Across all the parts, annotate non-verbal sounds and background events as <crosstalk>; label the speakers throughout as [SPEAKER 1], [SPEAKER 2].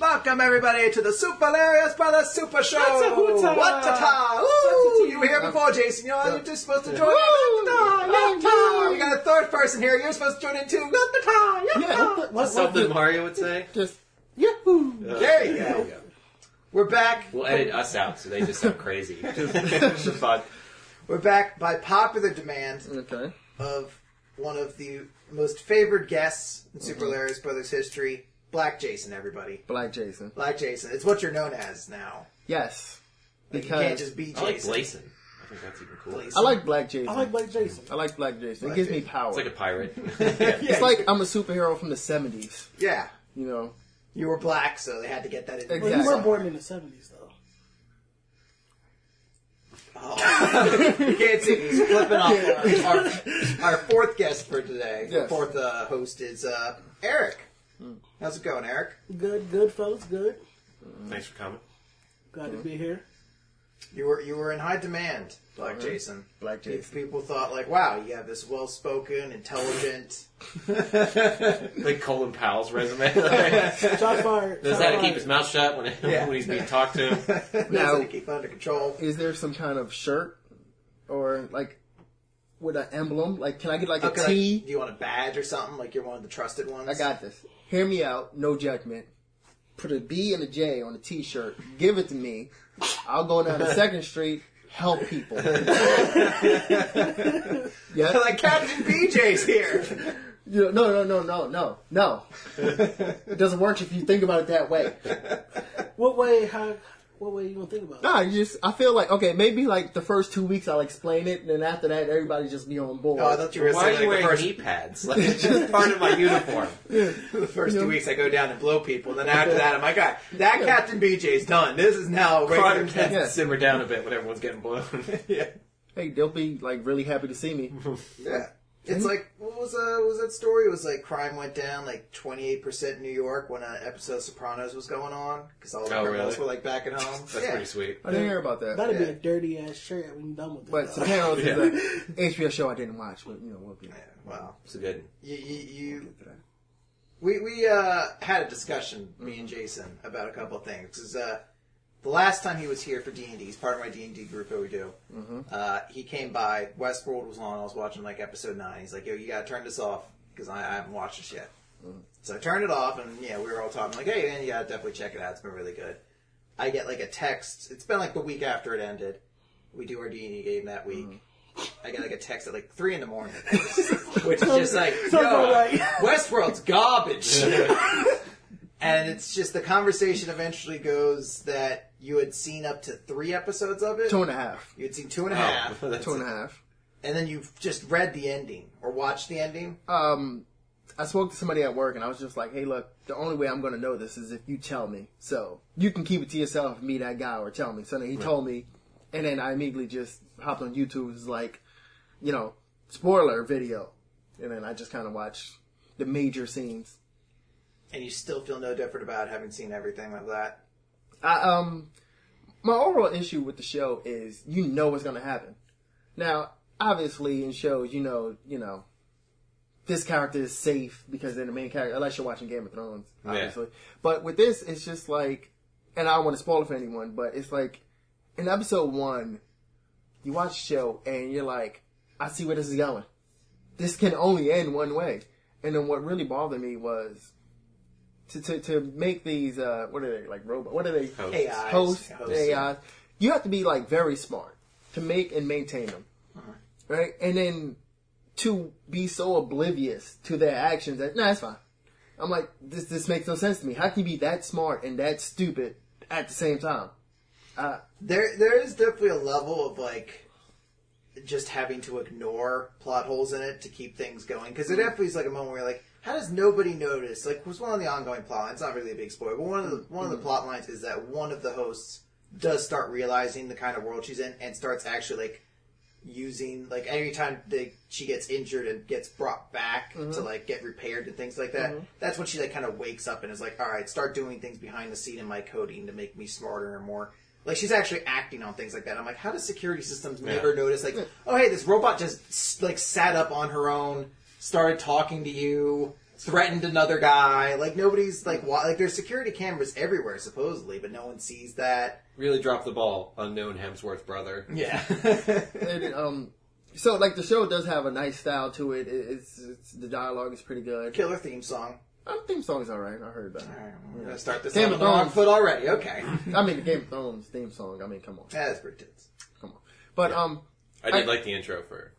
[SPEAKER 1] Welcome everybody to the Super Hilarious Brothers Super Show.
[SPEAKER 2] That's a hoota.
[SPEAKER 1] What ta ta!
[SPEAKER 2] That's a
[SPEAKER 1] Ooh,
[SPEAKER 2] tea.
[SPEAKER 1] you were here before, Jason. You know you're just supposed to join in.
[SPEAKER 2] What ta ta?
[SPEAKER 1] We got a third person here. You're supposed to join in too. What ta ta!
[SPEAKER 2] Yeah, what- what-
[SPEAKER 3] That's something
[SPEAKER 2] what-
[SPEAKER 3] Mario would say. <laughs>
[SPEAKER 2] Just yahoo!
[SPEAKER 1] There you go. We're back.
[SPEAKER 3] We'll edit us out so they just sound crazy. <laughs> Just, just fun.
[SPEAKER 1] We're back by popular demand
[SPEAKER 2] Okay.
[SPEAKER 1] of one of the most favored guests in Super Hilarious Brothers history, Black Jason. Everybody,
[SPEAKER 2] Black Jason.
[SPEAKER 1] Black Jason. It's what you're known as now.
[SPEAKER 2] Yes.
[SPEAKER 1] Like,
[SPEAKER 2] Because
[SPEAKER 1] you can't just be Jason.
[SPEAKER 3] I like Blason. I think that's even cool.
[SPEAKER 1] Blason.
[SPEAKER 2] I like Black Jason.
[SPEAKER 4] I like Blake Jason.
[SPEAKER 2] I like Black Jason.
[SPEAKER 1] Black
[SPEAKER 2] it gives
[SPEAKER 1] Jason.
[SPEAKER 2] me power.
[SPEAKER 3] It's like a <laughs> pirate.
[SPEAKER 2] It's like I'm a superhero from the 70s.
[SPEAKER 1] yeah.
[SPEAKER 2] You know,
[SPEAKER 1] You were black, so they had to get that in.
[SPEAKER 2] Exactly.
[SPEAKER 4] Well, you were born in the seventies, though.
[SPEAKER 1] You can't see he's flipping <laughs> off. Our, our, our fourth guest for today,
[SPEAKER 2] Yes.
[SPEAKER 1] fourth uh, host is uh, Eric. How's it going, Eric?
[SPEAKER 4] Good, good, fellas, good.
[SPEAKER 3] Thanks for coming.
[SPEAKER 4] Glad to be here.
[SPEAKER 1] You were you were in high demand, Black Jason.
[SPEAKER 2] Black
[SPEAKER 1] Pe-
[SPEAKER 2] Jason.
[SPEAKER 1] People thought like, wow, you have this well-spoken, intelligent.
[SPEAKER 3] Like Colin Powell's resume. <laughs> Knows
[SPEAKER 4] Shot fired. Shot
[SPEAKER 3] how to
[SPEAKER 4] fired.
[SPEAKER 3] keep his mouth shut when, <laughs>
[SPEAKER 1] Yeah.
[SPEAKER 3] when he's being talked <laughs> to.
[SPEAKER 1] now
[SPEAKER 2] Now-
[SPEAKER 1] to keep under control.
[SPEAKER 2] Is there some kind of shirt or like with an emblem? Like, can I get like a
[SPEAKER 1] Okay, like,
[SPEAKER 2] T?
[SPEAKER 1] do you want a badge or something? Like you're one of the trusted ones.
[SPEAKER 2] I got this. Hear me out. No judgment. Put a B and a J on a T-shirt. Give it to me. I'll go down to Second Street. Help people. yeah.
[SPEAKER 1] <laughs> like Captain BJ's here.
[SPEAKER 2] You know, no, no, no, no, no, no. It doesn't work if you think about it that way.
[SPEAKER 4] What way? How? What way you gonna think about? it?
[SPEAKER 2] Nah, you just I feel like okay, maybe like the first two weeks I'll explain it, and then after that everybody just be on board.
[SPEAKER 1] Oh, I thought you were
[SPEAKER 3] Why
[SPEAKER 1] saying
[SPEAKER 3] are
[SPEAKER 1] like,
[SPEAKER 3] you wearing
[SPEAKER 1] the first
[SPEAKER 3] knee pads? Like, it's <laughs> just part of my <laughs> uniform.
[SPEAKER 1] <laughs> the first two weeks I go down and blow people, and then after that I'm like, all right,
[SPEAKER 2] <laughs>
[SPEAKER 1] that Captain BJ's done. This is now regular.
[SPEAKER 3] Crime tends
[SPEAKER 2] Yeah.
[SPEAKER 3] to simmer down a bit when everyone's getting blown.
[SPEAKER 1] <laughs>
[SPEAKER 3] <laughs>
[SPEAKER 1] yeah.
[SPEAKER 2] hey, they'll be like really happy to see me.
[SPEAKER 1] Yeah. It's like what was uh what was that story? It was like crime went down like twenty eight percent in New York when an episode of Sopranos was going on because all the
[SPEAKER 3] Oh,
[SPEAKER 1] criminals
[SPEAKER 3] really?
[SPEAKER 1] were like back at home.
[SPEAKER 3] That's
[SPEAKER 1] yeah.
[SPEAKER 3] pretty sweet.
[SPEAKER 2] I didn't hear about that.
[SPEAKER 4] That'd be
[SPEAKER 1] Yeah.
[SPEAKER 4] a dirty ass shirt when you're done with it.
[SPEAKER 2] But
[SPEAKER 4] though.
[SPEAKER 2] Sopranos
[SPEAKER 3] Yeah.
[SPEAKER 2] is a HBO show I didn't watch, but you know we'll be.
[SPEAKER 1] Yeah, wow.
[SPEAKER 3] It's a good.
[SPEAKER 1] You, you, you we we uh had a discussion me and Jason about a couple of things 'Cause, uh the last time he was here for D and D, he's part of my D and D group that we do.
[SPEAKER 4] Mm-hmm.
[SPEAKER 1] Uh, he came by. Westworld was on. I was watching like episode nine. He's like, "Yo, you gotta turn this off because I, I haven't watched this yet."
[SPEAKER 4] Mm-hmm.
[SPEAKER 1] So I turned it off, and yeah, we were all talking like, "Hey, man, you gotta definitely check it out. It's been really good." I get like a text. It's been like the week after it ended. We do our D and D game that week.
[SPEAKER 4] Mm-hmm.
[SPEAKER 1] I get like a text at like three in the
[SPEAKER 4] <laughs>
[SPEAKER 1] morning, which is just like,
[SPEAKER 4] Sounds
[SPEAKER 1] "Yo,
[SPEAKER 4] about right.
[SPEAKER 1] Westworld's garbage." and it's just the conversation eventually goes that you had seen up to three episodes of it.
[SPEAKER 2] Two and a half.
[SPEAKER 1] You had seen two and a
[SPEAKER 3] Oh.
[SPEAKER 1] half,
[SPEAKER 3] <laughs> that's
[SPEAKER 2] Two and a half.
[SPEAKER 1] and then you've just read the ending or watched the ending.
[SPEAKER 2] Um, I spoke to somebody at work, and I was just like, "Hey, look, the only way I'm gonna know this is if you tell me. So you can keep it to yourself, me that guy, or tell me." So then he told me, and then I immediately just hopped on YouTube. and was like, you know, spoiler video, and then I just kind of watched the major scenes.
[SPEAKER 1] and you still feel no different about having seen everything of that.
[SPEAKER 2] I, um, my overall issue with the show is you know what's going to happen. Now, obviously, in shows, you know, you know, this character is safe because they're the main character, unless you're watching Game of Thrones, obviously. But with this, it's just like, and I don't want to spoil it for anyone, but it's like, in episode one, you watch the show and you're like, I see where this is going. This can only end one way. And then what really bothered me was to, to, to make these, uh, what are they, like robot, what are they?
[SPEAKER 3] Hosts.
[SPEAKER 1] AI,
[SPEAKER 2] host AI. You have to be like very smart to make and maintain them, right? And then to be so oblivious to their actions that no, that's fine. I'm like, this this makes no sense to me. How can you be that smart and that stupid at the same time?
[SPEAKER 1] There, there is definitely a level of like just having to ignore plot holes in it to keep things going because it definitely is like a moment where you're like, how does nobody notice? Like, was one of the ongoing plot lines? It's not really a big spoiler, but one of the one of the plot lines is that one of the hosts does start realizing the kind of world she's in and starts actually like using like anytime they, she gets injured and gets brought back to like get repaired and things like that that's when she like kind of wakes up and is like all right start doing things behind the scene in my coding to make me smarter and more like she's actually acting on things like that i'm like how does security systems never notice like oh hey this robot just s- like sat up on her own started talking to you threatened another guy. Like nobody's like wa- like there's security cameras everywhere supposedly, but no one sees that.
[SPEAKER 3] Really dropped the ball, unknown Hemsworth brother.
[SPEAKER 1] Yeah. <laughs>
[SPEAKER 2] And, um, so like the show does have a nice style to it. It- It's, it's the dialogue is pretty good.
[SPEAKER 1] Killer theme song.
[SPEAKER 2] I think song's all right. I heard about
[SPEAKER 1] All
[SPEAKER 2] it.
[SPEAKER 1] right, we're gonna start this
[SPEAKER 2] Game
[SPEAKER 1] on
[SPEAKER 2] of
[SPEAKER 1] the wrong
[SPEAKER 2] Thrones.
[SPEAKER 1] foot already. Okay.
[SPEAKER 2] I mean, the Game of Thrones theme song. I mean, come on,
[SPEAKER 1] <laughs> That's pretty tits.
[SPEAKER 2] come on. But um,
[SPEAKER 3] I did
[SPEAKER 2] I-
[SPEAKER 3] like the intro for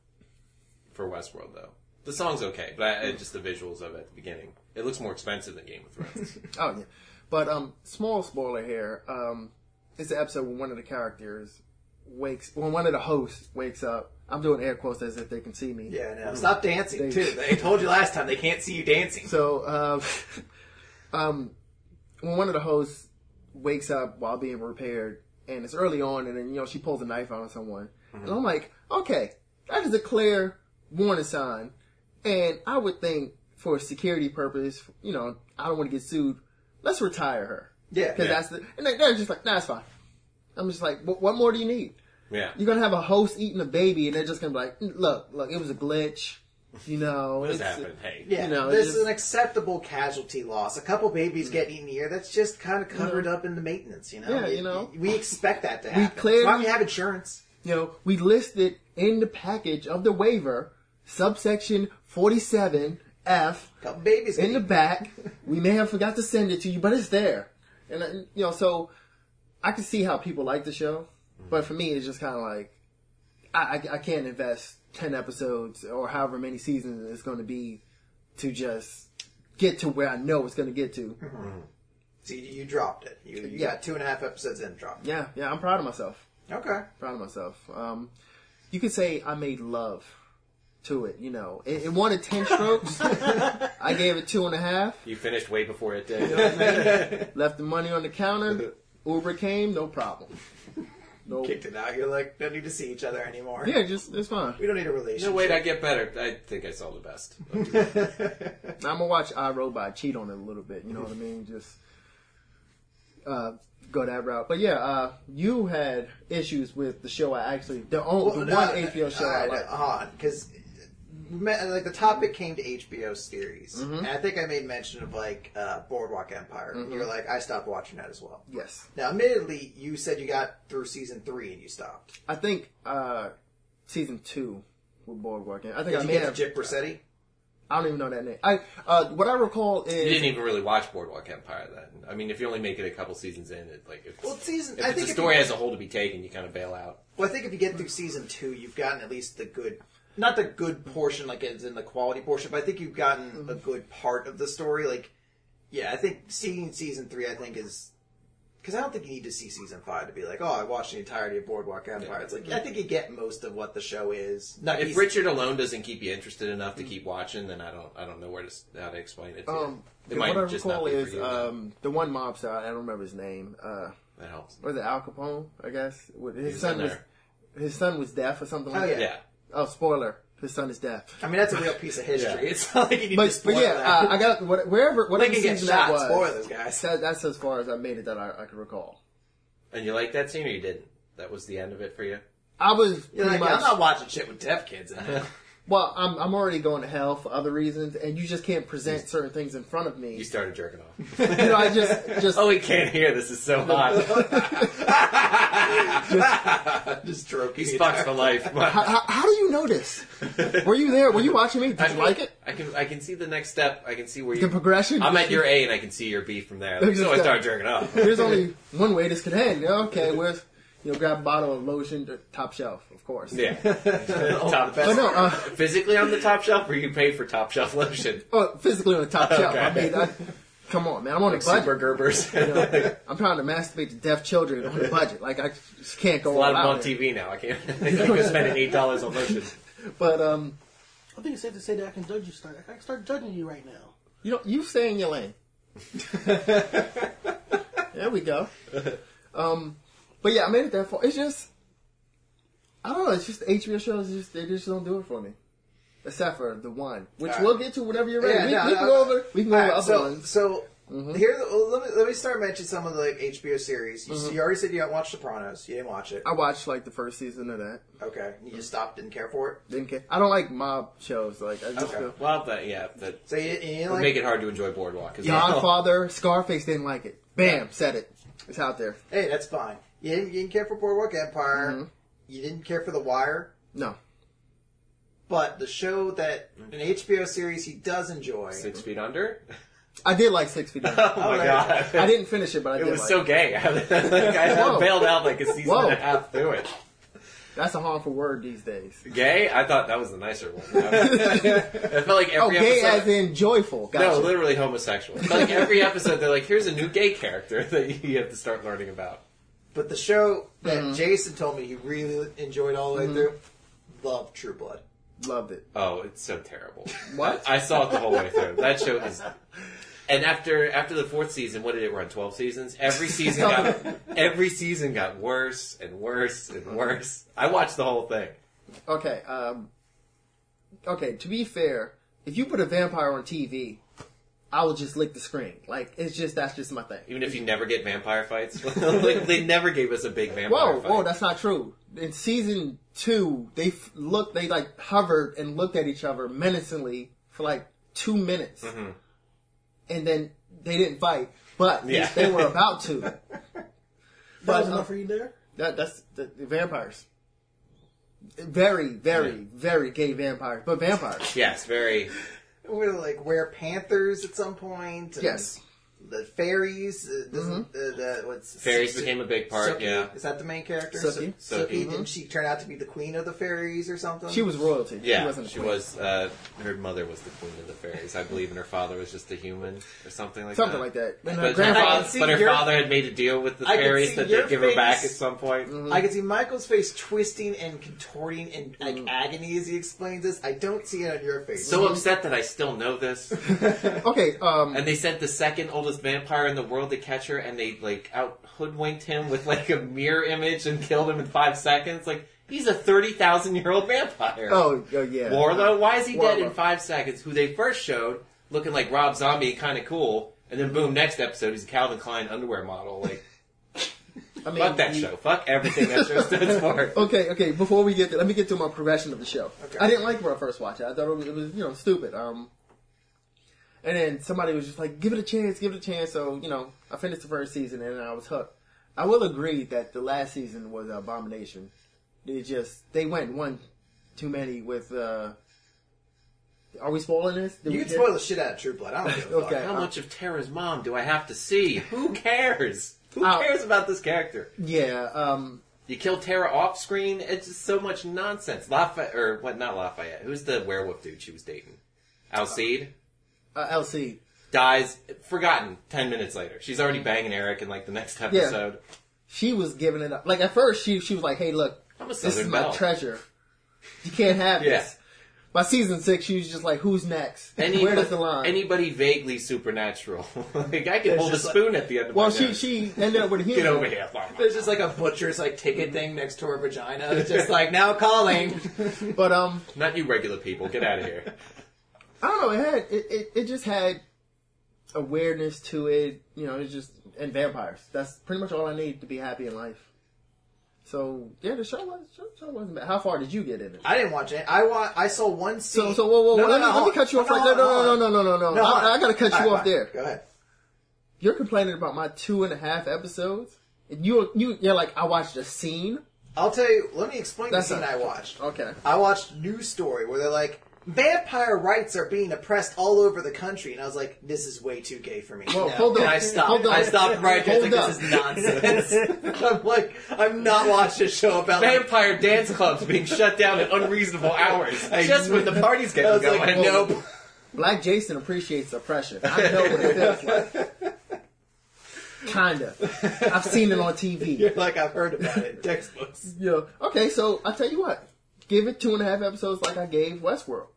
[SPEAKER 3] for Westworld though. The song's okay, but I, I- just the visuals of it at the beginning. It looks more expensive than Game of Thrones.
[SPEAKER 2] oh yeah. But um, small spoiler here. Um, it's the episode when one of the characters wakes when one of the hosts wakes up. I'm doing air quotes as if they can see me.
[SPEAKER 1] Yeah, no. Stop dancing
[SPEAKER 2] Thanks.
[SPEAKER 1] too. They told you last time they can't see you dancing.
[SPEAKER 2] So, uh, <laughs> um, when one of the hosts wakes up while being repaired, and it's early on, and then you know she pulls a knife out on someone, and I'm like, okay, that is a clear warning sign, and I would think for security purpose, you know, I don't want to get sued. Let's retire her
[SPEAKER 1] <laughs> yeah.
[SPEAKER 2] because that's the and they- they're just like, nah, it's fine. I'm just like, what, what more do you need?
[SPEAKER 3] yeah.
[SPEAKER 2] You're gonna have a host eating a baby, and they're just gonna be like, look, look, it was a glitch, you know.
[SPEAKER 3] What has
[SPEAKER 2] it's-
[SPEAKER 3] happened? Hey.
[SPEAKER 1] Yeah,
[SPEAKER 2] You know,
[SPEAKER 1] this
[SPEAKER 2] just-
[SPEAKER 1] is Mm. an acceptable casualty loss. A couple babies get eaten a year. That's just kind of covered up in the maintenance, you know.
[SPEAKER 2] Yeah, you
[SPEAKER 1] It-
[SPEAKER 2] know.
[SPEAKER 1] we expect that to happen. That's
[SPEAKER 2] clearly-
[SPEAKER 1] why we have insurance.
[SPEAKER 2] you know, we listed in the package of the waiver, subsection 47F,
[SPEAKER 1] couple babies get
[SPEAKER 2] in the
[SPEAKER 1] eaten.
[SPEAKER 2] back. We may have forgot to send it to you, but it's there. And, uh, you know, so I can see how people like the show, but for me, it's just kind of like, I, I, I can't invest 10 episodes or however many seasons it's going to be to just get to where I know it's going to get to.
[SPEAKER 1] So you, you dropped it. You, you
[SPEAKER 2] Yeah.
[SPEAKER 1] got two and a half episodes in and dropped. it.
[SPEAKER 2] Yeah, yeah, I'm proud of myself.
[SPEAKER 1] Okay.
[SPEAKER 2] proud of myself. Um, you could say I made love to it. You know, it, it wanted ten strokes. I gave it two and a half.
[SPEAKER 3] You finished way before it <laughs> did.
[SPEAKER 2] Left the money on the counter. Uber came, no problem. No,
[SPEAKER 1] Kicked it out. You're like, don't need to see each other anymore.
[SPEAKER 2] yeah, just it's fine.
[SPEAKER 1] We don't need a
[SPEAKER 3] no,
[SPEAKER 1] relationship.
[SPEAKER 3] wait, I get better. I think I saw the best.
[SPEAKER 2] I'm gonna watch iRobot cheat on it a little bit. You know what I mean? Just uh, go that route. But yeah, uh, you had issues with the show. I actually the only
[SPEAKER 1] Well,
[SPEAKER 2] the
[SPEAKER 1] no,
[SPEAKER 2] one
[SPEAKER 1] no,
[SPEAKER 2] HBO show
[SPEAKER 1] all
[SPEAKER 2] I
[SPEAKER 1] right,
[SPEAKER 2] like.
[SPEAKER 1] on because like the topic came to HBO series,
[SPEAKER 2] Mm-hmm.
[SPEAKER 1] and I think I made mention of like uh, Boardwalk Empire. You're like, I stopped watching that as well.
[SPEAKER 2] Yes,
[SPEAKER 1] Now, admittedly, you said you got through season three and you stopped.
[SPEAKER 2] I think uh, season two with Boardwalk. I think
[SPEAKER 1] Did
[SPEAKER 2] I
[SPEAKER 1] you
[SPEAKER 2] may
[SPEAKER 1] get
[SPEAKER 2] have
[SPEAKER 1] to Jip Rossetti?
[SPEAKER 2] I don't even know that name. I uh, what I recall is
[SPEAKER 3] You didn't even really watch Boardwalk Empire then. I mean, if you only make it a couple seasons in, it like if,
[SPEAKER 1] Well, season.
[SPEAKER 3] if
[SPEAKER 1] I
[SPEAKER 3] it's
[SPEAKER 1] think
[SPEAKER 3] a
[SPEAKER 1] if
[SPEAKER 3] story
[SPEAKER 1] You,
[SPEAKER 3] as a whole to be taken, you kind of bail out.
[SPEAKER 1] well, I think if you get through season two, you've gotten at least the good, not the good portion, like as in the quality portion, but I think you've gotten a
[SPEAKER 2] Mm-hmm.
[SPEAKER 1] good part of the story. Like, yeah, I think seeing season three, I think is. Because I don't think you need to see season five to be like, oh, I watched the entirety of Boardwalk Empire. It's like I think you get most of what the show is. Not
[SPEAKER 3] If
[SPEAKER 1] he's-
[SPEAKER 3] Richard alone doesn't keep you interested enough to keep watching, then I don't I don't know where to s- how to explain it. To
[SPEAKER 2] um,
[SPEAKER 3] you.
[SPEAKER 2] the-
[SPEAKER 3] It might
[SPEAKER 2] what I
[SPEAKER 3] just not
[SPEAKER 2] recall
[SPEAKER 3] be
[SPEAKER 2] is
[SPEAKER 3] for you.
[SPEAKER 2] um, the one mobster. I don't remember his name. Uh,
[SPEAKER 3] that helps.
[SPEAKER 2] was it Al Capone? I guess With- his
[SPEAKER 3] was
[SPEAKER 2] son
[SPEAKER 3] in
[SPEAKER 2] was
[SPEAKER 3] there.
[SPEAKER 2] his son was deaf or something.
[SPEAKER 1] Oh,
[SPEAKER 2] like
[SPEAKER 1] yeah.
[SPEAKER 2] that.
[SPEAKER 3] Yeah,
[SPEAKER 2] Oh, spoiler! His son is deaf.
[SPEAKER 1] I mean, that's a real
[SPEAKER 2] <laughs>
[SPEAKER 1] piece of history. <laughs>
[SPEAKER 3] Yeah.
[SPEAKER 1] It's not like you need to
[SPEAKER 2] But,
[SPEAKER 1] spoil
[SPEAKER 2] but yeah,
[SPEAKER 1] that.
[SPEAKER 2] uh, I got what, wherever
[SPEAKER 1] they
[SPEAKER 2] whatever
[SPEAKER 1] can get
[SPEAKER 2] season
[SPEAKER 1] shot.
[SPEAKER 2] that was.
[SPEAKER 1] Spoilers, guys.
[SPEAKER 2] That, that's as far as I made it that I, I can recall.
[SPEAKER 3] and you liked that scene or you didn't? That was the end of it for
[SPEAKER 2] <laughs>
[SPEAKER 3] you.
[SPEAKER 2] I was
[SPEAKER 1] You're
[SPEAKER 2] pretty
[SPEAKER 1] like,
[SPEAKER 2] much
[SPEAKER 1] I'm not watching shit with deaf kids in it.
[SPEAKER 2] well. I'm I'm already going to hell for other reasons, and you just can't present certain things in front of me.
[SPEAKER 3] You
[SPEAKER 2] You
[SPEAKER 3] started jerking off. <laughs>
[SPEAKER 2] know, I just just
[SPEAKER 3] oh, he can't hear. This is so
[SPEAKER 2] <laughs>
[SPEAKER 3] hot.
[SPEAKER 1] Just
[SPEAKER 2] <laughs>
[SPEAKER 1] drove
[SPEAKER 3] He's
[SPEAKER 1] <laughs>
[SPEAKER 3] fucked for life.
[SPEAKER 2] How, how, how do you know this? Were you there? Were you watching me? Did
[SPEAKER 3] I
[SPEAKER 2] you like it?
[SPEAKER 3] I can I can see the next step. I can see where
[SPEAKER 2] The
[SPEAKER 3] you.
[SPEAKER 2] progression.
[SPEAKER 3] I'm at your A and I can see your B from there.
[SPEAKER 2] Look at
[SPEAKER 3] so I
[SPEAKER 2] this
[SPEAKER 3] start
[SPEAKER 2] guy.
[SPEAKER 3] jerking
[SPEAKER 2] <laughs>
[SPEAKER 3] off.
[SPEAKER 2] There's only one way this could end. Okay, where's you know grab a bottle of lotion, uh, top shelf, of course.
[SPEAKER 3] Yeah. top
[SPEAKER 2] <laughs> Oh
[SPEAKER 1] best.
[SPEAKER 2] no, uh,
[SPEAKER 3] Physically on the top shelf, or you paid for top shelf lotion?
[SPEAKER 2] oh, physically on the top shelf. I
[SPEAKER 3] Okay.
[SPEAKER 2] mean, I, come on, man. I'm on a budget.
[SPEAKER 3] Super
[SPEAKER 2] <laughs>
[SPEAKER 3] Gerbers.
[SPEAKER 2] I'm trying to masturbate to deaf children on a
[SPEAKER 1] <laughs>
[SPEAKER 2] budget. Like I just can't go
[SPEAKER 3] <laughs> a lot
[SPEAKER 2] all
[SPEAKER 3] of them on
[SPEAKER 2] out.
[SPEAKER 3] TV now. I can't. <laughs> I could spend eight dollars on lotion.
[SPEAKER 2] But um,
[SPEAKER 4] I think it's safe to say that I can judge you. Start. I can start judging you right now.
[SPEAKER 2] you know, you stay in
[SPEAKER 1] <laughs>
[SPEAKER 2] your lane. there we go. Um, but yeah, I made it that far. It's just, I don't know. It's just HBO shows. Just they just don't do it for me, except for the one, which
[SPEAKER 1] All right.
[SPEAKER 2] we'll get to whenever you're ready.
[SPEAKER 1] Yeah, no,
[SPEAKER 2] we, we can
[SPEAKER 1] no.
[SPEAKER 2] go over. We can go
[SPEAKER 1] All
[SPEAKER 2] over
[SPEAKER 1] right,
[SPEAKER 2] other
[SPEAKER 1] so,
[SPEAKER 2] ones. Mm-hmm.
[SPEAKER 1] so Here, well, let me let me start mentioning some of the like, HBO series. You,
[SPEAKER 2] Mm-hmm.
[SPEAKER 1] you already said you don't watch Sopranos. You didn't watch it.
[SPEAKER 2] I watched like the first season of that.
[SPEAKER 1] Okay, you just stopped, didn't care for it.
[SPEAKER 2] Didn't care. I don't like mob shows. Like I just
[SPEAKER 1] Okay.
[SPEAKER 2] feel
[SPEAKER 3] Well, that yeah, that
[SPEAKER 1] So you, you didn't
[SPEAKER 3] would
[SPEAKER 1] like
[SPEAKER 3] make it hard to enjoy Boardwalk. As well.
[SPEAKER 2] Godfather, Scarface didn't like it. Bam, said it. It's out there.
[SPEAKER 1] Hey, that's fine. You didn't, you didn't care for Boardwalk Empire.
[SPEAKER 2] Mm-hmm.
[SPEAKER 1] You didn't care for The Wire.
[SPEAKER 2] No.
[SPEAKER 1] But the show that an HBO series he does enjoy.
[SPEAKER 3] Six Feet Under. <laughs>
[SPEAKER 2] I did like Six Feet Under.
[SPEAKER 3] Oh my
[SPEAKER 1] right.
[SPEAKER 3] god.
[SPEAKER 2] I didn't finish it, but I
[SPEAKER 3] It
[SPEAKER 2] did
[SPEAKER 3] was
[SPEAKER 2] like
[SPEAKER 3] so gay. <laughs> like, <laughs> I
[SPEAKER 2] Whoa.
[SPEAKER 3] bailed out like a season
[SPEAKER 2] Whoa.
[SPEAKER 3] and a half through it.
[SPEAKER 2] That's a harmful word these days.
[SPEAKER 3] Gay? I thought that was the
[SPEAKER 2] <laughs>
[SPEAKER 3] nicer one. I felt like every
[SPEAKER 2] Oh, gay
[SPEAKER 3] episode.
[SPEAKER 2] as in joyful.
[SPEAKER 3] no,
[SPEAKER 2] Gotcha.
[SPEAKER 3] literally homosexual. It felt like every episode, they're like, "Here's a new gay character <laughs> that you have to start learning about."
[SPEAKER 1] But the show that
[SPEAKER 2] Mm-hmm.
[SPEAKER 1] Jason told me he really enjoyed all the way through. Love True Blood.
[SPEAKER 2] Loved it.
[SPEAKER 3] Oh, it's so terrible.
[SPEAKER 2] What?
[SPEAKER 3] I saw it the whole way through. That show is. And after after the fourth season, what did it run? Twelve seasons. Every season
[SPEAKER 2] <laughs>
[SPEAKER 3] got every season got worse and worse and worse. I watched the whole thing.
[SPEAKER 2] Okay. Um, okay. To be fair, if you put a vampire on TV, I will just lick the screen. Like it's just that's just my thing.
[SPEAKER 3] Even if you never get vampire fights, <laughs> like they never gave us a big vampire
[SPEAKER 2] Whoa,
[SPEAKER 3] fight.
[SPEAKER 2] whoa, that's not true. In season two, they f- looked, they like hovered and looked at each other menacingly for like two minutes,
[SPEAKER 3] Mm-hmm.
[SPEAKER 2] and then they didn't fight, but they-
[SPEAKER 3] Yeah.
[SPEAKER 2] they,
[SPEAKER 3] <laughs>
[SPEAKER 2] were about to.
[SPEAKER 4] That was
[SPEAKER 2] But, uh,
[SPEAKER 4] enough for you there.
[SPEAKER 2] That, that's the, the vampires. Very, very, very gay vampires, but vampires.
[SPEAKER 3] yes, very.
[SPEAKER 1] We We're like wear panthers at some point. and
[SPEAKER 2] Yes. Mm-hmm.
[SPEAKER 1] The fairies. Uh, doesn't uh, the, what's
[SPEAKER 3] Fairies became a big part.
[SPEAKER 1] Sookie?
[SPEAKER 3] Yeah,
[SPEAKER 1] Is that the main character?
[SPEAKER 2] Sookie.
[SPEAKER 1] So- Sookie.
[SPEAKER 3] Sookie.
[SPEAKER 1] Didn't she turn out to be the queen of the fairies or something?
[SPEAKER 2] Mm-hmm. She was royalty.
[SPEAKER 3] yeah.
[SPEAKER 2] she wasn't. A
[SPEAKER 3] she
[SPEAKER 2] queen.
[SPEAKER 3] was. Uh, her mother was the queen of the fairies, I believe, and her father was just a human or something like
[SPEAKER 2] something
[SPEAKER 3] that.
[SPEAKER 2] like that. And her
[SPEAKER 3] uh, But her,
[SPEAKER 2] grandfather.
[SPEAKER 3] father,
[SPEAKER 1] see
[SPEAKER 3] but her
[SPEAKER 1] your-
[SPEAKER 3] father had made a deal with the
[SPEAKER 1] I can
[SPEAKER 3] fairies
[SPEAKER 1] see
[SPEAKER 3] that
[SPEAKER 1] your
[SPEAKER 3] they'd give her back
[SPEAKER 1] face.
[SPEAKER 3] at some point.
[SPEAKER 2] Mm-hmm.
[SPEAKER 1] I can see Michael's face twisting and contorting in like
[SPEAKER 2] Mm.
[SPEAKER 1] agony as he explains this. I don't see it on your face.
[SPEAKER 3] So
[SPEAKER 2] Mm-hmm.
[SPEAKER 3] upset that I still know this. <laughs>
[SPEAKER 2] Okay, um,
[SPEAKER 3] And they sent the second oldest vampire in the world to catch her, and they like out hoodwinked him with like a mirror image and killed him in five seconds. Like he's a thirty thousand year old vampire.
[SPEAKER 2] oh, oh, yeah.
[SPEAKER 3] Warlow, why is he dead in
[SPEAKER 2] Warlow.
[SPEAKER 3] five seconds? Who they first showed looking like Rob Zombie, kind of cool, and then boom, next episode he's a Calvin Klein underwear model.
[SPEAKER 2] <laughs>
[SPEAKER 3] Like
[SPEAKER 2] I mean,
[SPEAKER 3] fuck that
[SPEAKER 2] you-
[SPEAKER 3] show, fuck everything that
[SPEAKER 2] <laughs>
[SPEAKER 3] show stands for.
[SPEAKER 2] Okay, okay. Before we get, there, let me get to my progression of the show.
[SPEAKER 1] Okay.
[SPEAKER 2] I didn't like it when I first watched it. I thought it was, it was, you know, stupid. Um, and then somebody was just like, "Give it a chance, give it a chance." So you know, I finished the first season and I was hooked. I will agree that the last season was an abomination. They just they went one too many with. uh Are we spoiling this? Did
[SPEAKER 1] you
[SPEAKER 2] we
[SPEAKER 1] can
[SPEAKER 2] get-
[SPEAKER 1] spoil the shit out of True Blood. I don't give a fuck.
[SPEAKER 2] <laughs> Okay.
[SPEAKER 3] How much of Tara's mom do I have to see? Who cares? Who
[SPEAKER 2] Uh,
[SPEAKER 3] cares about this character?
[SPEAKER 2] Yeah. Um.
[SPEAKER 3] You kill Tara off screen. It's just so much nonsense. Lafayette, or what? Not Lafayette. Who's the werewolf dude she was dating? Alcide
[SPEAKER 2] Uh, LC.
[SPEAKER 3] dies. Forgotten. Ten minutes later, she's already banging Eric in like the next episode.
[SPEAKER 2] she was giving it up. Like at first, she she was like, "Hey, look,
[SPEAKER 3] I'm a
[SPEAKER 2] this
[SPEAKER 3] Southern
[SPEAKER 2] is my
[SPEAKER 3] belle."
[SPEAKER 2] treasure. You can't have
[SPEAKER 3] Yeah.
[SPEAKER 2] this." By season six, she was just like, "Who's next? <laughs>
[SPEAKER 3] Anybody,
[SPEAKER 2] Where does the line?"
[SPEAKER 3] anybody vaguely supernatural? <laughs> like I can
[SPEAKER 1] There's
[SPEAKER 3] hold a
[SPEAKER 1] just like-
[SPEAKER 3] spoon at the end of
[SPEAKER 2] well,
[SPEAKER 3] my
[SPEAKER 2] she
[SPEAKER 3] nose.
[SPEAKER 2] she ended
[SPEAKER 1] <laughs>
[SPEAKER 2] up with a human.
[SPEAKER 3] Get over here.
[SPEAKER 1] There's just like a butcher's like
[SPEAKER 2] Mm-hmm.
[SPEAKER 1] ticket thing next to her vagina.
[SPEAKER 2] <laughs>
[SPEAKER 1] It's just like now calling.
[SPEAKER 2] But um,
[SPEAKER 3] Not you regular people. Get out of
[SPEAKER 2] <laughs>
[SPEAKER 3] here. <laughs>
[SPEAKER 2] I don't know. It had it, it, it just had awareness to it. You know, it's just and vampires. That's pretty much all I need to be happy in life. So yeah, the show was show, show wasn't bad. How far did you get in it?
[SPEAKER 1] I didn't watch it. I wa- I saw one scene.
[SPEAKER 2] So so whoa whoa, whoa
[SPEAKER 1] No, no,
[SPEAKER 2] let,
[SPEAKER 1] no,
[SPEAKER 2] me,
[SPEAKER 1] hold
[SPEAKER 2] let me
[SPEAKER 1] on.
[SPEAKER 2] cut you off
[SPEAKER 1] No,
[SPEAKER 2] right
[SPEAKER 1] hold
[SPEAKER 2] there.
[SPEAKER 1] on,
[SPEAKER 2] No no
[SPEAKER 1] hold
[SPEAKER 2] no
[SPEAKER 1] on.
[SPEAKER 2] no no no.
[SPEAKER 1] No, hold
[SPEAKER 2] I,
[SPEAKER 1] on.
[SPEAKER 2] I gotta cut
[SPEAKER 1] All
[SPEAKER 2] you
[SPEAKER 1] right,
[SPEAKER 2] off
[SPEAKER 1] fine.
[SPEAKER 2] there.
[SPEAKER 1] Go ahead.
[SPEAKER 2] you're complaining about my two and a half episodes. And you you you're like I watched a scene.
[SPEAKER 1] I'll tell you. Let me explain
[SPEAKER 2] That's
[SPEAKER 1] the scene
[SPEAKER 2] not-
[SPEAKER 1] I watched.
[SPEAKER 2] Okay.
[SPEAKER 1] I watched News Story where they're like, vampire rights are being oppressed all over the country, and I was like, this is way too gay for me.
[SPEAKER 2] Well, hold on.
[SPEAKER 1] And I stopped.
[SPEAKER 2] Hold on.
[SPEAKER 1] I stopped right there. I was
[SPEAKER 2] Hold
[SPEAKER 1] like, this is nonsense. <laughs> I'm like, I'm not watching a show about like,
[SPEAKER 3] Vampire dance clubs being shut down at
[SPEAKER 2] <laughs>
[SPEAKER 3] unreasonable hours.
[SPEAKER 1] I
[SPEAKER 3] just when the party's
[SPEAKER 1] I
[SPEAKER 3] getting
[SPEAKER 1] was
[SPEAKER 3] going.
[SPEAKER 1] like, nope.
[SPEAKER 2] Black Jason appreciates oppression. I know what it feels like. Kinda. I've seen it on TV.
[SPEAKER 1] like I've heard about it. in Textbooks.
[SPEAKER 2] Yeah. Okay, so I tell you what, give it two and a half episodes like I gave Westworld.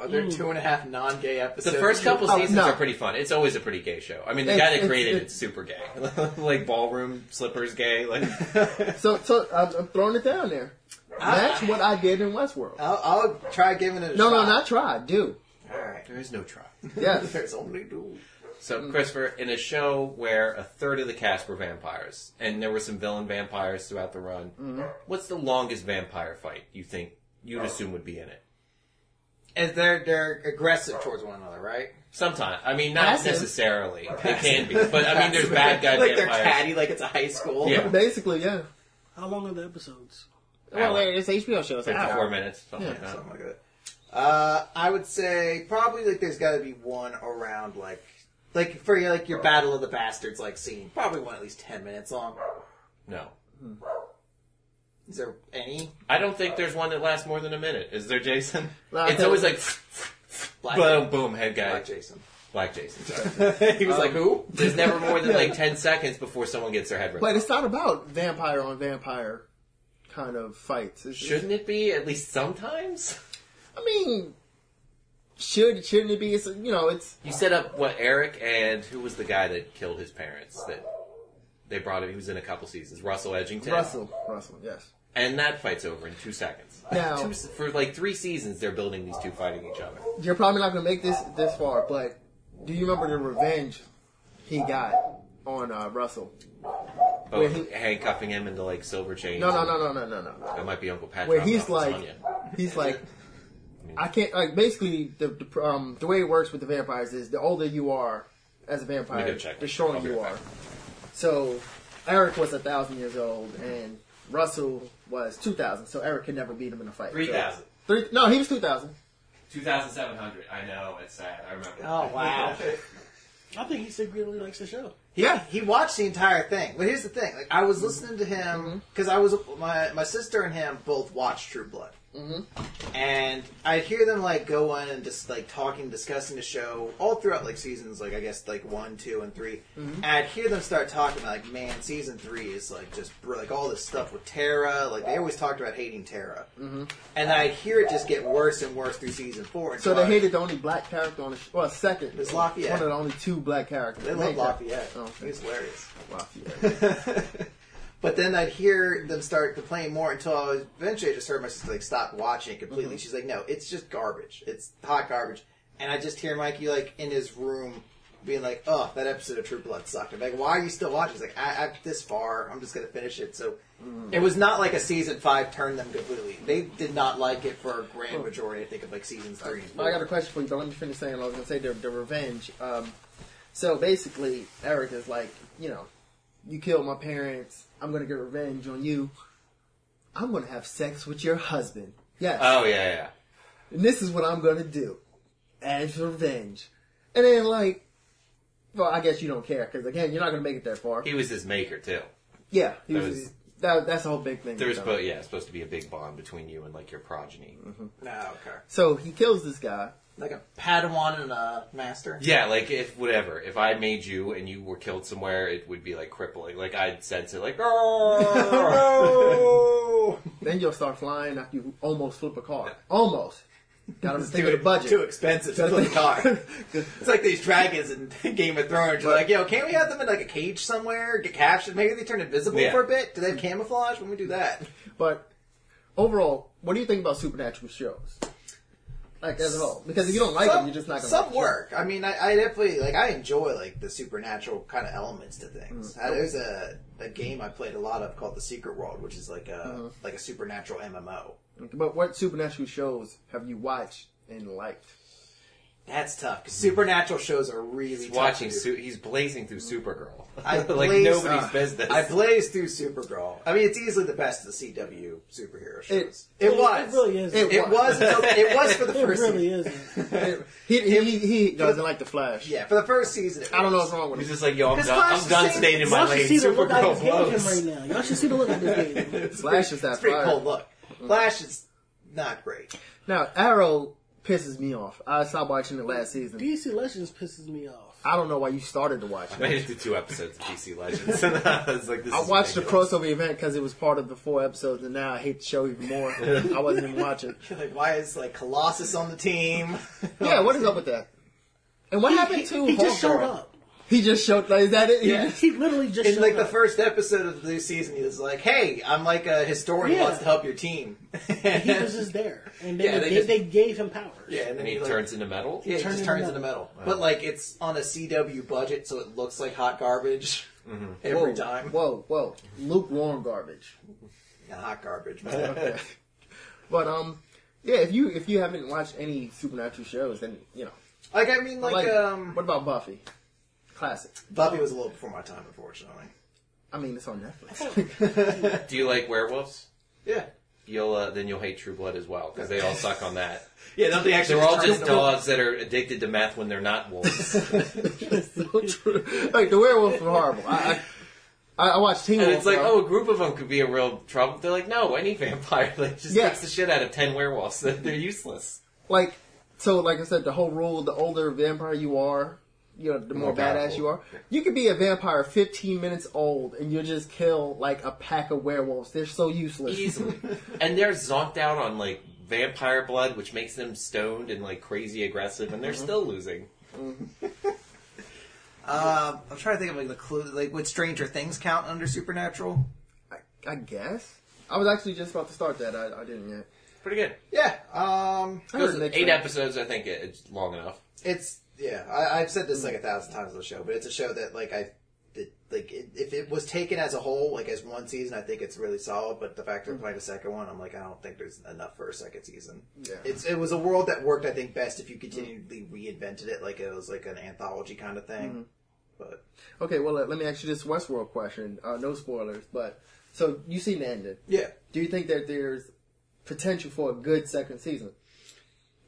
[SPEAKER 1] Are there two and a half non-gay
[SPEAKER 3] The
[SPEAKER 1] episodes?
[SPEAKER 3] first couple
[SPEAKER 2] Oh,
[SPEAKER 3] seasons
[SPEAKER 2] no.
[SPEAKER 3] are pretty fun. It's always a pretty gay show. I mean, the
[SPEAKER 2] It's-
[SPEAKER 3] guy that
[SPEAKER 2] it's-
[SPEAKER 3] created
[SPEAKER 2] it's-
[SPEAKER 3] it's, super gay. <laughs> like ballroom slippers gay. Like <laughs>
[SPEAKER 2] So so I'm, I'm throwing it down there. That's what I did in Westworld.
[SPEAKER 1] I'll, I'll try giving it a
[SPEAKER 2] No, no,
[SPEAKER 1] shot.
[SPEAKER 2] not try. Do
[SPEAKER 1] All right. <laughs>
[SPEAKER 3] there is no try.
[SPEAKER 2] yes.
[SPEAKER 1] There's only two.
[SPEAKER 3] So Christopher, in a show where a third of the cast were vampires, and there were some villain vampires throughout the run,
[SPEAKER 1] Mm-hmm.
[SPEAKER 3] what's the longest vampire fight you think you'd
[SPEAKER 1] Oh.
[SPEAKER 3] assume would be in it?
[SPEAKER 1] And they're they're aggressive towards one another, right?
[SPEAKER 3] Sometime. I mean, not
[SPEAKER 2] Passive.
[SPEAKER 3] necessarily. They can be, but I
[SPEAKER 1] <laughs>
[SPEAKER 3] mean, there's bad guy
[SPEAKER 1] like they're
[SPEAKER 3] vampires.
[SPEAKER 1] catty, like it's a high school.
[SPEAKER 3] Yeah.
[SPEAKER 2] Basically, yeah.
[SPEAKER 4] How long are the episodes?
[SPEAKER 2] Well,
[SPEAKER 3] Hour.
[SPEAKER 2] it's HBO show. It's an hour.
[SPEAKER 3] Fifty-four minutes, something like
[SPEAKER 2] Yeah,
[SPEAKER 3] that.
[SPEAKER 1] Something like that. Uh, I would say probably like there's got to be one around like like for your like your Battle of the Bastards like scene. Probably one at least ten minutes long.
[SPEAKER 3] No,
[SPEAKER 1] Is there any?
[SPEAKER 3] I don't think there's one that lasts more than a minute. Is there, Jason?
[SPEAKER 2] No, I
[SPEAKER 3] it's
[SPEAKER 2] don't-
[SPEAKER 3] always like
[SPEAKER 1] Black,
[SPEAKER 3] boom, boom, head guy,
[SPEAKER 1] Black Jason. Um,
[SPEAKER 3] Black Jason. Sorry.
[SPEAKER 1] <laughs>
[SPEAKER 3] Um,
[SPEAKER 1] he was like who?
[SPEAKER 3] There's never more
[SPEAKER 1] <laughs>
[SPEAKER 3] than like ten seconds before someone gets their head ripped.
[SPEAKER 2] But
[SPEAKER 3] off.
[SPEAKER 2] it's not about vampire on vampire kind of fights. It's-
[SPEAKER 3] Shouldn't it be at least sometimes?
[SPEAKER 2] I mean, should shouldn't it be? It's, you know, it's
[SPEAKER 3] You set up what Eric and who was the guy that killed his parents that they brought him. He was in a couple seasons. Russell Edgington.
[SPEAKER 2] Russell. Russell, yes.
[SPEAKER 3] And that fight's over in two seconds.
[SPEAKER 2] Now-
[SPEAKER 3] <laughs> Two se- for like three seasons, they're building these two fighting each other.
[SPEAKER 2] You're probably not gonna make this this far, but do you remember the revenge he got on uh, Russell?
[SPEAKER 3] Oh,
[SPEAKER 2] Wait, who-
[SPEAKER 3] handcuffing him into like silver chains.
[SPEAKER 2] No, no,
[SPEAKER 3] and-
[SPEAKER 2] no, no, no, no, no.
[SPEAKER 3] That might be Uncle Patrick.
[SPEAKER 2] Where he's like,
[SPEAKER 3] <laughs>
[SPEAKER 2] he's like, I can't. Like basically, the, the um the way it works with the vampires is the older you are as a
[SPEAKER 3] Let me
[SPEAKER 2] vampire,
[SPEAKER 3] go check.
[SPEAKER 2] the
[SPEAKER 3] I'll
[SPEAKER 2] stronger
[SPEAKER 3] be
[SPEAKER 2] you
[SPEAKER 3] right
[SPEAKER 2] are. So Eric was a thousand years old, and Russell was two thousand. So Eric could never beat him in a fight. So- Three? No, he was two thousand.
[SPEAKER 3] 2,700. I know, it's sad. I remember.
[SPEAKER 1] Oh <laughs> wow.
[SPEAKER 4] I think he secretly likes the show.
[SPEAKER 2] Yeah.
[SPEAKER 1] he watched the entire thing. But here's the thing: like I was listening to
[SPEAKER 2] Mm-hmm.
[SPEAKER 1] him because I was my my sister and him both watched True Blood, mm-hmm. and I'd hear them like go on and just like talking, discussing the show all throughout like seasons, like I guess like one, two, and 3
[SPEAKER 2] Mm-hmm.
[SPEAKER 1] And I'd hear them start talking about like, man, season three is like just br- like all this stuff with Tara. Like they always talked about hating Tara, mm-hmm. and I'd hear it just get worse and worse through season four. And
[SPEAKER 2] So they
[SPEAKER 1] I-
[SPEAKER 2] hated the only black character on the sh- well, second.
[SPEAKER 1] It was Lafayette.
[SPEAKER 2] One of the only two black characters.
[SPEAKER 1] They
[SPEAKER 2] The
[SPEAKER 1] love
[SPEAKER 2] main character.
[SPEAKER 1] Lafayette.
[SPEAKER 2] Oh,
[SPEAKER 1] He was hilarious.
[SPEAKER 2] Lafayette.
[SPEAKER 1] <laughs> but then I'd hear them start complaining more until I was, eventually I just heard my sister like stop watching it completely. She's like, "No, it's just garbage. It's hot garbage." And I just hear Mikey like in his room being like, "Oh, that episode of True Blood sucked." I'm like, "Why are you still watching?" He's like, I, "I'm this far. I'm just gonna finish it." So it was not like a season five turned them completely. They did not like it for a grand majority. I think of like seasons three. And
[SPEAKER 2] Oh, I got
[SPEAKER 1] four.
[SPEAKER 2] a question for you, but let me finish saying what I was going to say. The, the revenge. Um, so basically, Eric is like, you know, you killed my parents. I'm going to get revenge on you. I'm going to have sex with your husband. Yes.
[SPEAKER 3] Oh, yeah, yeah.
[SPEAKER 2] and this is what I'm gonna do as revenge. And then like, well, I guess you don't care because again, you're not gonna make it that far.
[SPEAKER 3] He was his maker, too.
[SPEAKER 2] yeah, he
[SPEAKER 3] There
[SPEAKER 2] was,
[SPEAKER 3] was-
[SPEAKER 2] that, that's the whole big thing.
[SPEAKER 3] There was,
[SPEAKER 2] So-
[SPEAKER 3] but yeah, it's supposed to be a big bond between you and like your progeny.
[SPEAKER 1] No, okay.
[SPEAKER 2] so he kills this guy.
[SPEAKER 1] Like a Padawan and a <laughs> master.
[SPEAKER 3] Yeah, like if whatever, if I made you and you were killed somewhere, it would be like crippling. Like I'd sense it, like oh,
[SPEAKER 2] <laughs>
[SPEAKER 1] <laughs> Oh.
[SPEAKER 2] Then you'll start flying after you almost flip a car. Almost. Gotta think of the budget.
[SPEAKER 1] Too expensive to flip a car.
[SPEAKER 2] <laughs>
[SPEAKER 1] it's like these dragons in <laughs> Game of Thrones. You're like, yo, can't we have them in like a cage somewhere? Get captured? Maybe they turn invisible
[SPEAKER 3] Yeah.
[SPEAKER 1] for a bit. Do they have camouflage when we do that?
[SPEAKER 2] But overall, what do you think about supernatural shows? Like as a whole, because if you don't like them, you're just not gonna.
[SPEAKER 1] Some
[SPEAKER 2] like the show.
[SPEAKER 1] work. I mean, I, I definitely like. I enjoy like the supernatural kind of elements to things.
[SPEAKER 2] Mm.
[SPEAKER 1] Uh, there's a, a game I played a lot of called The Secret World, which is like a
[SPEAKER 2] Mm-hmm.
[SPEAKER 1] like a supernatural MMO.
[SPEAKER 2] But what supernatural shows have you watched and liked?
[SPEAKER 1] That's tough. 'cause supernatural shows are really tough
[SPEAKER 3] watching.
[SPEAKER 1] to do.
[SPEAKER 3] Su- he's blazing through Supergirl.
[SPEAKER 1] I
[SPEAKER 3] <laughs> like
[SPEAKER 1] blaze-
[SPEAKER 3] nobody's
[SPEAKER 1] uh,
[SPEAKER 3] business.
[SPEAKER 1] I blazed through Supergirl. I mean, it's easily the best of the CW superhero shows. It, was.
[SPEAKER 4] It really is.
[SPEAKER 2] It
[SPEAKER 4] It,
[SPEAKER 1] It was. until- it was for the
[SPEAKER 4] <laughs>
[SPEAKER 1] first
[SPEAKER 4] really
[SPEAKER 1] season.
[SPEAKER 4] is.
[SPEAKER 2] He he, he, he doesn't like the
[SPEAKER 1] <laughs>
[SPEAKER 2] Flash.
[SPEAKER 1] Yeah, for the first season. It
[SPEAKER 2] I don't know what's
[SPEAKER 1] was.
[SPEAKER 2] wrong with
[SPEAKER 3] <laughs> he's
[SPEAKER 2] him.
[SPEAKER 3] just like yo, I'm
[SPEAKER 1] Because
[SPEAKER 3] done.
[SPEAKER 1] Flash
[SPEAKER 3] I'm
[SPEAKER 1] is
[SPEAKER 3] done
[SPEAKER 1] saying-
[SPEAKER 3] staying in my
[SPEAKER 4] Y'all
[SPEAKER 3] lane.
[SPEAKER 4] should see the look I
[SPEAKER 3] Supergirl
[SPEAKER 4] just gave him
[SPEAKER 3] blows.
[SPEAKER 4] right now. Y'all should see the look
[SPEAKER 2] <laughs>
[SPEAKER 4] I just gave him.
[SPEAKER 2] Flash is that
[SPEAKER 1] It's pretty
[SPEAKER 2] fire.
[SPEAKER 1] cold look. Flash is not great. <laughs>
[SPEAKER 2] Now Arrow pisses me off. I stopped watching it last season.
[SPEAKER 4] DC Legends pisses me off.
[SPEAKER 2] I don't know why you started to watch
[SPEAKER 3] <laughs>
[SPEAKER 2] it.
[SPEAKER 3] Made it to two episodes of DC Legends, <laughs> and I was like, this
[SPEAKER 2] I
[SPEAKER 3] is
[SPEAKER 2] watched the
[SPEAKER 3] ridiculous.
[SPEAKER 2] crossover event because it was part of the four episodes, and now I hate the show even <laughs> more. I wasn't even watching.
[SPEAKER 1] Like, why is like Colossus on the team? <laughs>
[SPEAKER 2] Yeah, what is up with that? And what happened to
[SPEAKER 4] He
[SPEAKER 2] Hawkgirl?
[SPEAKER 4] just showed up.
[SPEAKER 2] He just showed. Like, is that it? He
[SPEAKER 3] Yeah.
[SPEAKER 2] just-
[SPEAKER 4] He literally just
[SPEAKER 1] In
[SPEAKER 4] showed
[SPEAKER 1] like the
[SPEAKER 4] up.
[SPEAKER 1] first episode of the new season, he was like, "Hey, I'm like a historian who
[SPEAKER 4] Yeah.
[SPEAKER 1] wants to help your team." <laughs>
[SPEAKER 4] he was just there, and they,
[SPEAKER 1] Yeah, they
[SPEAKER 4] they,
[SPEAKER 1] just-
[SPEAKER 4] they gave him powers.
[SPEAKER 1] yeah, and,
[SPEAKER 3] and he
[SPEAKER 1] like,
[SPEAKER 3] turns into metal.
[SPEAKER 1] Yeah, it
[SPEAKER 4] turned
[SPEAKER 1] just
[SPEAKER 4] into
[SPEAKER 1] turns into metal. But like it's on a CW budget, so it looks like hot
[SPEAKER 3] <laughs>
[SPEAKER 1] garbage
[SPEAKER 3] Mm-hmm.
[SPEAKER 1] every
[SPEAKER 2] whoa,
[SPEAKER 1] time.
[SPEAKER 2] Whoa, whoa, lukewarm
[SPEAKER 3] <laughs>
[SPEAKER 2] garbage.
[SPEAKER 1] <laughs> Yeah, hot garbage.
[SPEAKER 2] Okay.
[SPEAKER 1] Man.
[SPEAKER 2] but um, yeah. If you if you haven't watched any supernatural shows, then you know.
[SPEAKER 1] like I mean, like,
[SPEAKER 2] Like,
[SPEAKER 1] um,
[SPEAKER 2] what about Buffy? Classic.
[SPEAKER 1] Buffy was a little before my time, unfortunately.
[SPEAKER 2] I mean, it's on Netflix.
[SPEAKER 3] Do you like werewolves?
[SPEAKER 1] Yeah,
[SPEAKER 3] You'll uh, then you'll hate True Blood as well because they all suck
[SPEAKER 2] <laughs>
[SPEAKER 3] on that.
[SPEAKER 1] yeah. Nobody actually.
[SPEAKER 3] They're all
[SPEAKER 1] turns
[SPEAKER 3] just uh,
[SPEAKER 1] into-
[SPEAKER 3] dogs that are addicted to meth when they're not wolves.
[SPEAKER 2] It's <laughs> so true. Like the werewolves were horrible. I I, I watched Teen
[SPEAKER 3] And
[SPEAKER 2] Wolf.
[SPEAKER 3] it's like,
[SPEAKER 2] bro.
[SPEAKER 3] oh, a group of them could be a real trouble. They're like, no, any vampire <laughs> that just
[SPEAKER 2] Yeah.
[SPEAKER 3] kicks the shit out of ten werewolves, <laughs> they're useless.
[SPEAKER 2] like so like i said the whole rule the older vampire you are you know the more,
[SPEAKER 3] more powerful.
[SPEAKER 2] badass you are you could be a vampire 15 minutes old and you'll just kill like a pack of werewolves they're so useless
[SPEAKER 3] easily. <laughs> and they're zonked out on like vampire blood, which makes them stoned and like crazy aggressive, and they're
[SPEAKER 2] Mm-hmm.
[SPEAKER 3] still losing.
[SPEAKER 1] Um, I'm trying to think of like the clue. Like, would Stranger Things count under supernatural?
[SPEAKER 2] I, I guess i was actually just about to start that i, I didn't yet
[SPEAKER 3] Pretty good.
[SPEAKER 1] Yeah. Um,
[SPEAKER 2] I
[SPEAKER 3] Goes
[SPEAKER 2] heard
[SPEAKER 3] with
[SPEAKER 2] Nick
[SPEAKER 3] eight
[SPEAKER 2] say-
[SPEAKER 3] episodes, I think it, it's long enough.
[SPEAKER 1] it's yeah. I, I've said this like a thousand times on the show, but it's a show that like I. That, like it, if it was taken as a whole, like as one season, I think it's really solid. But the fact they're playing a second one, I'm like, I don't think there's enough for a second season.
[SPEAKER 2] Yeah.
[SPEAKER 1] It's it was a world that worked, I think, best if you continually reinvented it, like it was like an anthology kind of thing. But
[SPEAKER 2] okay well uh, let, let me ask you this westworld question uh, no spoilers but so you seen the ending
[SPEAKER 1] yeah,
[SPEAKER 2] do you think that there's potential for a good second season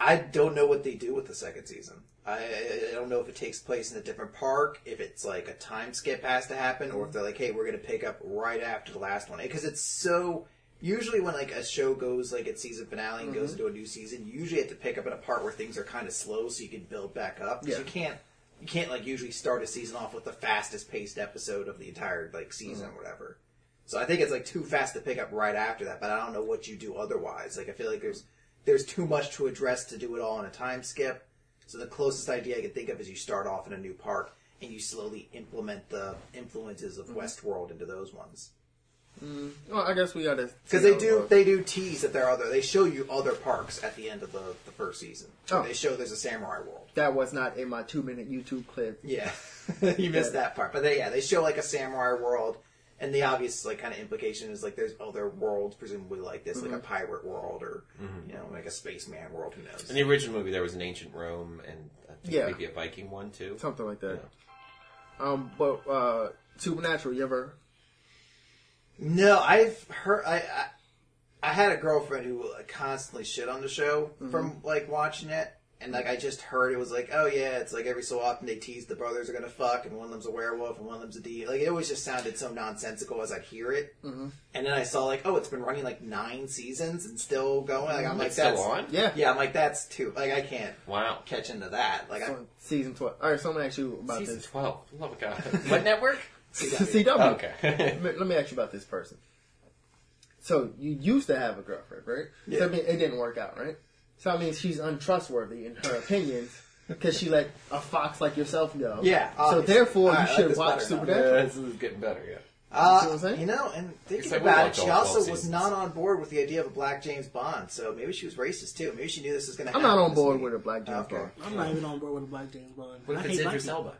[SPEAKER 1] I don't know what they do with the second season. I, I don't know if it takes place in a different park, if it's like a time skip has to happen, or if they're like, hey, we're going to pick up right after the last one. Because it's so. Usually, when like a show goes like its season finale and goes into a new season, you usually have to pick up at a part where things are kind of slow, so you can build back up. 'Cause
[SPEAKER 2] Yeah.
[SPEAKER 1] you can't you can't like usually start a season off with the fastest paced episode of the entire like season or whatever. So I think it's like too fast to pick up right after that, but I don't know what you do otherwise. Like I feel like there's there's too much to address to do it all in a time skip. So the closest idea I can think of is you start off in a new park and you slowly implement the influences of Westworld into those ones.
[SPEAKER 2] well i guess we gotta
[SPEAKER 1] Because
[SPEAKER 2] see
[SPEAKER 1] they
[SPEAKER 2] how it
[SPEAKER 1] do
[SPEAKER 2] goes.
[SPEAKER 1] they do tease that there are other they show you other parks at the end of the, the first season.
[SPEAKER 2] Oh.
[SPEAKER 1] They show there's a samurai world.
[SPEAKER 2] that was not in my two minute youtube clip
[SPEAKER 1] Yeah, <laughs> you missed that part. But they, yeah, they show like a samurai world, and the obvious like kind of implication is like there's other worlds, presumably like this, like a pirate world or you know like a spaceman world. Who knows?
[SPEAKER 3] In the original movie, there was an ancient Rome and I think
[SPEAKER 2] Yeah.
[SPEAKER 3] maybe a Viking one too.
[SPEAKER 2] something like that. Um, but uh, Supernatural, you ever?
[SPEAKER 1] No, I've heard. I, I I had a girlfriend who constantly shit on the show
[SPEAKER 3] Mm-hmm.
[SPEAKER 1] from like watching it, and like I just heard it was like, oh yeah, it's like every so often they tease the brothers are gonna fuck, and one of them's a werewolf and one of them's a D. Like it always just sounded so nonsensical as I'd hear it, mm-hmm. and then I saw like, oh, it's been running like nine seasons and still going. Like I'm like,
[SPEAKER 3] Mm-hmm. It's still
[SPEAKER 1] that's
[SPEAKER 3] on?
[SPEAKER 2] Yeah.
[SPEAKER 1] yeah, I'm like that's too. Like I can't
[SPEAKER 3] Wow.
[SPEAKER 1] catch into that. Like I,
[SPEAKER 2] So, season twelve. All right, so I'm gonna ask you about
[SPEAKER 3] Season
[SPEAKER 2] <laughs> this.
[SPEAKER 3] 12. Love of God. what network?
[SPEAKER 2] CW.
[SPEAKER 3] Oh, okay. <laughs>
[SPEAKER 2] Let let me ask you about this person. So you used to have a girlfriend, right?
[SPEAKER 1] Yeah.
[SPEAKER 2] So, I mean, it didn't work out, right? So I mean, she's untrustworthy in her opinions because she let a fox like yourself go.
[SPEAKER 1] Yeah,
[SPEAKER 2] So
[SPEAKER 1] obviously.
[SPEAKER 2] therefore,
[SPEAKER 1] I
[SPEAKER 2] you
[SPEAKER 1] like
[SPEAKER 2] should
[SPEAKER 1] this
[SPEAKER 2] watch
[SPEAKER 1] better now.
[SPEAKER 2] Supernatural.
[SPEAKER 3] Yeah, this is getting better, yeah.
[SPEAKER 1] Uh,
[SPEAKER 2] see what I'm saying?
[SPEAKER 1] You know, and thinking
[SPEAKER 3] Except we
[SPEAKER 1] about it,
[SPEAKER 3] watch
[SPEAKER 1] she
[SPEAKER 3] all
[SPEAKER 1] also
[SPEAKER 3] 12
[SPEAKER 1] was
[SPEAKER 3] seasons.
[SPEAKER 1] not on board with the idea of a black James Bond, so maybe she was racist too. Maybe she knew this was going to
[SPEAKER 2] I'm
[SPEAKER 1] happen.
[SPEAKER 2] not on
[SPEAKER 1] this
[SPEAKER 2] board
[SPEAKER 1] week.
[SPEAKER 2] with a black James
[SPEAKER 1] Okay.
[SPEAKER 2] Bond.
[SPEAKER 4] I'm not even on board with a Black James Bond.
[SPEAKER 3] What
[SPEAKER 4] I
[SPEAKER 3] if
[SPEAKER 4] hate
[SPEAKER 3] it's
[SPEAKER 4] black
[SPEAKER 3] Idris
[SPEAKER 4] people.
[SPEAKER 3] Elba?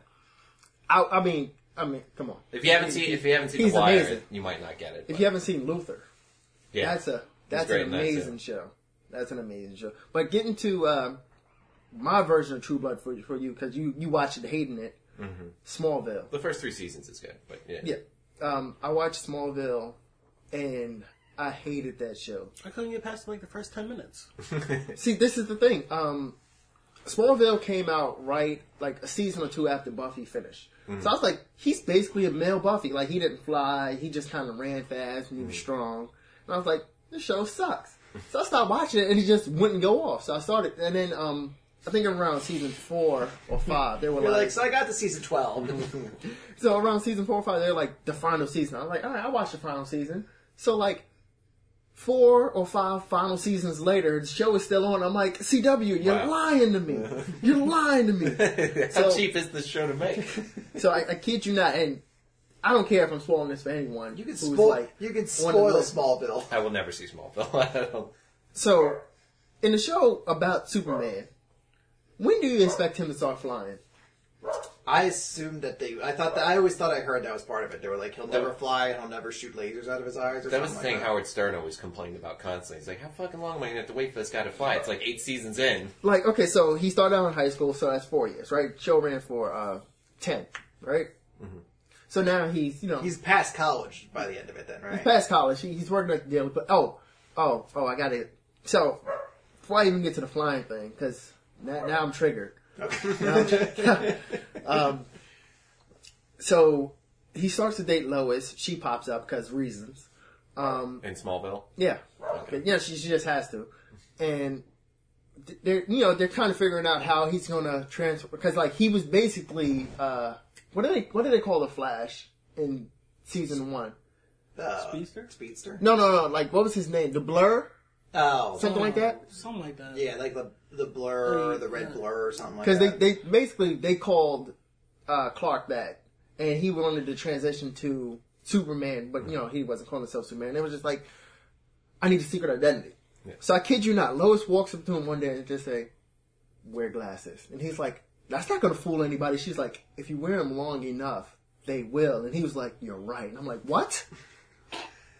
[SPEAKER 2] I, I mean, I mean, come on.
[SPEAKER 3] If you haven't seen, if you haven't seen
[SPEAKER 2] He's
[SPEAKER 3] The Wire,
[SPEAKER 2] amazing.
[SPEAKER 3] you might not get it.
[SPEAKER 2] If
[SPEAKER 3] but-
[SPEAKER 2] you haven't seen Luther,
[SPEAKER 3] yeah.
[SPEAKER 2] That's a that's an
[SPEAKER 3] great in that, too.
[SPEAKER 2] amazing show. That's an amazing show. But getting to uh, my version of True Blood for for you because you you watched it hating it. Smallville.
[SPEAKER 3] the first three seasons is good, but yeah.
[SPEAKER 2] Yeah, um, I watched Smallville, and I hated that show.
[SPEAKER 4] I couldn't get past like the first ten minutes.
[SPEAKER 2] See, this is the thing. Um, Smallville came out right like a season or two after Buffy finished. So I was like, he's basically a male Buffy. Like he didn't fly. He just kind of ran fast and he was strong. And I was like, this show sucks. So I stopped watching it and it just wouldn't go off. So I started, and then um, I think around season four or five, they were
[SPEAKER 1] You're
[SPEAKER 2] like,
[SPEAKER 1] like, so I got to season
[SPEAKER 2] Mhm.
[SPEAKER 1] 12.
[SPEAKER 2] so around season four or five, they're like the final season. I was like, all right, I watched the final season. So like, four or five final seasons later, the show is still on. I'm like, CW, you're
[SPEAKER 3] Wow.
[SPEAKER 2] lying to me.
[SPEAKER 1] <laughs>
[SPEAKER 2] You're lying to me.
[SPEAKER 3] <laughs> How
[SPEAKER 2] So-
[SPEAKER 3] cheap is this show
[SPEAKER 2] <laughs>
[SPEAKER 3] to make?
[SPEAKER 2] So I, I kid you not, and I don't care if I'm spoiling this for anyone.
[SPEAKER 1] You can
[SPEAKER 2] who's
[SPEAKER 1] spoil.
[SPEAKER 2] like-
[SPEAKER 1] you can
[SPEAKER 2] on
[SPEAKER 1] spoil
[SPEAKER 2] the-
[SPEAKER 1] Smallville.
[SPEAKER 3] I will never see Smallville. <laughs> I don't-
[SPEAKER 2] So, in the show about Superman, when do you expect him to start flying?
[SPEAKER 1] I assumed that they. I thought that. I always thought I heard that was part of it. They were like, he'll never fly and he'll never shoot lasers out of his eyes. Or something
[SPEAKER 2] Oh
[SPEAKER 3] That was the
[SPEAKER 1] like
[SPEAKER 3] thing
[SPEAKER 1] that.
[SPEAKER 3] Howard Stern always complained about constantly. He's like, how fucking long am I going to have to wait for this guy to fly? It's like eight seasons in.
[SPEAKER 2] Like, okay, so he started out in high school, so that's four years, right? Show ran for uh, ten, right? So now he's, you know,
[SPEAKER 1] Mm-hmm. He's past college by the end of it, then,
[SPEAKER 2] <laughs>
[SPEAKER 1] right?
[SPEAKER 2] past college. He, he's working at the dealer. But oh, oh, oh, I got it. So before I even get to the flying thing, because now, now I'm triggered. <laughs> um, so he starts to date Lois. She pops up because reasons. Um,
[SPEAKER 3] In Smallville?
[SPEAKER 2] yeah,
[SPEAKER 3] Okay.
[SPEAKER 2] yeah, she, she just has to. And th- they're you know they're kind of figuring out how he's gonna transfer because like he was basically uh, what do they what do they call the Flash in season one?
[SPEAKER 1] Uh,
[SPEAKER 4] Speedster?
[SPEAKER 1] Speedster.
[SPEAKER 2] No, no, no. Like, what was his name? The Blur,
[SPEAKER 1] Oh,
[SPEAKER 2] something like that.
[SPEAKER 4] Something like that.
[SPEAKER 1] yeah, like the the blur, the red blur, or something like that.
[SPEAKER 2] Because they, they basically they called uh, Clark that, and he wanted to transition to Superman, but you know he wasn't calling himself Superman. It was just like, I need a secret identity. So I kid you not, Lois walks up to him one day and just say, "Wear glasses," and he's like, "That's not gonna fool anybody." She's like, "If you wear them long enough, they will." And he was like, "You're right." And I'm like, "What?" <laughs>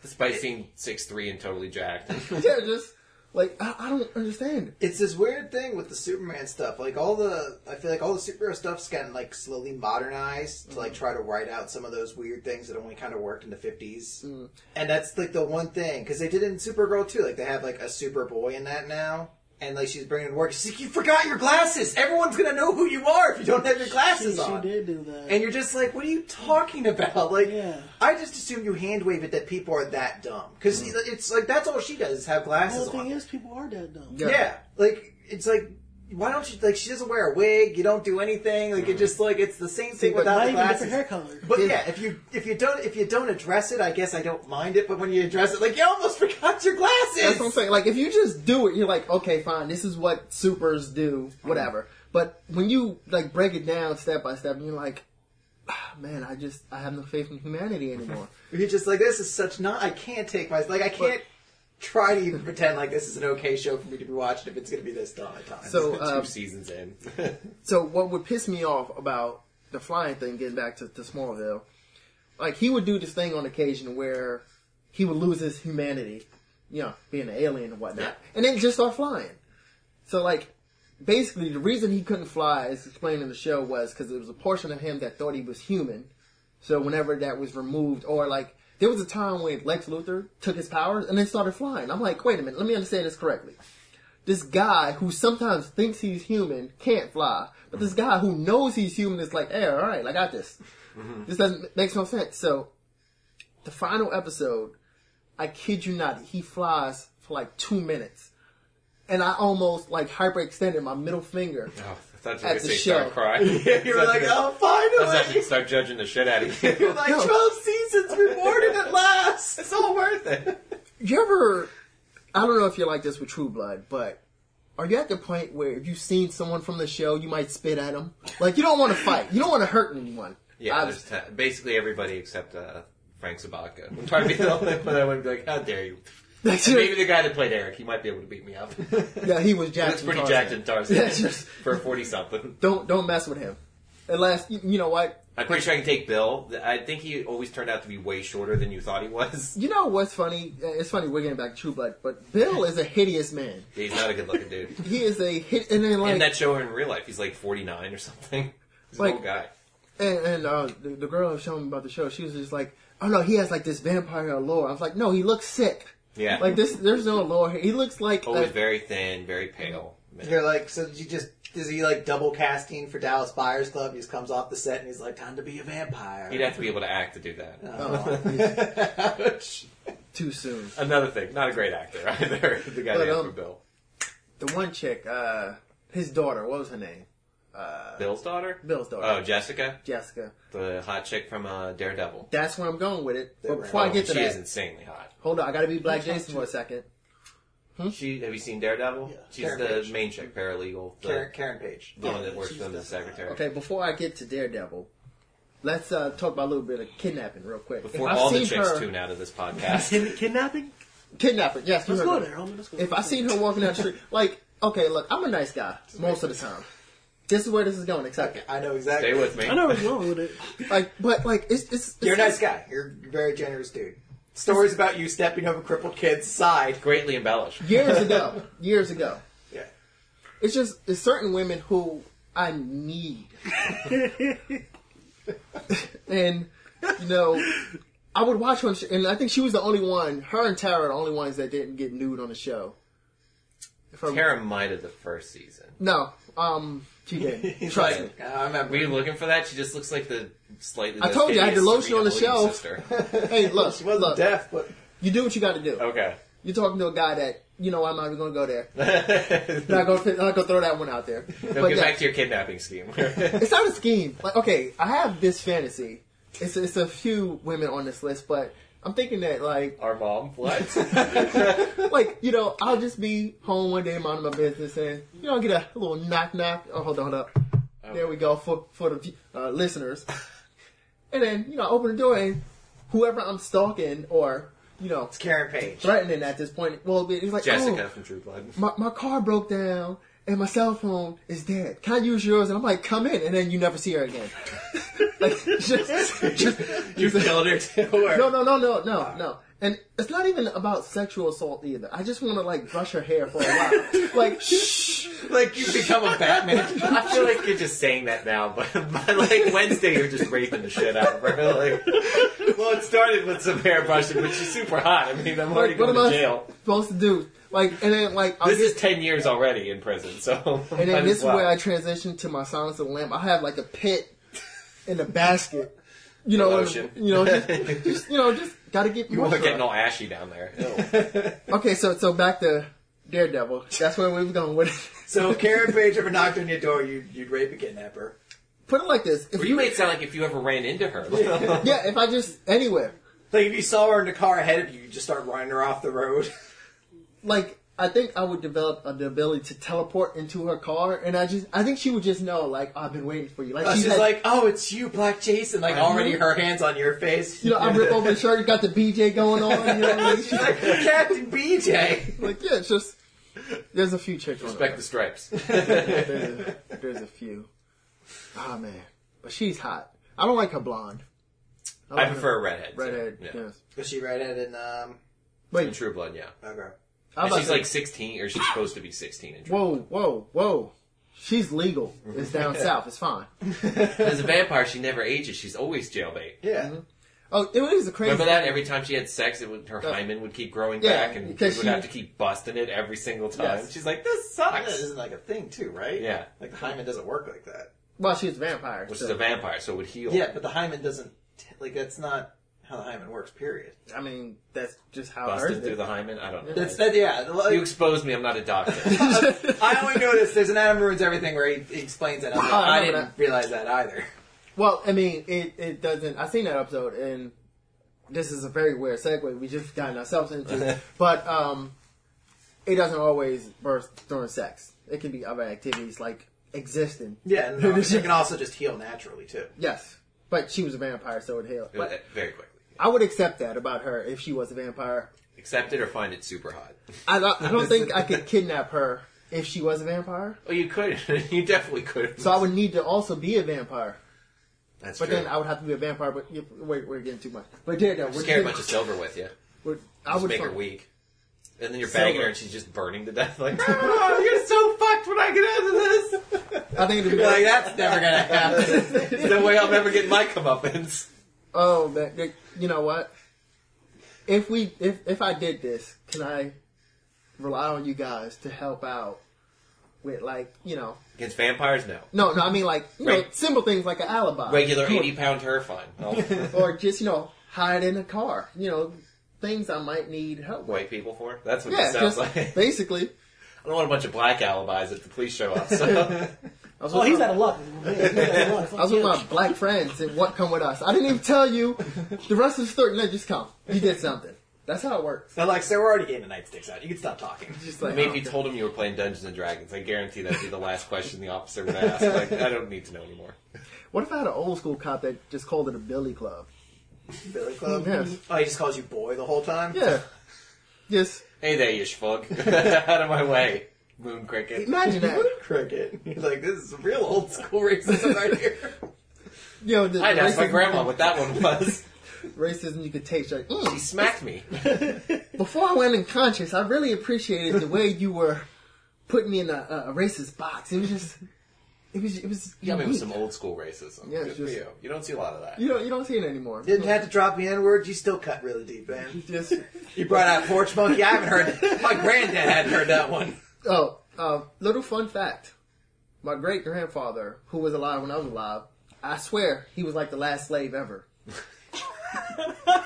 [SPEAKER 3] Despite seeing 6'3 and totally jacked. <laughs>
[SPEAKER 2] yeah, just like I, I don't understand.
[SPEAKER 1] it's this weird thing with the Superman stuff. Like all the, I feel like all the superhero stuff's gotten like slowly modernized to
[SPEAKER 4] Mm.
[SPEAKER 1] like try to write out some of those weird things that only kind of worked in the 50s
[SPEAKER 4] Mm.
[SPEAKER 1] And that's like the one thing because they did it in Supergirl too. Like they have like a Superboy in that now, and like she's bringing it to work. She's like, you forgot your glasses. Everyone's gonna know who you are if you don't have your
[SPEAKER 4] She,
[SPEAKER 1] glasses
[SPEAKER 4] she
[SPEAKER 1] on.
[SPEAKER 4] did do that.
[SPEAKER 1] And you're just like, what are you talking about? Like,
[SPEAKER 4] Yeah.
[SPEAKER 1] I just assume you hand wave it that people are that dumb because it's like that's all she does is have
[SPEAKER 4] Mm. the
[SPEAKER 1] glasses
[SPEAKER 4] whole
[SPEAKER 1] on.
[SPEAKER 4] thing is, people are that dumb.
[SPEAKER 2] Yeah.
[SPEAKER 1] Yeah, like it's like why don't you like she doesn't wear a wig? You don't do anything. Like it just like it's the same thing
[SPEAKER 2] but
[SPEAKER 1] without
[SPEAKER 4] Not
[SPEAKER 1] the
[SPEAKER 4] even different
[SPEAKER 1] glasses.
[SPEAKER 4] hair color.
[SPEAKER 1] But yeah, if you if you don't if you don't address it, I guess I don't mind it. But when you address it, like you almost <laughs> forgot your glasses.
[SPEAKER 2] That's what I'm saying. Like, if you just do it, you're like, okay, fine. This is what supers do, whatever. But when you like break it down step by step, and you're like, ah, man, I just I have no faith in humanity anymore.
[SPEAKER 1] You're just like this is such not. I can't take my like I can't try to even pretend like this is an okay show for me to be watching if it's going to be this dumb at times. <laughs>
[SPEAKER 3] <laughs>
[SPEAKER 2] so,
[SPEAKER 3] Two
[SPEAKER 2] uh,
[SPEAKER 3] seasons in. <laughs> Oh,
[SPEAKER 2] so what would piss me off about the flying thing, getting back to, to Smallville, like he would do this thing on occasion where he would lose his humanity, you know, being an alien and whatnot, and then just start flying. So like, basically, the reason he couldn't fly, as explained in the show, was because there was a portion of him that thought he was human. So whenever that was removed, or like there was a time when Lex Luthor took his powers and then started flying. I'm like, wait a minute, let me understand this correctly. This guy who sometimes thinks he's human can't fly, but this guy who knows he's human is like, hey, all right, I got this.
[SPEAKER 3] Mm-hmm.
[SPEAKER 2] This doesn't makes no sense. So the final episode, I kid you not, he flies for like two minutes. And I almost like hyperextended my middle finger.
[SPEAKER 3] Oh, I thought you
[SPEAKER 2] At
[SPEAKER 3] were going to
[SPEAKER 2] the
[SPEAKER 3] say
[SPEAKER 2] show.
[SPEAKER 3] start
[SPEAKER 2] <laughs>
[SPEAKER 3] crying. <laughs>
[SPEAKER 1] you were like, oh,
[SPEAKER 3] I was about
[SPEAKER 1] finally.
[SPEAKER 3] to start judging the shit out of you.
[SPEAKER 2] <laughs>
[SPEAKER 1] You're <laughs> like
[SPEAKER 2] No.
[SPEAKER 1] twelve seasons rewarded at last.
[SPEAKER 3] it's all worth it.
[SPEAKER 2] You ever? I don't know if you're like this with True Blood, but are you at the point where if you've seen someone from the show, you might spit at them? Like you don't want to fight, you don't want to hurt anyone.
[SPEAKER 3] Yeah,
[SPEAKER 2] I-
[SPEAKER 3] there's ten- basically everybody except uh, Frank Sabaka. I'm trying to be the only one that would be like, how dare you?
[SPEAKER 2] <laughs> That's
[SPEAKER 3] And
[SPEAKER 2] your-
[SPEAKER 3] Maybe the guy that played Eric, he might be able to beat me <laughs> up.
[SPEAKER 2] yeah, he was jacked.
[SPEAKER 3] That's pretty
[SPEAKER 2] Tarzan.
[SPEAKER 3] jacked in Tarzan
[SPEAKER 2] Yeah, just-
[SPEAKER 3] <laughs> for 40 something.
[SPEAKER 2] Don't don't mess with him. Unless you, you know what.
[SPEAKER 3] I'm pretty sure I can take Bill. I think he always turned out to be way shorter than you thought he was.
[SPEAKER 2] You know what's funny? Uh, It's funny we're getting back to True Blood, but Bill is a hideous man.
[SPEAKER 3] <laughs> He's not a good looking dude.
[SPEAKER 2] He is a hit, and then like
[SPEAKER 3] in that show or in real life, he's like 49 or something. He's
[SPEAKER 2] Like-
[SPEAKER 3] an old guy.
[SPEAKER 2] And, and uh, the, the girl was showing me about the show. She was just like, "Oh no, he has like this vampire allure." I was like, "No, he looks sick.
[SPEAKER 3] Yeah.
[SPEAKER 2] Like this, there's no allure. here. He looks like a-
[SPEAKER 3] always very thin, very pale.
[SPEAKER 1] You're like, so you just is he like double casting for Dallas Buyers Club? He just comes off the set and he's like, time to be a vampire. <laughs>
[SPEAKER 3] He'd have to be able to act to do that.
[SPEAKER 1] Ouch.
[SPEAKER 2] too soon."
[SPEAKER 3] <laughs> Another thing, not a great actor <laughs> either. the guy
[SPEAKER 2] But,
[SPEAKER 3] named
[SPEAKER 2] um,
[SPEAKER 3] for Bill.
[SPEAKER 2] The one chick, uh, his daughter. What was her name?
[SPEAKER 3] Bill's daughter?
[SPEAKER 2] Bill's daughter,
[SPEAKER 3] Oh, Jessica,
[SPEAKER 2] Jessica.
[SPEAKER 3] the hot chick from uh, Daredevil.
[SPEAKER 2] That's where I'm going with it.
[SPEAKER 1] They
[SPEAKER 2] But
[SPEAKER 1] were-
[SPEAKER 2] before I
[SPEAKER 3] Oh,
[SPEAKER 2] get to
[SPEAKER 3] she
[SPEAKER 2] that,
[SPEAKER 3] is insanely hot.
[SPEAKER 2] Hold on, I gotta be Black
[SPEAKER 4] Who's talking
[SPEAKER 2] Jason for a second.
[SPEAKER 3] She have you seen Daredevil?
[SPEAKER 4] Yeah.
[SPEAKER 3] She's
[SPEAKER 1] Karen
[SPEAKER 3] the
[SPEAKER 1] Page.
[SPEAKER 3] main chick paralegal, the,
[SPEAKER 1] Karen, Karen Page.
[SPEAKER 3] the one
[SPEAKER 4] Yeah,
[SPEAKER 3] that works
[SPEAKER 4] she's
[SPEAKER 3] for them
[SPEAKER 4] the-
[SPEAKER 3] as a secretary.
[SPEAKER 2] Okay, before I get to Daredevil, let's uh, talk about a little bit of kidnapping real quick.
[SPEAKER 3] Before
[SPEAKER 2] If I've
[SPEAKER 3] all the
[SPEAKER 2] seen
[SPEAKER 3] chicks
[SPEAKER 2] her-
[SPEAKER 3] tune out of
[SPEAKER 2] <laughs>
[SPEAKER 3] this podcast,
[SPEAKER 5] kidnapping?
[SPEAKER 2] kidnapping. Yes, you
[SPEAKER 4] Let's
[SPEAKER 2] heard
[SPEAKER 4] go
[SPEAKER 2] me.
[SPEAKER 4] there, homie. Let's go.
[SPEAKER 2] If I seen her walking down the street, like, okay, look, I'm a nice guy most of the time. This is where this is going, exactly.
[SPEAKER 1] I know exactly.
[SPEAKER 3] stay with me.
[SPEAKER 4] I know where you're going
[SPEAKER 1] <laughs>
[SPEAKER 4] with it.
[SPEAKER 2] Like, but like, it's it's, it's
[SPEAKER 1] You're a nice guy. You're a very generous dude. Stories about you stepping over crippled kids' side.
[SPEAKER 3] Greatly embellished.
[SPEAKER 2] years ago, years ago.
[SPEAKER 1] Yeah.
[SPEAKER 2] It's just it's certain women who I
[SPEAKER 3] <laughs>
[SPEAKER 2] need, and you know, I would watch her, and, sh- and I think she was the only one. Her and Tara are the only ones that didn't get nude on the show. If I'm-
[SPEAKER 3] Karen might have the first season.
[SPEAKER 2] no, um, she did.
[SPEAKER 3] <laughs>
[SPEAKER 1] He's
[SPEAKER 2] Trust me.
[SPEAKER 1] like, I remember.
[SPEAKER 3] Were you looking for that? She just looks like the slightly.
[SPEAKER 2] I told you, I had the
[SPEAKER 3] hideous
[SPEAKER 2] lotion on the
[SPEAKER 3] Serena
[SPEAKER 2] shelf.
[SPEAKER 3] Williams
[SPEAKER 2] <laughs>
[SPEAKER 3] Sister. <laughs>
[SPEAKER 2] Hey, look,
[SPEAKER 1] she wasn't
[SPEAKER 2] look,
[SPEAKER 1] deaf, but
[SPEAKER 2] you do what you got to do. <laughs>
[SPEAKER 3] Okay. <laughs>
[SPEAKER 2] You're talking to a guy that you know I'm not even gonna go there. Not gonna, I'm not gonna throw that one out there.
[SPEAKER 3] No,
[SPEAKER 2] But
[SPEAKER 3] get
[SPEAKER 2] yeah,
[SPEAKER 3] back to your kidnapping scheme. <laughs>
[SPEAKER 2] it's not a scheme. Like, okay, I have this fantasy. It's it's a few women on this list, but I'm thinking that like <laughs>
[SPEAKER 3] Our mom, what?
[SPEAKER 2] like you know I'll just be home one day minding my business and you know I get a little knock knock. Oh hold on, hold up. There we go for for the uh, listeners. <laughs> And then you know I open the door and whoever I'm stalking or you know
[SPEAKER 1] it's Karen Page.
[SPEAKER 2] threatening at this point, well it's like oh,
[SPEAKER 3] Jessica from True Blood.
[SPEAKER 2] my, my car broke down and my cell phone is dead. Can I use yours? And I'm like, come in, and then you never see her again. <laughs> like, just, just,
[SPEAKER 3] You killed her too. or-
[SPEAKER 2] no, no, no, no, no, no. And it's not even about sexual assault either. I just want to like brush her hair for a
[SPEAKER 3] <laughs>
[SPEAKER 2] while. like, shh.
[SPEAKER 3] Like you become a Batman. <laughs> I feel like you're just saying that now, but by like Wednesday you're just raping the shit out of her. Like, well, it started with some hairbrushing, but she's super hot. I mean, I'm already
[SPEAKER 2] Like, what
[SPEAKER 3] going
[SPEAKER 2] am
[SPEAKER 3] to
[SPEAKER 2] I
[SPEAKER 3] jail.
[SPEAKER 2] supposed to do? Like, and then like, I'll
[SPEAKER 3] This
[SPEAKER 2] get-
[SPEAKER 3] is ten years already in prison, so. <laughs>
[SPEAKER 2] and then
[SPEAKER 3] might
[SPEAKER 2] this
[SPEAKER 3] as
[SPEAKER 2] is
[SPEAKER 3] well.
[SPEAKER 2] where I transition to my Silence of the Lamb. I have like a pit in a basket. You know,
[SPEAKER 3] Lotion.
[SPEAKER 2] you know,
[SPEAKER 3] <laughs>
[SPEAKER 2] just, just, you know, just gotta get
[SPEAKER 3] you are
[SPEAKER 2] moisturized.
[SPEAKER 3] getting all ashy down there.
[SPEAKER 2] Okay, so so back to Daredevil. That's where we were going with it.
[SPEAKER 1] So if Karen Page ever knocked on your door, you'd, you'd rape a kidnapper.
[SPEAKER 2] Put it like this: if
[SPEAKER 3] Or you made it sound like if you ever ran into her.
[SPEAKER 2] yeah, if I just anywhere,
[SPEAKER 1] Like if you saw her in the car ahead of you, you'd just start running her off the road. <laughs>
[SPEAKER 2] like I think I would develop uh, the ability to teleport into her car, and I just I think she would just know like oh, I've been waiting for you.
[SPEAKER 3] Uh,
[SPEAKER 2] Like
[SPEAKER 1] She's
[SPEAKER 2] had-
[SPEAKER 1] like, oh, it's you, Black Jason. Like already her hands on your face.
[SPEAKER 2] you know, I rip over the shirt, you got the BJ going on. You know, like,
[SPEAKER 1] She's
[SPEAKER 3] <laughs>
[SPEAKER 1] like, Captain BJ.
[SPEAKER 2] like yeah, it's just there's a few chicks on
[SPEAKER 3] Respect
[SPEAKER 2] <laughs>
[SPEAKER 3] the stripes.
[SPEAKER 2] it. There's a, there's a few. Ah man, but she's hot. I don't like her blonde.
[SPEAKER 3] I
[SPEAKER 2] like her
[SPEAKER 3] prefer a redhead. so,
[SPEAKER 2] redhead.
[SPEAKER 3] Yeah.
[SPEAKER 2] Yes.
[SPEAKER 1] Was she redheaded and um?
[SPEAKER 3] In
[SPEAKER 2] Wait,
[SPEAKER 3] True Blood, yeah.
[SPEAKER 1] Okay. <laughs>
[SPEAKER 2] I'm
[SPEAKER 3] And
[SPEAKER 2] about
[SPEAKER 3] she's
[SPEAKER 2] to-
[SPEAKER 3] like 16, or she's supposed to be 16 in True
[SPEAKER 2] Whoa, whoa, whoa. She's legal. It's
[SPEAKER 3] <laughs>
[SPEAKER 2] down south. It's fine.
[SPEAKER 3] Blood. As a vampire, she never ages. She's always jailbait.
[SPEAKER 1] Yeah.
[SPEAKER 2] Oh, it was a crazy.
[SPEAKER 3] Remember that? Every time she had sex, it would, her hymen would keep growing
[SPEAKER 2] Yeah,
[SPEAKER 3] back, and we
[SPEAKER 2] because
[SPEAKER 3] would
[SPEAKER 2] she-
[SPEAKER 3] have to keep busting it every single time.
[SPEAKER 2] Yes.
[SPEAKER 3] She's like, "This
[SPEAKER 1] That
[SPEAKER 3] sucks."
[SPEAKER 1] isn't like a thing too, right?
[SPEAKER 3] Yeah.
[SPEAKER 1] Like the hymen doesn't work like that.
[SPEAKER 2] Well, she was a vampire.
[SPEAKER 3] Which
[SPEAKER 2] so-
[SPEAKER 3] is a vampire, so it would heal.
[SPEAKER 1] Yeah, but the hymen doesn't. Like that's not how the hymen works. Period.
[SPEAKER 2] I mean, that's just how Earth
[SPEAKER 3] busted
[SPEAKER 2] is.
[SPEAKER 3] through the hymen. I don't know.
[SPEAKER 1] That's that. Yeah. like-
[SPEAKER 3] you exposed me. I'm not a
[SPEAKER 2] <laughs>
[SPEAKER 3] doctor.
[SPEAKER 1] <laughs> I only noticed there's an Adam ruins everything where he, he explains <laughs> that. I, was like,
[SPEAKER 2] Oh, I
[SPEAKER 1] I
[SPEAKER 2] remember
[SPEAKER 1] didn't realize that either.
[SPEAKER 2] Well, I mean, it, it doesn't. i seen that episode, and this is a very weird segue we just gotten ourselves
[SPEAKER 3] <laughs>
[SPEAKER 2] into. but um, it doesn't always burst during sex. It can be other activities like existing.
[SPEAKER 1] <laughs> Yeah, no, it can also just heal naturally too.
[SPEAKER 2] Yes, but she was a vampire, so it healed. But
[SPEAKER 3] Very quickly.
[SPEAKER 2] I would accept that about her if she was a vampire.
[SPEAKER 3] Accept it or find it super hot.
[SPEAKER 2] I don't,
[SPEAKER 3] <laughs>
[SPEAKER 2] I don't think I could kidnap her if she was a vampire.
[SPEAKER 3] Well, you could. <laughs> you definitely could.
[SPEAKER 2] So I would need to also be a vampire.
[SPEAKER 3] That's
[SPEAKER 2] But
[SPEAKER 3] true.
[SPEAKER 2] then I would have to be a vampire. But yeah, wait, we're getting too much. But there, no, we're
[SPEAKER 3] just carry a
[SPEAKER 2] getting-
[SPEAKER 3] bunch of silver with you.
[SPEAKER 2] we're- I
[SPEAKER 3] Just
[SPEAKER 2] would
[SPEAKER 3] make her
[SPEAKER 2] fuck-
[SPEAKER 3] weak. And then you're
[SPEAKER 2] Silver.
[SPEAKER 3] bagging her, and she's just burning to death. Like, <laughs> "Oh, you're so fucked when I get out of this.
[SPEAKER 2] I think it'd be
[SPEAKER 1] Like
[SPEAKER 2] like,
[SPEAKER 1] that's never
[SPEAKER 3] <laughs>
[SPEAKER 1] gonna happen.
[SPEAKER 3] There's no way I'll ever get my comeuppance.
[SPEAKER 2] oh, that, that- you know what? If we, if if I did this, can I rely on you guys to help out with like, you know,
[SPEAKER 3] Against vampires, no.
[SPEAKER 2] no, no, I mean like, you know,
[SPEAKER 3] Right.
[SPEAKER 2] simple things like an alibi,
[SPEAKER 3] Regular eighty pound
[SPEAKER 2] <laughs>
[SPEAKER 3] her fine. Oh,
[SPEAKER 2] or just you know, hide in a car, you know, things I might need help with.
[SPEAKER 3] white people for? That's what
[SPEAKER 2] Yeah,
[SPEAKER 3] it sounds
[SPEAKER 2] just
[SPEAKER 3] like. <laughs> I
[SPEAKER 2] basically.
[SPEAKER 3] don't want a bunch of black alibis if the police show up.
[SPEAKER 2] <laughs> I
[SPEAKER 3] So
[SPEAKER 2] was
[SPEAKER 4] Oh,
[SPEAKER 2] with
[SPEAKER 4] he's
[SPEAKER 2] my-
[SPEAKER 4] out of luck. Man, he's out of luck. Fuck
[SPEAKER 2] I was with
[SPEAKER 4] him.
[SPEAKER 2] my black friends and what come with us. I didn't even tell you. The rest of the story, no, just come. You did something. That's how it works.
[SPEAKER 1] Now, like, so we're already getting the nightsticks out. You can stop <laughs> talking.
[SPEAKER 2] Just like
[SPEAKER 3] I mean, if you told him you were playing Dungeons and Dragons, I guarantee that'd be the last question the officer would ask. Like, I don't need to know anymore.
[SPEAKER 2] what if I had an old school cop that just called it a Billy Club?
[SPEAKER 1] Billy Club.
[SPEAKER 2] Yes.
[SPEAKER 1] Oh, he just calls you boy the whole time.
[SPEAKER 2] Yeah. Just
[SPEAKER 3] Hey there, you schvug. <laughs> Out of my way, moon
[SPEAKER 2] <laughs>
[SPEAKER 3] cricket.
[SPEAKER 2] imagine that.
[SPEAKER 1] What a <laughs> cricket. He's like, this is real old school racism right here.
[SPEAKER 2] You know, the
[SPEAKER 3] I'd ask my
[SPEAKER 2] racism,
[SPEAKER 3] grandma what that one was.
[SPEAKER 2] racism you could taste. Like, mm,
[SPEAKER 3] She smacked me.
[SPEAKER 2] before I went unconscious, I really appreciated the way you were putting me in a, a racist box. It was just, it was, it was.
[SPEAKER 3] Yeah, I mean, it was
[SPEAKER 2] unique.
[SPEAKER 3] some old school racism.
[SPEAKER 2] Yeah,
[SPEAKER 3] Good
[SPEAKER 2] it's
[SPEAKER 3] for
[SPEAKER 2] just-
[SPEAKER 3] you. You don't see a lot of that.
[SPEAKER 2] You don't, you don't see it anymore.
[SPEAKER 1] Didn't have to drop the N word. You still cut really deep, man.
[SPEAKER 2] Just
[SPEAKER 1] You brought out Porch Monkey. I haven't heard that. My granddad hadn't heard that one.
[SPEAKER 2] oh, uh, little fun fact: my great grandfather, who was alive when I was alive, I swear he was like the last slave
[SPEAKER 3] <laughs>
[SPEAKER 2] ever.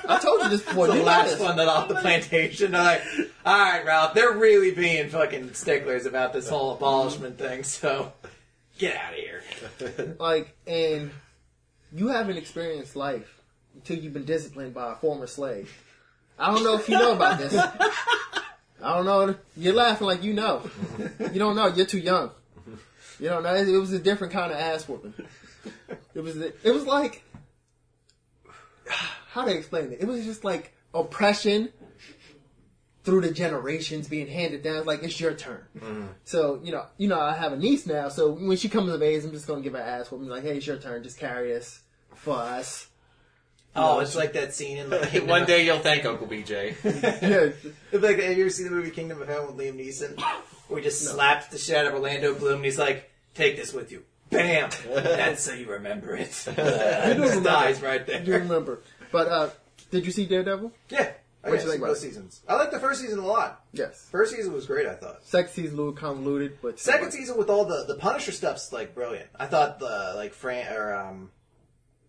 [SPEAKER 2] I told you this before.
[SPEAKER 1] The
[SPEAKER 2] you know
[SPEAKER 1] last
[SPEAKER 2] this.
[SPEAKER 1] one that off the plantation. They're like, all right, Ralph, they're really being fucking sticklers about this whole abolishment thing, so get out of here.
[SPEAKER 2] Like, and you haven't experienced life until you've been disciplined by a former slave. I don't know if you know about this. I don't know. You're laughing like you know. You don't know. You're too young. You don't know. It, it was a different kind of ass whooping. It was. It was like how do I explain it? It was just like oppression through the generations being handed down. Like it's your turn. So you know, you know, I have a niece now. So when she comes of age, I'm just gonna give her an ass whooping. Like, hey, it's your turn. Just carry this for us. <laughs>
[SPEAKER 1] Oh, it's like that scene in like Kingdom
[SPEAKER 3] <laughs> One day you'll thank Uncle
[SPEAKER 2] <laughs>
[SPEAKER 3] Oh, BJ.
[SPEAKER 2] Yeah,
[SPEAKER 1] It's like, have you ever seen the movie Kingdom of Heaven with Liam Neeson? Where he just slaps the shit out of Orlando Bloom and he's like, take this with you. Bam! That's how <laughs> you remember it. it just
[SPEAKER 2] remember.
[SPEAKER 1] dies right
[SPEAKER 2] you
[SPEAKER 1] there.
[SPEAKER 2] remember? But uh, did you see Daredevil?
[SPEAKER 1] Yeah. I
[SPEAKER 2] What'd
[SPEAKER 1] guess
[SPEAKER 2] you think about
[SPEAKER 1] both
[SPEAKER 2] it?
[SPEAKER 1] seasons. I liked the first season a lot.
[SPEAKER 2] Yes.
[SPEAKER 1] First season was great, I thought.
[SPEAKER 2] Second season a little convoluted, but
[SPEAKER 1] Second season with all the the Punisher stuff's like brilliant. I thought the like Fran or um,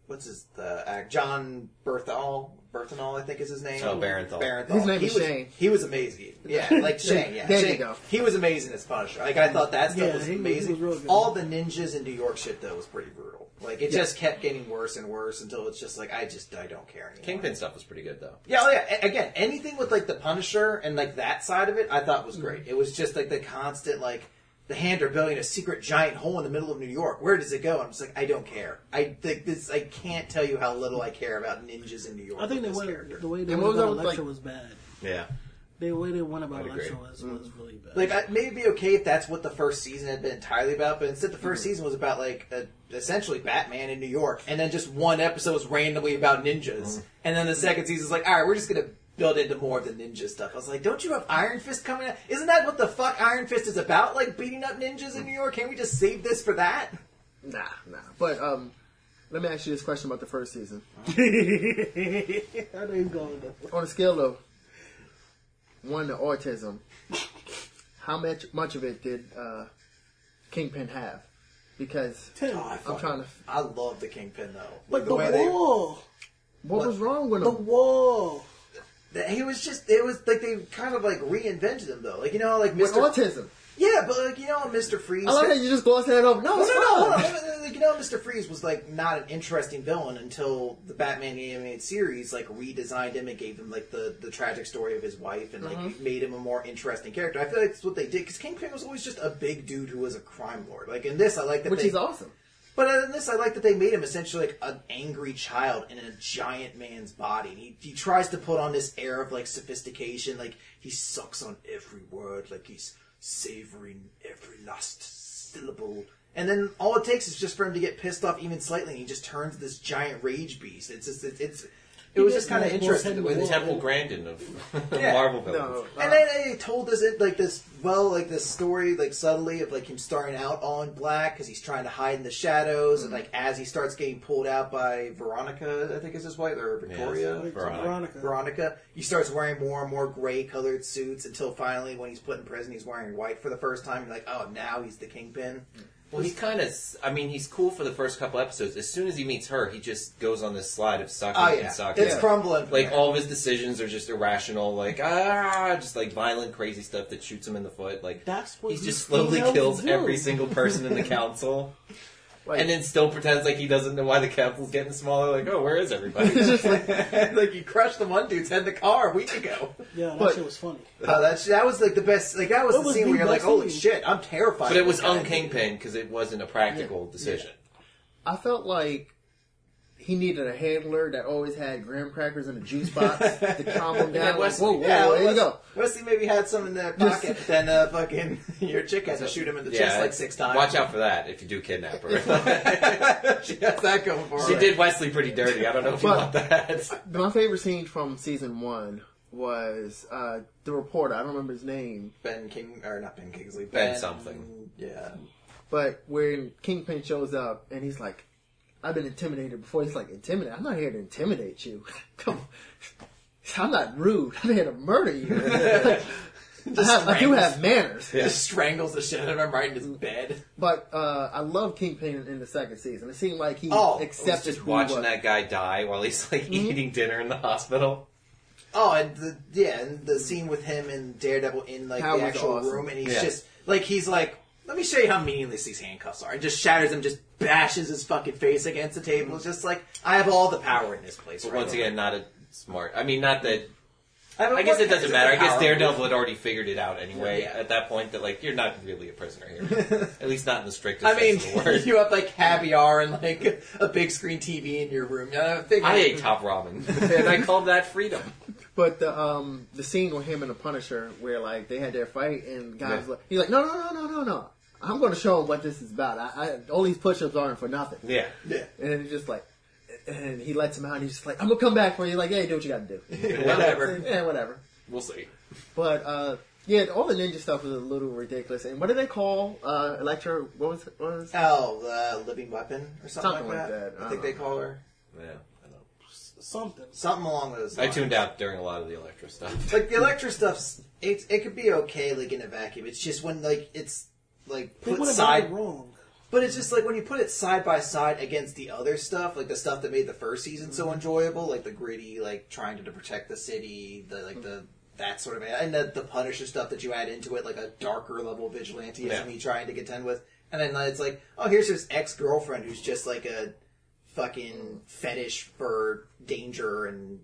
[SPEAKER 1] what's his the act John Berthold Berthold I think is his name.
[SPEAKER 3] Oh, Barenthal.
[SPEAKER 1] Barenthal.
[SPEAKER 2] His name
[SPEAKER 1] he
[SPEAKER 2] is
[SPEAKER 1] was,
[SPEAKER 2] Shane.
[SPEAKER 1] He was amazing.
[SPEAKER 2] <laughs>
[SPEAKER 1] Yeah, like Shane. Yeah,
[SPEAKER 2] There you
[SPEAKER 1] Shane,
[SPEAKER 2] go.
[SPEAKER 1] He was amazing as Punisher. Like I thought that stuff
[SPEAKER 4] Yeah,
[SPEAKER 1] was
[SPEAKER 4] he was- he
[SPEAKER 1] amazing.
[SPEAKER 4] was real good.
[SPEAKER 1] all the ninjas in New York shit though was pretty brutal. Like it just kept getting worse and worse until it's just like I just I don't care anymore.
[SPEAKER 3] Kingpin stuff was pretty good though.
[SPEAKER 1] Yeah, oh yeah. A- again, anything with like the Punisher and like that side of it, I thought was
[SPEAKER 4] Mm-hmm.
[SPEAKER 1] great. It was just like the constant like the hand are building a secret giant hole in the middle of New York. Where does it go? I'm just like, I don't care. I like this. I can't tell you how little I care about ninjas in New York.
[SPEAKER 4] I
[SPEAKER 1] with
[SPEAKER 4] think they
[SPEAKER 1] this
[SPEAKER 4] went,
[SPEAKER 1] character.
[SPEAKER 4] the way they
[SPEAKER 2] And what
[SPEAKER 4] went
[SPEAKER 2] was
[SPEAKER 4] about
[SPEAKER 2] that with,
[SPEAKER 4] Electra
[SPEAKER 2] like-
[SPEAKER 4] was bad.
[SPEAKER 3] Yeah.
[SPEAKER 4] The way they went about
[SPEAKER 3] I'd agree.
[SPEAKER 4] Electra was, was really bad.
[SPEAKER 1] Like, I, maybe it'd be okay if that's what the first season had been entirely about, but instead the 1st season was about like a, essentially Batman in New York, and then just one episode was randomly about ninjas, and then the second season's like, all right, we're just gonna build into more of the ninja stuff. I was like, don't you have Iron Fist coming out? Isn't that what the fuck Iron Fist is about? Like beating up ninjas in New York? Can't we just save this for that?
[SPEAKER 2] nah, nah. But um, let me ask you this question about the first season.
[SPEAKER 4] <laughs> I know he's going with that.
[SPEAKER 2] On a scale of one to autism, how much much of it did uh, Kingpin have? Because
[SPEAKER 4] Ten.
[SPEAKER 2] I'm trying to.
[SPEAKER 1] I love the Kingpin though.
[SPEAKER 4] but
[SPEAKER 1] Like
[SPEAKER 4] the, wall,
[SPEAKER 2] What, was wrong with
[SPEAKER 4] the
[SPEAKER 2] him?
[SPEAKER 4] wall.
[SPEAKER 1] they, he was just it was like they kind of like reinvented him though. Like you know how, like
[SPEAKER 2] With
[SPEAKER 1] Mr.
[SPEAKER 2] autism.
[SPEAKER 1] Yeah, but like you know how Mr. Freeze
[SPEAKER 2] I love that you just glossed that over. No,
[SPEAKER 1] No,
[SPEAKER 2] it's
[SPEAKER 1] no, no, hold
[SPEAKER 2] fine.
[SPEAKER 1] on. Like, like, You know, Mr. Freeze was like not an interesting villain until the Batman animated series like redesigned him and gave him like the, the tragic story of his wife and like
[SPEAKER 2] Mm-hmm.
[SPEAKER 1] made him a more interesting character. I feel like that's what they did because Kingpin was always just a big dude who was a crime lord. Like in this, I like that.
[SPEAKER 2] Which
[SPEAKER 1] they,
[SPEAKER 2] is awesome.
[SPEAKER 1] But in this, I like that they made him essentially like an angry child in a giant man's body. And he he tries to put on this air of like sophistication, like he sucks on every word, like he's savoring every last syllable. And then all it takes is just for him to get pissed off even slightly, and he just turns this giant rage beast. It's just it's. it's it was
[SPEAKER 4] did
[SPEAKER 1] just kind of
[SPEAKER 4] like more
[SPEAKER 1] interesting. the way
[SPEAKER 4] than
[SPEAKER 1] they-
[SPEAKER 4] Whoa.
[SPEAKER 3] Temple Grandin of
[SPEAKER 1] Yeah.
[SPEAKER 3] Marvel
[SPEAKER 2] No,
[SPEAKER 3] villains.
[SPEAKER 1] and then they told us it like this well like this story like subtly of like him starting out all in black because he's trying to hide in the shadows
[SPEAKER 3] Mm-hmm.
[SPEAKER 1] and like as he starts getting pulled out by Veronica I think is his wife or Victoria
[SPEAKER 3] Yes. Veronica.
[SPEAKER 4] Veronica.
[SPEAKER 1] Veronica he starts wearing more and more gray colored suits until finally when he's put in prison he's wearing white for the first time you're like oh now he's the kingpin
[SPEAKER 3] Well, he's kind of. I mean, he's cool for the first couple episodes. As soon as he meets her, he just goes on this slide of sucking
[SPEAKER 1] oh yeah
[SPEAKER 3] and sucking.
[SPEAKER 1] it's crumbling
[SPEAKER 3] Like all of his decisions are just irrational, like ah, just like violent, crazy stuff that shoots him in the foot. Like
[SPEAKER 4] That's what
[SPEAKER 3] he
[SPEAKER 4] you
[SPEAKER 3] just slowly
[SPEAKER 4] females
[SPEAKER 3] kills
[SPEAKER 4] do.
[SPEAKER 3] every single person in the council.
[SPEAKER 2] Right.
[SPEAKER 3] and then still pretends like he doesn't know why the capital's getting smaller. Like, oh, where is everybody? <laughs>
[SPEAKER 2] It's just
[SPEAKER 1] <laughs>
[SPEAKER 2] like-
[SPEAKER 1] like you crushed the one dude's head in the car a week
[SPEAKER 3] <laughs>
[SPEAKER 1] ago.
[SPEAKER 4] Yeah, that
[SPEAKER 2] But-
[SPEAKER 4] shit was funny.
[SPEAKER 1] Oh, that's that was like the best. Like that was
[SPEAKER 4] That
[SPEAKER 1] the
[SPEAKER 4] was
[SPEAKER 1] scene
[SPEAKER 4] the
[SPEAKER 1] where you're like,
[SPEAKER 4] best
[SPEAKER 1] "Holy
[SPEAKER 4] scene.
[SPEAKER 1] shit, I'm terrified."
[SPEAKER 3] but it
[SPEAKER 1] of
[SPEAKER 3] was
[SPEAKER 1] this guy.
[SPEAKER 3] on Kingpin because it wasn't a practical decision.
[SPEAKER 2] I felt like he needed a handler that always had graham crackers in a juice box to calm him down. Like, whoa, whoa,
[SPEAKER 1] Yeah,
[SPEAKER 2] whoa, there you
[SPEAKER 1] Wesley-
[SPEAKER 2] go.
[SPEAKER 1] Wesley maybe had some in their
[SPEAKER 2] Just-
[SPEAKER 1] pocket, but then uh, fucking <laughs> your chick had to shoot him in the chest like six times.
[SPEAKER 3] Watch out for that if you do kidnap her.
[SPEAKER 1] <laughs>
[SPEAKER 3] <laughs>
[SPEAKER 1] she has that going for her.
[SPEAKER 3] she did Wesley pretty dirty. I don't know if you
[SPEAKER 2] But-
[SPEAKER 3] want that.
[SPEAKER 2] My favorite scene from season one was uh, the reporter. I don't remember his name,
[SPEAKER 1] Ben King or not Ben Kingsley.
[SPEAKER 3] Ben something.
[SPEAKER 1] Yeah.
[SPEAKER 2] but when Kingpin shows up and he's like, "I've been intimidated before." He's like, "Intimidate? I'm not here to intimidate you. <laughs> Come on." I'm not rude. I'm here to murder you. <laughs> Like, I, have- I do
[SPEAKER 1] strangles.
[SPEAKER 2] have manners.
[SPEAKER 1] Just <laughs> strangles the shit out of him right in his bed.
[SPEAKER 2] But uh, I love Kingpin in the second season. It seemed like he
[SPEAKER 1] Oh, it was
[SPEAKER 2] accepted
[SPEAKER 3] Just
[SPEAKER 2] who he
[SPEAKER 3] watching
[SPEAKER 2] was.
[SPEAKER 3] that guy die while he's
[SPEAKER 1] Mm-hmm.
[SPEAKER 3] like eating dinner in the hospital.
[SPEAKER 1] Oh, and the, yeah, and the scene with him and Daredevil in like
[SPEAKER 2] That
[SPEAKER 1] the
[SPEAKER 2] was
[SPEAKER 1] actual
[SPEAKER 2] awesome.
[SPEAKER 1] room, and he's
[SPEAKER 3] Yeah.
[SPEAKER 1] just like he's like, let me show you how meaningless these handcuffs are, and just shatters him, just bashes his fucking face against the table, just like I have all the power in this place.
[SPEAKER 3] But
[SPEAKER 1] right
[SPEAKER 3] once
[SPEAKER 1] now.
[SPEAKER 3] again, not a smart. I mean, not that.
[SPEAKER 1] I, mean,
[SPEAKER 3] I guess
[SPEAKER 1] what
[SPEAKER 3] it doesn't
[SPEAKER 1] is
[SPEAKER 3] matter. I
[SPEAKER 1] the
[SPEAKER 3] guess
[SPEAKER 1] power
[SPEAKER 3] Daredevil had already figured it out anyway
[SPEAKER 1] Yeah.
[SPEAKER 3] at that point that like you're not really a prisoner here,
[SPEAKER 1] <laughs>
[SPEAKER 3] at least not in the strictest
[SPEAKER 1] I mean,
[SPEAKER 3] sense of the <laughs>
[SPEAKER 1] <laughs>
[SPEAKER 3] word.
[SPEAKER 1] you have like caviar and like a big screen TV in your room. I think
[SPEAKER 3] I ate top ramen, <laughs> and I called that freedom.
[SPEAKER 2] But the um the scene with him and the Punisher where like they had their fight and the guy was
[SPEAKER 3] Yeah.
[SPEAKER 2] like he's like no no no no no no I'm going to show him what this is about I, I all these push-ups aren't for nothing
[SPEAKER 3] <laughs> Yeah.
[SPEAKER 1] <laughs> yeah.
[SPEAKER 2] and then he's just like and he lets him out and he's just like I'm gonna come back for you like hey do what you
[SPEAKER 3] <laughs>
[SPEAKER 2] got to do
[SPEAKER 1] Whatever.
[SPEAKER 2] yeah whatever
[SPEAKER 3] We'll see.
[SPEAKER 2] but uh yeah all the ninja stuff was a little ridiculous and what do they call uh Electra what was what was
[SPEAKER 1] Oh, uh, living weapon or something,
[SPEAKER 2] Something
[SPEAKER 1] like
[SPEAKER 2] like
[SPEAKER 1] that.
[SPEAKER 2] that.
[SPEAKER 1] I
[SPEAKER 2] I
[SPEAKER 1] think
[SPEAKER 2] don't
[SPEAKER 1] they
[SPEAKER 3] uh-huh.
[SPEAKER 2] know.
[SPEAKER 1] call her
[SPEAKER 3] Yeah. I know.
[SPEAKER 4] Something.
[SPEAKER 1] something along those.
[SPEAKER 3] I
[SPEAKER 1] Lines.
[SPEAKER 3] tuned out during a lot of the Electra stuff.
[SPEAKER 1] Like the Electra stuff's it, it could be okay like in a vacuum. It's just when like it's like
[SPEAKER 4] They
[SPEAKER 1] put
[SPEAKER 4] went about it
[SPEAKER 1] side
[SPEAKER 4] wrong.
[SPEAKER 1] but it's just like when you put it side by side against the other stuff, like the stuff that made the first season so enjoyable, like the gritty, like trying to, to protect the city, the like the that sort of and the, the Punisher stuff that you add into it, like a darker level vigilanteism
[SPEAKER 3] Yeah.
[SPEAKER 1] he trying to contend with, and then it's like, oh, here's his ex girlfriend who's just like a fucking fetish for danger and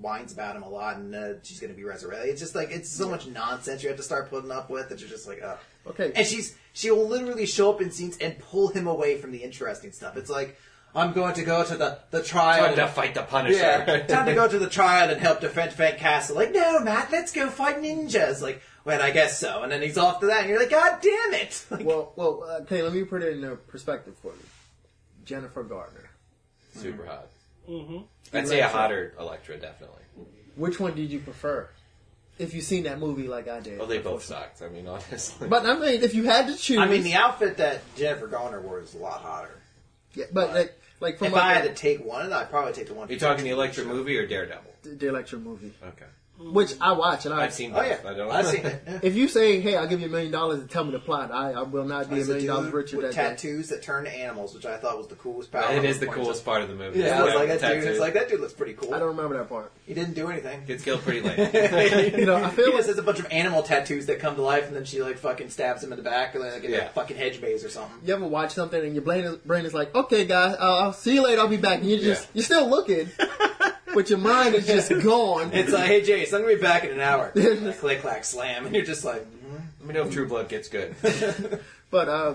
[SPEAKER 1] whines about him a lot, and uh, she's going to be resurrected. It's just like it's so much nonsense you have to start putting up with that you're just like, oh.
[SPEAKER 3] Uh,
[SPEAKER 2] okay
[SPEAKER 1] And she's she will literally show up in scenes and pull him away from the interesting stuff. It's like I'm going to go to the the trial.
[SPEAKER 3] Time to fight the Punisher.
[SPEAKER 1] yeah,
[SPEAKER 3] <laughs>
[SPEAKER 1] time to go to the trial and help defend Fent Castle. Like, no, Matt, let's go fight ninjas. Like, well, I guess so. And then he's off to that, and you're like, God damn it! <laughs> Like,
[SPEAKER 2] well well uh, okay let me put it in a perspective for you Jennifer Gardner
[SPEAKER 3] Super hot.
[SPEAKER 4] Mm-hmm.
[SPEAKER 3] I'd say a hotter Electra, definitely.
[SPEAKER 2] Which one did you prefer? If you've seen that movie like I did.
[SPEAKER 3] Well, they both sucked. I mean, honestly.
[SPEAKER 2] But I mean, if you had to choose.
[SPEAKER 1] I mean, the outfit that Jennifer Garner wore is a lot hotter.
[SPEAKER 2] Yeah, but like, like from
[SPEAKER 1] if
[SPEAKER 2] like
[SPEAKER 1] I had
[SPEAKER 2] the-
[SPEAKER 1] to take one, I'd probably take the one.
[SPEAKER 3] Are <laughs> you talking the Electra movie or Daredevil?
[SPEAKER 2] the Electra movie,
[SPEAKER 3] Okay.
[SPEAKER 2] which I watch and I.
[SPEAKER 3] I've seen
[SPEAKER 1] Oh
[SPEAKER 3] both.
[SPEAKER 1] yeah,
[SPEAKER 3] I don't
[SPEAKER 1] I've seen
[SPEAKER 3] <laughs>
[SPEAKER 1] it. Yeah.
[SPEAKER 2] If you say, "Hey, I'll give you a million dollars to tell me the plot," I, I will not be a
[SPEAKER 1] He's a
[SPEAKER 2] million dollars
[SPEAKER 1] dude
[SPEAKER 2] richer
[SPEAKER 1] with
[SPEAKER 2] that day.
[SPEAKER 1] tattoos that turn to animals, which I thought was the coolest power.
[SPEAKER 3] It is the
[SPEAKER 1] Point.
[SPEAKER 3] coolest part of the movie.
[SPEAKER 1] Yeah, I was like that
[SPEAKER 3] Tattoos.
[SPEAKER 1] dude. It's like that dude looks pretty cool.
[SPEAKER 2] I don't remember that part.
[SPEAKER 1] He didn't do anything.
[SPEAKER 2] <laughs>
[SPEAKER 3] Gets killed
[SPEAKER 1] <laughs>
[SPEAKER 3] pretty late.
[SPEAKER 1] you
[SPEAKER 2] know, I feel
[SPEAKER 1] he
[SPEAKER 2] like-
[SPEAKER 1] just has a bunch of animal tattoos that come to life, and then she like fucking stabs him in the back, like in
[SPEAKER 3] Yeah.
[SPEAKER 1] a fucking hedge maze or something.
[SPEAKER 2] You ever watch something and your brain is, brain is like, "Okay, guys, uh, I'll see you later. I'll be back." And you're just
[SPEAKER 3] Yeah.
[SPEAKER 2] you're still looking, but your mind
[SPEAKER 1] <laughs>
[SPEAKER 2] is just gone.
[SPEAKER 1] It's like, hey Jace, I'm gonna be back in an
[SPEAKER 2] <laughs>
[SPEAKER 1] hour. click, clack, slam, and you're just like,
[SPEAKER 3] Let me know if True Blood gets good.
[SPEAKER 2] But uh,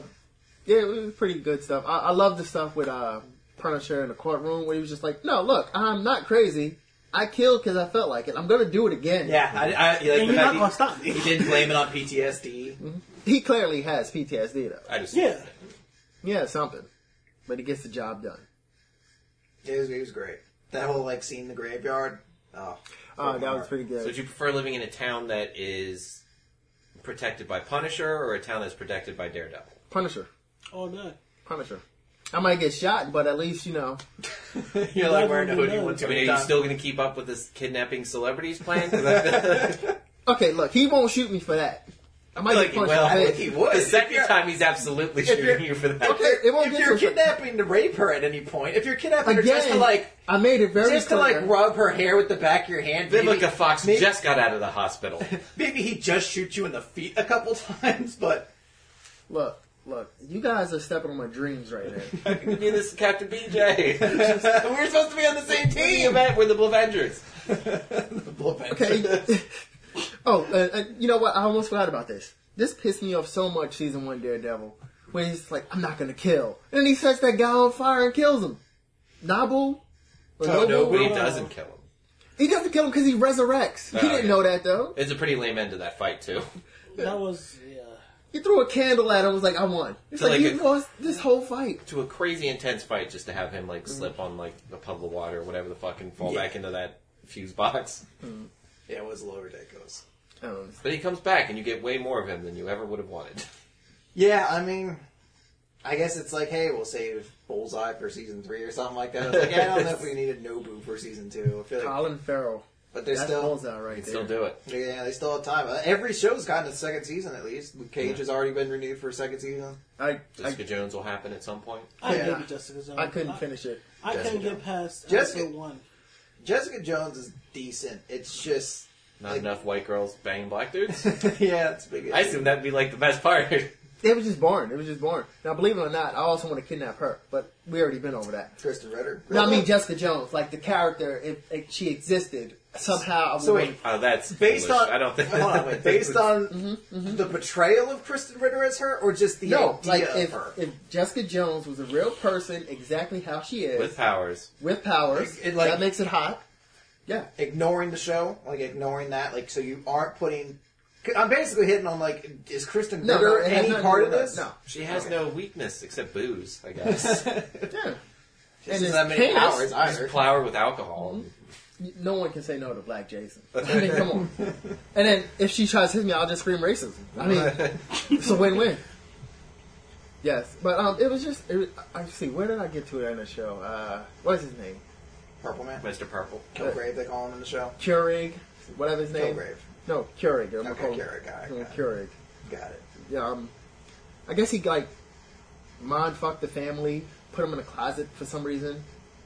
[SPEAKER 2] yeah, it was pretty good stuff. I, I love the stuff with uh, Punisher in the courtroom where he was just like, "No, look, I'm not crazy. I killed because I felt like it. I'm gonna do it again."
[SPEAKER 1] yeah, I, I, like, the
[SPEAKER 4] And you're
[SPEAKER 1] fact
[SPEAKER 4] not
[SPEAKER 1] he-
[SPEAKER 4] gonna stop
[SPEAKER 1] <laughs>
[SPEAKER 4] me.
[SPEAKER 1] He didn't blame it on PTSD.
[SPEAKER 2] Mm-hmm. He clearly has PTSD though.
[SPEAKER 3] I just
[SPEAKER 4] Yeah.
[SPEAKER 2] Yeah, something. But he gets the job done.
[SPEAKER 1] It was, it was great. That whole like scene in the graveyard.
[SPEAKER 2] <laughs>
[SPEAKER 1] Oh,
[SPEAKER 2] Uh, that was pretty
[SPEAKER 3] So,
[SPEAKER 2] good.
[SPEAKER 3] would you prefer living in a town that is protected by Punisher or a town that's protected by Daredevil?
[SPEAKER 2] Punisher,
[SPEAKER 4] All night.
[SPEAKER 2] Punisher. I might get shot, but at least you know.
[SPEAKER 1] You're like wearing a hoodie once
[SPEAKER 3] I
[SPEAKER 1] every
[SPEAKER 3] mean, are you
[SPEAKER 1] time.
[SPEAKER 3] still going to keep up with this kidnapping celebrities
[SPEAKER 1] <laughs>
[SPEAKER 3] plan? <laughs> 'Cause I-
[SPEAKER 2] Okay, look, he won't shoot me for that. I might
[SPEAKER 3] Like,
[SPEAKER 2] get punched
[SPEAKER 3] well,
[SPEAKER 1] I
[SPEAKER 2] in the
[SPEAKER 1] think
[SPEAKER 2] face.
[SPEAKER 1] he would.
[SPEAKER 3] <laughs> the
[SPEAKER 1] If
[SPEAKER 3] second
[SPEAKER 1] you're-
[SPEAKER 3] time he's absolutely shooting
[SPEAKER 1] you're-
[SPEAKER 3] you for that.
[SPEAKER 2] Okay, it won't
[SPEAKER 1] if
[SPEAKER 2] get
[SPEAKER 1] you're
[SPEAKER 2] to a-
[SPEAKER 1] kidnapping to rape her at any point, if you're kidnapping her just to
[SPEAKER 2] Again,
[SPEAKER 1] like
[SPEAKER 2] I made it very
[SPEAKER 1] just to
[SPEAKER 2] clear.
[SPEAKER 1] like rub her hair with the back of your hand,
[SPEAKER 3] Then
[SPEAKER 1] maybe-
[SPEAKER 3] look, a fox
[SPEAKER 1] maybe-
[SPEAKER 3] just got out of the
[SPEAKER 1] <laughs>
[SPEAKER 3] hospital.
[SPEAKER 1] Maybe he just shoots you in the feet a couple times, but
[SPEAKER 2] look, Look, you guys are stepping on my dreams right now.
[SPEAKER 3] I can be this Captain <laughs> BJ. we were supposed to be on
[SPEAKER 1] <laughs>
[SPEAKER 3] the same team. We're the Blue Avengers.
[SPEAKER 2] Okay. <laughs> oh, uh, uh, you know what? I almost forgot about this. This pissed me off so much. Season one Daredevil, where he's like, "I'm not gonna kill," and then he sets that guy on fire and kills him. Nabu. Or
[SPEAKER 3] Oh,
[SPEAKER 2] Nobu?
[SPEAKER 3] no, but he doesn't kill him.
[SPEAKER 2] He doesn't kill him because he resurrects.
[SPEAKER 3] Oh,
[SPEAKER 2] he didn't
[SPEAKER 3] yeah.
[SPEAKER 2] know that though.
[SPEAKER 3] It's a pretty lame end to that fight too. <laughs>
[SPEAKER 4] That was yeah.
[SPEAKER 2] He threw a candle at him. and Was like, "I won." It's
[SPEAKER 3] So,
[SPEAKER 2] like,
[SPEAKER 3] like,
[SPEAKER 2] you
[SPEAKER 3] a-
[SPEAKER 2] lost this whole fight.
[SPEAKER 3] to a crazy intense fight just to have him like slip on like a puddle of water or whatever the fuck and fall
[SPEAKER 1] Yeah.
[SPEAKER 3] back into that fuse box.
[SPEAKER 1] <laughs> Yeah, it was a little ridiculous.
[SPEAKER 2] Um,
[SPEAKER 3] But he comes back and you get way more of him than you ever would have wanted. <laughs>
[SPEAKER 1] Yeah, I mean, I guess it's like, hey, we'll save Bullseye for season three or something like that. I, was like, yeah, I don't know if we needed Nobu for season two. I feel like,
[SPEAKER 2] Colin Farrell.
[SPEAKER 1] but they're
[SPEAKER 2] That's
[SPEAKER 1] still,
[SPEAKER 2] bullseye right
[SPEAKER 3] You
[SPEAKER 2] there.
[SPEAKER 3] still do it.
[SPEAKER 1] yeah, they still have time. Uh, Every show's gotten a second season at least. Luke Cage has already been renewed for a second season.
[SPEAKER 2] I, I,
[SPEAKER 3] Jessica Jones will happen at some point.
[SPEAKER 4] I
[SPEAKER 1] Yeah.
[SPEAKER 4] yeah. gave Jessica Jones.
[SPEAKER 2] I couldn't finish it.
[SPEAKER 4] I, I couldn't
[SPEAKER 1] Jessica
[SPEAKER 4] get past
[SPEAKER 1] Jessica-
[SPEAKER 4] episode one.
[SPEAKER 1] Jessica Jones is decent. It's just,
[SPEAKER 3] Not
[SPEAKER 1] Like-
[SPEAKER 3] enough white girls banging black dudes.
[SPEAKER 1] <laughs> yeah, it's a big.
[SPEAKER 3] I
[SPEAKER 1] issue.
[SPEAKER 3] assume that'd be like the best part. <laughs>
[SPEAKER 2] It was just boring. It was just boring. Now, believe it or not, I also want to kidnap her, but we already been over that.
[SPEAKER 1] Kristen Ritter.
[SPEAKER 2] No, I mean Jessica Jones, like the character, if, if she existed somehow. I would
[SPEAKER 1] So wait,
[SPEAKER 3] Oh, that's
[SPEAKER 1] based
[SPEAKER 3] foolish.
[SPEAKER 1] on
[SPEAKER 3] I don't think.
[SPEAKER 1] hold
[SPEAKER 3] <laughs>
[SPEAKER 1] on, wait, based on the portrayal of Kristen Ritter as her, or just the
[SPEAKER 2] Mm-hmm,
[SPEAKER 1] idea
[SPEAKER 2] no, like
[SPEAKER 1] of
[SPEAKER 2] if,
[SPEAKER 1] her.
[SPEAKER 2] if Jessica Jones was a real person, exactly how she is
[SPEAKER 3] with
[SPEAKER 2] with,
[SPEAKER 3] powers.
[SPEAKER 2] powers,
[SPEAKER 1] It- it, like-
[SPEAKER 2] that makes it hot.
[SPEAKER 1] <laughs>
[SPEAKER 2] Yeah,
[SPEAKER 1] ignoring the show, like ignoring that, like so you aren't putting. I'm basically hitting on like, is Kristen
[SPEAKER 2] No,
[SPEAKER 1] Ritter
[SPEAKER 2] no, it has
[SPEAKER 1] any
[SPEAKER 2] nothing
[SPEAKER 1] part
[SPEAKER 2] to
[SPEAKER 1] of
[SPEAKER 2] do with
[SPEAKER 1] this?
[SPEAKER 2] her. No.
[SPEAKER 3] She has no weakness except booze, I guess.
[SPEAKER 2] yeah.
[SPEAKER 1] She doesn't
[SPEAKER 2] his
[SPEAKER 1] have many
[SPEAKER 2] penis-
[SPEAKER 1] powers either.
[SPEAKER 3] Flower with alcohol.
[SPEAKER 2] No one can say no to Black
[SPEAKER 1] <laughs>
[SPEAKER 2] Jason. I mean, come on. And then if she tries to hit me, I'll just scream racism. I mean,
[SPEAKER 1] <laughs>
[SPEAKER 2] it's a win-win. Yes, but um, it was just. It was, I see. Where did I get to it in the show? Uh, what's his name?
[SPEAKER 1] Purple Man,
[SPEAKER 3] Mr. Purple.
[SPEAKER 1] Kilgrave, they call him in the show.
[SPEAKER 2] Keurig, whatever his name.
[SPEAKER 1] Kilgrave,
[SPEAKER 2] No, Keurig. I'm gonna
[SPEAKER 1] Okay,
[SPEAKER 2] call him-
[SPEAKER 1] Keurig, alright,
[SPEAKER 2] call him
[SPEAKER 1] got it.
[SPEAKER 2] Keurig.
[SPEAKER 1] got it.
[SPEAKER 2] Yeah, um, I guess he like mind fucked the family, put him in a closet for some reason,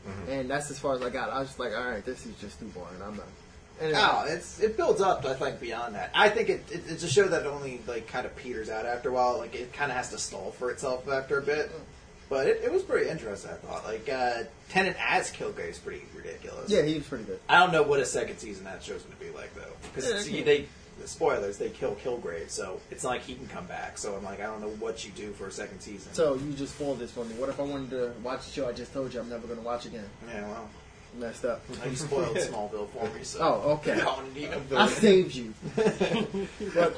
[SPEAKER 1] Mm-hmm.
[SPEAKER 2] and that's as far as I got. I was just like, all right, this is just too boring. I'm not. And then-
[SPEAKER 1] Oh, it's it builds up. I think beyond that, I think it, it it's a show that only like kind of peters out after a while. Like it kind of has to stall for itself after a bit.
[SPEAKER 2] Mm.
[SPEAKER 1] But it, it was pretty interesting. I thought like uh, Tenant as Kilgrave is pretty ridiculous.
[SPEAKER 2] yeah, he was pretty good.
[SPEAKER 1] I don't know what a second season that show's going to be like though,
[SPEAKER 2] Yeah,
[SPEAKER 1] because
[SPEAKER 2] I can't-
[SPEAKER 1] they the spoilers they kill Kilgrave, so it's not like he can come back. So I'm like, I don't know what you do for a second season.
[SPEAKER 2] So you just spoiled this for me. What if I wanted to watch the show I just told you I'm never going to watch again?
[SPEAKER 1] yeah, well,
[SPEAKER 2] Messed up.
[SPEAKER 1] you
[SPEAKER 2] <laughs>
[SPEAKER 1] spoiled Smallville for me. So
[SPEAKER 2] Oh,
[SPEAKER 1] <laughs>
[SPEAKER 2] okay.
[SPEAKER 1] I don't need a-
[SPEAKER 2] I saved you. <laughs> but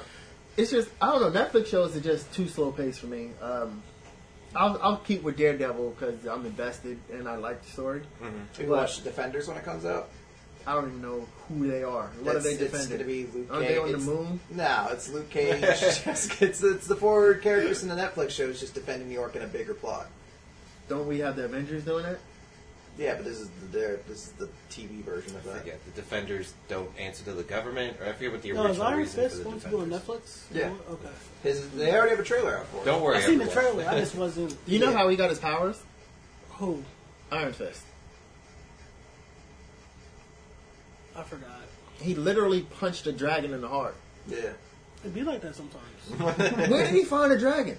[SPEAKER 2] it's just I don't know. Netflix shows are just too slow paced for me. Um, I'll, I'll keep with Daredevil because I'm invested and I like the story.
[SPEAKER 1] We watch Defenders when it comes out.
[SPEAKER 2] I don't even know who they are.
[SPEAKER 1] It's-
[SPEAKER 2] What are they
[SPEAKER 1] It's going to
[SPEAKER 2] defending?
[SPEAKER 1] be Luke
[SPEAKER 2] Aren't
[SPEAKER 1] Cage.
[SPEAKER 2] they on the
[SPEAKER 1] it's-
[SPEAKER 2] moon?
[SPEAKER 1] No, it's <laughs> Luke Cage. Jessica- it's, it's the four characters in the Netflix shows just defending New York in a bigger plot.
[SPEAKER 2] Don't we have the Avengers doing it?
[SPEAKER 1] Yeah, but this is the their, this is the TV version of
[SPEAKER 3] I
[SPEAKER 1] that.
[SPEAKER 3] forget the defenders don't answer to the government, or I forget what the
[SPEAKER 4] No, is
[SPEAKER 3] original
[SPEAKER 4] Iron
[SPEAKER 3] reason for
[SPEAKER 4] Fist
[SPEAKER 3] the
[SPEAKER 4] going to be on
[SPEAKER 3] defenders.
[SPEAKER 4] Netflix?
[SPEAKER 1] Yeah.
[SPEAKER 4] Okay.
[SPEAKER 1] His, they already have a trailer out for it.
[SPEAKER 3] Don't worry,
[SPEAKER 4] I seen the
[SPEAKER 3] everyone. <laughs>
[SPEAKER 4] trailer. I just wasn't.
[SPEAKER 2] Do you know
[SPEAKER 1] Yeah.
[SPEAKER 2] how he got his powers?
[SPEAKER 4] Who?
[SPEAKER 2] Iron Fist.
[SPEAKER 4] I forgot.
[SPEAKER 2] He literally punched a dragon in
[SPEAKER 1] <laughs>
[SPEAKER 2] the heart.
[SPEAKER 1] Yeah,
[SPEAKER 4] It'd be like that sometimes.
[SPEAKER 2] Where did he find a dragon?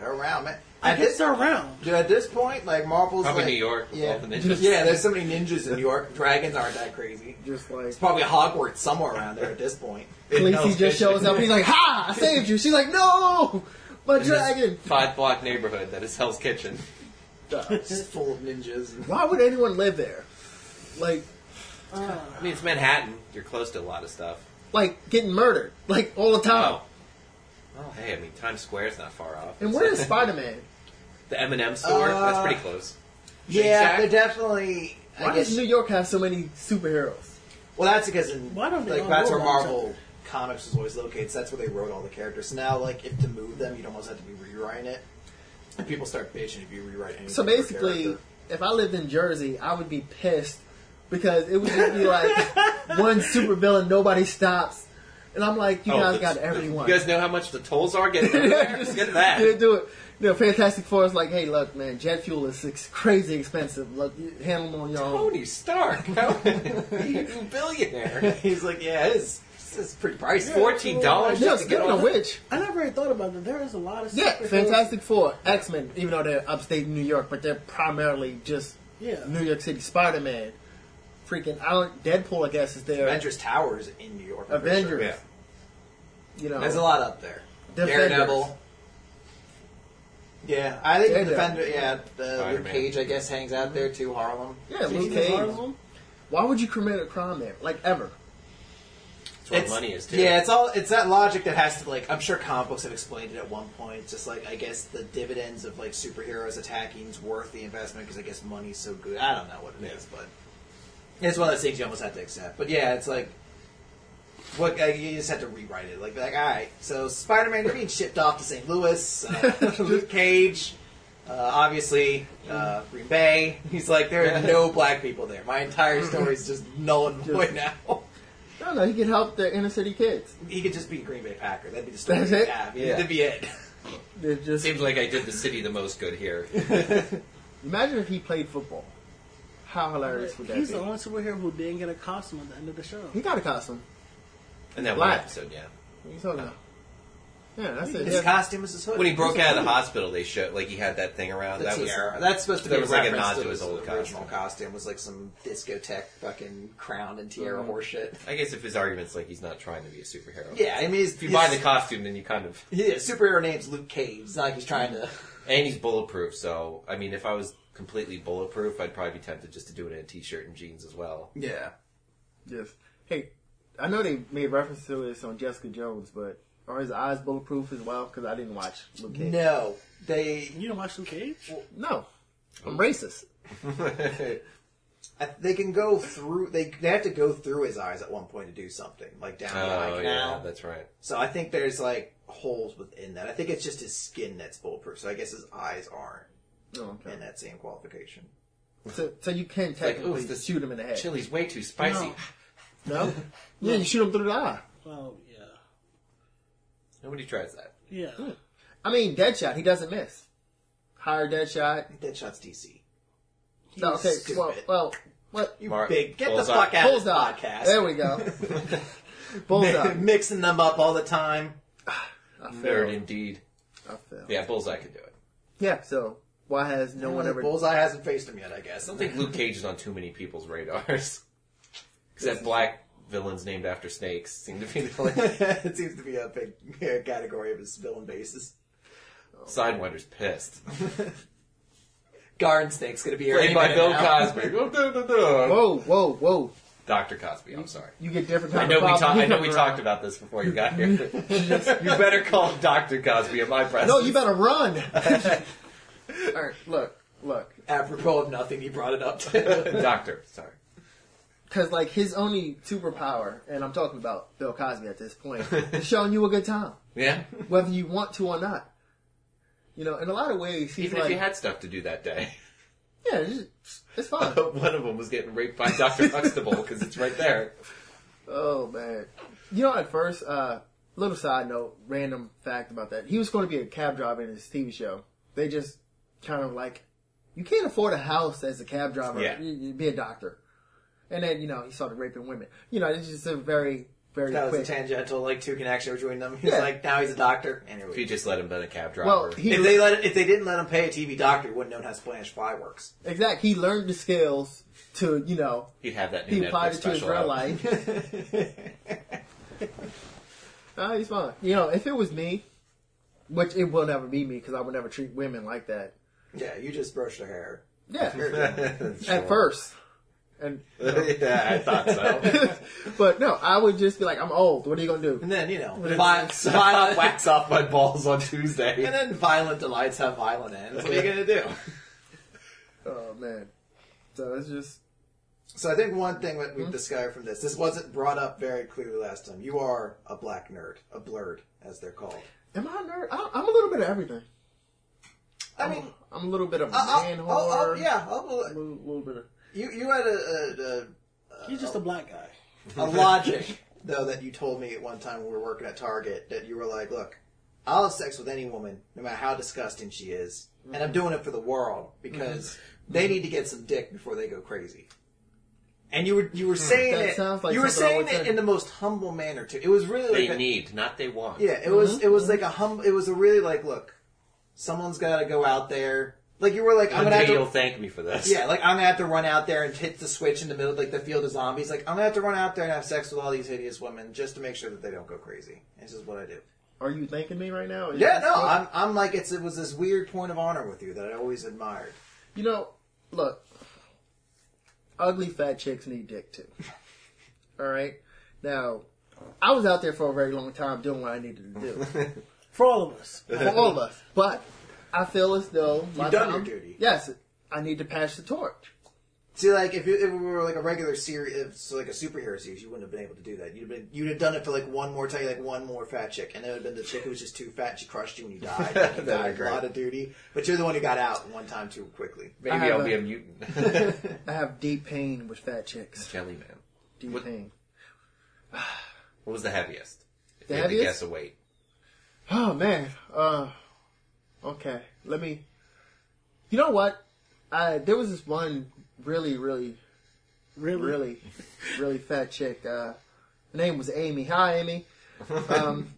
[SPEAKER 1] they're around, man.
[SPEAKER 4] I
[SPEAKER 1] At
[SPEAKER 4] guess
[SPEAKER 1] this,
[SPEAKER 4] they're around.
[SPEAKER 1] dude, at this point, like Marvel's
[SPEAKER 3] Probably
[SPEAKER 1] like,
[SPEAKER 3] New York with all
[SPEAKER 1] <laughs> Yeah,
[SPEAKER 3] the ninjas.
[SPEAKER 1] yeah. There's so many ninjas in New York. Dragons aren't that crazy.
[SPEAKER 2] Just like
[SPEAKER 1] It's probably Hogwarts somewhere around there at this point.
[SPEAKER 2] Khaleesi just shows up. He's like, "Ha! I saved you." She's like, "No, my dragon."
[SPEAKER 3] Five block neighborhood that is Hell's Kitchen.
[SPEAKER 1] It's just full of ninjas. And,
[SPEAKER 2] Why would anyone live there? Like,
[SPEAKER 4] Uh,
[SPEAKER 3] I mean, it's Manhattan. You're close to a lot of stuff.
[SPEAKER 2] like getting murdered, like all the time.
[SPEAKER 3] Oh, hey, I mean, Times Square is not far off.
[SPEAKER 2] And where is Spider Man?
[SPEAKER 3] <laughs> the M&M store?
[SPEAKER 1] Uh,
[SPEAKER 3] That's pretty close.
[SPEAKER 1] yeah,
[SPEAKER 3] Zigzag?
[SPEAKER 1] they're definitely. I
[SPEAKER 2] Why
[SPEAKER 1] guess
[SPEAKER 2] does New York have so many superheroes?
[SPEAKER 1] Well, that's because in
[SPEAKER 4] Why don't they
[SPEAKER 1] like
[SPEAKER 4] all
[SPEAKER 1] that's
[SPEAKER 4] know
[SPEAKER 1] where
[SPEAKER 4] about each
[SPEAKER 1] Marvel comics was always located. So that's where they wrote all the characters. So now, like, if to move them, you'd almost have to be rewriting it, and people start bitching if you rewrite anything.
[SPEAKER 2] So
[SPEAKER 1] for a <laughs>
[SPEAKER 2] basically,
[SPEAKER 1] character.
[SPEAKER 2] if I lived in Jersey, I would be pissed because it would just be like one super villain, nobody stops. And I'm like, you
[SPEAKER 3] Oh,
[SPEAKER 2] guys
[SPEAKER 3] the-
[SPEAKER 2] got
[SPEAKER 3] the-
[SPEAKER 2] everyone.
[SPEAKER 3] <laughs> You guys know how much the tolls are getting over there? Just get
[SPEAKER 2] Yeah,
[SPEAKER 3] that.
[SPEAKER 2] do it. You know, Fantastic Four is like, hey, look, man, jet fuel is ex- crazy expensive. Look, you handle them on your own.
[SPEAKER 3] Tony Stark. How, <laughs> you billionaire.
[SPEAKER 1] he's like, yeah, it is. it's, it's pretty pricey.
[SPEAKER 4] Yeah.
[SPEAKER 3] Fourteen dollars
[SPEAKER 2] No,
[SPEAKER 3] just to get
[SPEAKER 2] speaking of
[SPEAKER 3] on.
[SPEAKER 2] which,
[SPEAKER 4] I never really thought about that. There is a lot of
[SPEAKER 2] yeah,
[SPEAKER 4] superheroes-
[SPEAKER 2] Fantastic Four, X Men, even though they're upstate New York, but they're primarily just
[SPEAKER 4] Yeah.
[SPEAKER 2] New York City Spider Man. Freaking out Deadpool, I guess, is their
[SPEAKER 1] Avengers Towers in New York. I'm pretty
[SPEAKER 2] Avengers.
[SPEAKER 1] sure.
[SPEAKER 3] Yeah.
[SPEAKER 2] You know,
[SPEAKER 1] There's a lot up there.
[SPEAKER 2] Defenders.
[SPEAKER 1] Daredevil. Yeah, I think the
[SPEAKER 2] Daredevil.
[SPEAKER 1] Defender. Yeah, the Luke
[SPEAKER 3] Spider-Man.
[SPEAKER 1] Cage, I guess, hangs out there too. Harlem.
[SPEAKER 2] Yeah,
[SPEAKER 4] Jason
[SPEAKER 2] Luke Cage.
[SPEAKER 4] Harlem.
[SPEAKER 2] Why would you commit a crime there? Like ever?
[SPEAKER 3] That's where money is too.
[SPEAKER 1] Yeah, it's all it's that logic that has to like. I'm sure comic books have explained it at one point. It's Just like I guess the dividends of like superheroes attacking's worth the investment because I guess money's so good. I don't know what it is,
[SPEAKER 3] Yeah.
[SPEAKER 1] but it's one of those things you almost have to accept. But yeah, it's like what like, you just have to rewrite it. Like like all right, so Spider-Man you're being shipped off to St. Louis.
[SPEAKER 3] <laughs>
[SPEAKER 1] Uh, Luke Cage. Uh, obviously, uh, Green Bay. He's like, there are no black people there. My entire story's just null and void now. <laughs>
[SPEAKER 2] No, no, he could help the inner city kids.
[SPEAKER 1] He could just be a Green Bay Packer. That'd be the story.
[SPEAKER 2] That's
[SPEAKER 1] we'd
[SPEAKER 2] it?
[SPEAKER 1] have.
[SPEAKER 3] Yeah.
[SPEAKER 1] That'd be it.
[SPEAKER 2] They're just
[SPEAKER 3] Seems like I did the city the most good here.
[SPEAKER 2] imagine if he played football. How hilarious would that
[SPEAKER 4] He's
[SPEAKER 2] be?
[SPEAKER 4] the only superhero who didn't get a costume at the end of the show.
[SPEAKER 2] he got a costume.
[SPEAKER 3] And that one
[SPEAKER 2] Black.
[SPEAKER 3] episode, yeah.
[SPEAKER 2] What are you talking about? Yeah, <laughs> that's it.
[SPEAKER 1] His
[SPEAKER 2] Yeah.
[SPEAKER 1] costume is his hood.
[SPEAKER 3] When he broke out of the hospital, they showed like he had that thing around.
[SPEAKER 1] That's,
[SPEAKER 3] that was
[SPEAKER 1] his- that's supposed to be
[SPEAKER 3] there was like a
[SPEAKER 1] reference
[SPEAKER 3] nod
[SPEAKER 1] to
[SPEAKER 3] to his old
[SPEAKER 1] original
[SPEAKER 3] costume.
[SPEAKER 1] costume. Was like some discotheque fucking crown and tiara
[SPEAKER 2] Mhm.
[SPEAKER 1] horseshit.
[SPEAKER 3] I guess if his argument's like he's not trying to be a superhero.
[SPEAKER 1] Yeah, I mean,
[SPEAKER 3] If you buy the costume, then you kind of
[SPEAKER 1] yeah, superhero name's Luke Cage. It's not like he's trying
[SPEAKER 2] <laughs>
[SPEAKER 1] to.
[SPEAKER 3] and he's bulletproof. So I mean, if I was completely bulletproof, I'd probably be tempted just to do it in a t-shirt and jeans as well.
[SPEAKER 1] Yeah.
[SPEAKER 2] Yes. Hey, I know they made reference to this on Jessica Jones, but are his eyes bulletproof as well? Because I didn't watch Luke Cage.
[SPEAKER 1] No, they.
[SPEAKER 4] You didn't watch Luke Cage?
[SPEAKER 2] No, I'm racist.
[SPEAKER 1] I- They can go through. They they have to go through his eyes at one point to do something like down the eye
[SPEAKER 3] oh yeah,
[SPEAKER 1] canal.
[SPEAKER 3] that's right.
[SPEAKER 1] so I think there's like holes within that. I think it's just his skin that's bulletproof. So I guess his eyes aren't
[SPEAKER 2] Oh, okay.
[SPEAKER 1] in that same qualification.
[SPEAKER 2] So, so you can
[SPEAKER 3] Like,
[SPEAKER 2] technically
[SPEAKER 3] ooh, this
[SPEAKER 2] shoot him in the head.
[SPEAKER 3] Chili's way too spicy.
[SPEAKER 4] No.
[SPEAKER 2] No.
[SPEAKER 1] <laughs>
[SPEAKER 2] yeah, you shoot him through the eye.
[SPEAKER 4] Well, yeah.
[SPEAKER 3] Nobody tries that.
[SPEAKER 4] Yeah.
[SPEAKER 2] I mean, Deadshot, he doesn't miss. Hire Deadshot.
[SPEAKER 1] Deadshot's DC. <laughs>
[SPEAKER 2] No, okay.
[SPEAKER 1] stupid.
[SPEAKER 2] Well, well, what?
[SPEAKER 1] You
[SPEAKER 3] Mark,
[SPEAKER 1] big. Get
[SPEAKER 3] Bullseye.
[SPEAKER 1] the fuck out
[SPEAKER 2] Bullseye.
[SPEAKER 1] of this podcast.
[SPEAKER 2] There
[SPEAKER 1] <laughs>
[SPEAKER 2] we go. Bullseye.
[SPEAKER 1] Mixing them up all the time.
[SPEAKER 2] I
[SPEAKER 3] Nerd
[SPEAKER 2] failed.
[SPEAKER 3] indeed.
[SPEAKER 2] I failed.
[SPEAKER 3] Yeah, Bullseye could do it.
[SPEAKER 2] Yeah. So why has no one ever?
[SPEAKER 1] Bullseye hasn't faced him yet, I guess.
[SPEAKER 3] I don't think Luke Cage is on too many people's radars. <laughs> Except black villains named after snakes seem to be
[SPEAKER 2] <laughs>
[SPEAKER 3] the only-
[SPEAKER 1] <laughs> it seems to be a big <laughs> uh, category of his villain bases. <laughs>
[SPEAKER 3] Sidewinder's pissed.
[SPEAKER 1] Garden Snake's gonna be here
[SPEAKER 3] Played by
[SPEAKER 1] anybody
[SPEAKER 3] Bill
[SPEAKER 1] now.
[SPEAKER 2] <laughs>
[SPEAKER 3] Cosby.
[SPEAKER 2] Whoa, whoa, whoa!
[SPEAKER 3] Dr. Cosby, I'm sorry.
[SPEAKER 2] You get different.
[SPEAKER 3] I
[SPEAKER 2] Kind
[SPEAKER 3] know
[SPEAKER 2] of
[SPEAKER 3] we
[SPEAKER 2] problem.
[SPEAKER 3] talked. I
[SPEAKER 2] <laughs>
[SPEAKER 3] know we talked about this before you got here. you better call Doctor Cosby in my presence.
[SPEAKER 2] No, you better run. <laughs> All right, look, look.
[SPEAKER 1] <laughs> Apropos of nothing, he brought it up. To
[SPEAKER 3] <laughs> Doctor, sorry.
[SPEAKER 2] Because, like, his only superpower, and I'm talking about Bill Cosby at this point, <laughs> is showing you a good time,
[SPEAKER 3] Yeah.
[SPEAKER 2] whether you want to or not. You know, in a lot of ways, he's
[SPEAKER 3] Even if
[SPEAKER 2] like,
[SPEAKER 3] you had stuff to do that day, <laughs>
[SPEAKER 2] yeah, it's, it's fine.
[SPEAKER 3] one of them was getting raped by Doctor Huxtable because it's right there.
[SPEAKER 2] oh, man. You know, at first, uh, little side note, random fact about that. He was going to be a cab driver in his TV show. They just kind of like, you can't afford a house as a cab driver.
[SPEAKER 3] Yeah.
[SPEAKER 2] You, you be a doctor. And then, you know, he started raping women. You know, it's just a very,
[SPEAKER 1] <laughs>
[SPEAKER 2] very
[SPEAKER 1] that was
[SPEAKER 2] quick.
[SPEAKER 1] a tangential, like two connection between them. He's
[SPEAKER 2] Yeah.
[SPEAKER 1] like, now he's a doctor. And here
[SPEAKER 3] If
[SPEAKER 1] we
[SPEAKER 3] you
[SPEAKER 1] go.
[SPEAKER 3] just let him been a cab driver.
[SPEAKER 2] Well, he
[SPEAKER 1] If they let, if they didn't let him pay a TV doctor, he wouldn't know how Spanish fly <laughs> works.
[SPEAKER 2] Exactly. He learned the skills to, you know,
[SPEAKER 3] He'd have that new
[SPEAKER 2] he
[SPEAKER 3] Netflix
[SPEAKER 2] applied it to his
[SPEAKER 3] special
[SPEAKER 2] real
[SPEAKER 3] out. <laughs>
[SPEAKER 2] life. <laughs> Ah, he's fine. You know, if it was me, which it will never be me because I would never treat women like that.
[SPEAKER 1] yeah, you just brushed her hair.
[SPEAKER 2] Yeah,
[SPEAKER 3] <laughs> Sure.
[SPEAKER 2] at first. And
[SPEAKER 3] yeah, I
[SPEAKER 2] <laughs>
[SPEAKER 3] thought so.
[SPEAKER 2] but no, I would just be like, I'm old. What are you gonna do?
[SPEAKER 1] And then, you know, <laughs>
[SPEAKER 2] is
[SPEAKER 1] vi-
[SPEAKER 3] <laughs> I
[SPEAKER 1] violent,
[SPEAKER 3] wax off my balls on Tuesday.
[SPEAKER 1] and then violent delights have violent ends. What are you gonna do?
[SPEAKER 2] Oh man. So it's just
[SPEAKER 1] So I think one thing that we've discovered from this, this wasn't brought up very clearly last time. You are a black nerd, a blurred, as they're called.
[SPEAKER 2] am I a nerd? I, I'm a little bit of everything.
[SPEAKER 1] I mean, uh,
[SPEAKER 2] I'm a little bit of a
[SPEAKER 1] Um, I'll-
[SPEAKER 2] man
[SPEAKER 1] I'll-
[SPEAKER 2] whore.
[SPEAKER 1] I'll- I'll- oh, yeah,
[SPEAKER 2] A
[SPEAKER 1] I'll,
[SPEAKER 2] little, little bit of uh,
[SPEAKER 1] you you had a
[SPEAKER 4] He's just a black guy.
[SPEAKER 1] a, a, a logic <laughs> though that you told me at one time when we were working at Target that you were like, look, I'll have sex with any woman, no matter how disgusting she is, and I'm doing it for the world because they need to get some dick before they go crazy. And you were you were saying
[SPEAKER 2] That
[SPEAKER 1] it.
[SPEAKER 2] sounds like
[SPEAKER 1] you were
[SPEAKER 2] something I
[SPEAKER 1] saying
[SPEAKER 2] would
[SPEAKER 1] it
[SPEAKER 2] say.
[SPEAKER 1] in the most humble manner too. It was really like
[SPEAKER 3] They
[SPEAKER 1] a,
[SPEAKER 3] need, not they want.
[SPEAKER 1] yeah. It was
[SPEAKER 2] Mm-hmm.
[SPEAKER 1] it was like a hum. It was a really like look. Someone's got to go out there. Like you were like I'm
[SPEAKER 3] One
[SPEAKER 1] gonna have
[SPEAKER 3] day
[SPEAKER 1] to
[SPEAKER 3] you'll thank me for this.
[SPEAKER 1] Yeah, like I'm gonna have to run out there and hit the switch in the middle, like the field of zombies. Like I'm gonna have to run out there and have sex with all these hideous women just to make sure that they don't go crazy. This is what I do.
[SPEAKER 2] Are you thanking me right now? Is
[SPEAKER 1] Yeah,
[SPEAKER 2] that
[SPEAKER 1] no,
[SPEAKER 2] what-
[SPEAKER 1] I'm, I'm like it's it was this weird point of honor with you that I always admired.
[SPEAKER 2] You know, look, ugly fat chicks need dick too. <laughs> All right. Now, I was out there for a very long time doing what I needed to do
[SPEAKER 4] For all of us.
[SPEAKER 2] for all of us, but I feel as though my
[SPEAKER 1] You've done
[SPEAKER 2] time-
[SPEAKER 1] your duty.
[SPEAKER 2] Yes, I need to pass the torch.
[SPEAKER 1] See, like if it, if it were like a regular series, if it's like a superhero series, you wouldn't have been able to do that. You'd have been you'd have done it for like one more time, like one more fat chick, and it would have been the chick who was just too fat. She crushed you and you died. <laughs> Like, you
[SPEAKER 3] That'd be
[SPEAKER 1] died a
[SPEAKER 3] great.
[SPEAKER 1] lot of duty, but you're the one who got out one time too quickly.
[SPEAKER 3] Maybe
[SPEAKER 2] I have
[SPEAKER 3] I'll be
[SPEAKER 2] a-
[SPEAKER 3] a mutant. <laughs>
[SPEAKER 2] I have deep pain with fat chicks.
[SPEAKER 3] Jelly man.
[SPEAKER 2] Deep
[SPEAKER 3] What-
[SPEAKER 2] pain.
[SPEAKER 3] What was the heaviest? If
[SPEAKER 2] The
[SPEAKER 3] you had to
[SPEAKER 2] heaviest?
[SPEAKER 3] guess a weight.
[SPEAKER 2] Oh man. Uh, okay. Let me. You know what? I there was this one really, really,
[SPEAKER 3] <laughs>
[SPEAKER 4] Really?
[SPEAKER 2] really, really fat chick. Uh, her name was Amy. Hi, Amy. Um,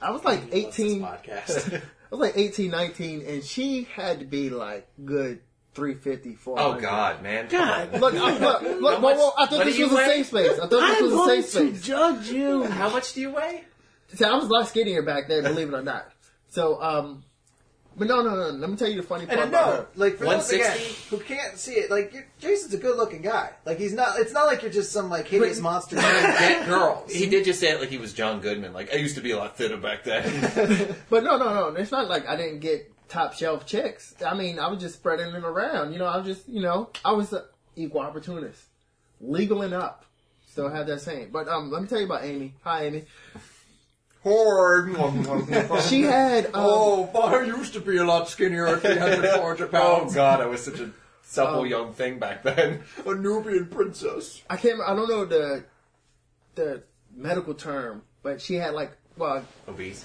[SPEAKER 2] I was like
[SPEAKER 1] Bless this
[SPEAKER 2] 18. I
[SPEAKER 1] podcast. <laughs>
[SPEAKER 2] was like 18, 19, and she had to be like good 350, 400.
[SPEAKER 3] Oh God, man!
[SPEAKER 4] God.
[SPEAKER 3] Come on.
[SPEAKER 2] Look, I, look, look,
[SPEAKER 3] much-
[SPEAKER 2] whoa, whoa, I thought
[SPEAKER 3] what
[SPEAKER 2] this
[SPEAKER 3] do you
[SPEAKER 2] was a
[SPEAKER 3] weigh?
[SPEAKER 2] safe space. I thought this
[SPEAKER 4] I'm
[SPEAKER 2] was a
[SPEAKER 4] going
[SPEAKER 2] safe
[SPEAKER 4] to
[SPEAKER 2] space.
[SPEAKER 4] judge you.
[SPEAKER 3] How much do you weigh?
[SPEAKER 2] See, I was a lot skinnier back then, believe it or not. So, um, but no, no, no. Let me tell you the funny part
[SPEAKER 1] And I
[SPEAKER 2] about
[SPEAKER 1] know,
[SPEAKER 2] her.
[SPEAKER 1] like for those again
[SPEAKER 3] 160?
[SPEAKER 1] who can't see it, like you Jason's a good-looking guy. Like he's not. It's not like you're just some like hideous monster <laughs> trying to get girls.
[SPEAKER 3] He did just say it like he was John Goodman. Like I used to be a lot thinner back then.
[SPEAKER 2] But no, no, no. It's not like I didn't get top shelf chicks. I mean, I was just spreading them around. You know, I was just, you know, I was an equal opportunist, legal and up. Still have that saying. But um, let me tell you about Amy. Hi, Amy.
[SPEAKER 3] <laughs>
[SPEAKER 1] Horde. <laughs>
[SPEAKER 2] She had. Um,
[SPEAKER 1] Oh, but I used to be a lot skinnier at <laughs> 300
[SPEAKER 3] oh God, I was such a supple young thing back then. <laughs>
[SPEAKER 1] A Nubian princess.
[SPEAKER 2] I can't. I don't know the the medical term, but she had like well
[SPEAKER 3] Obese.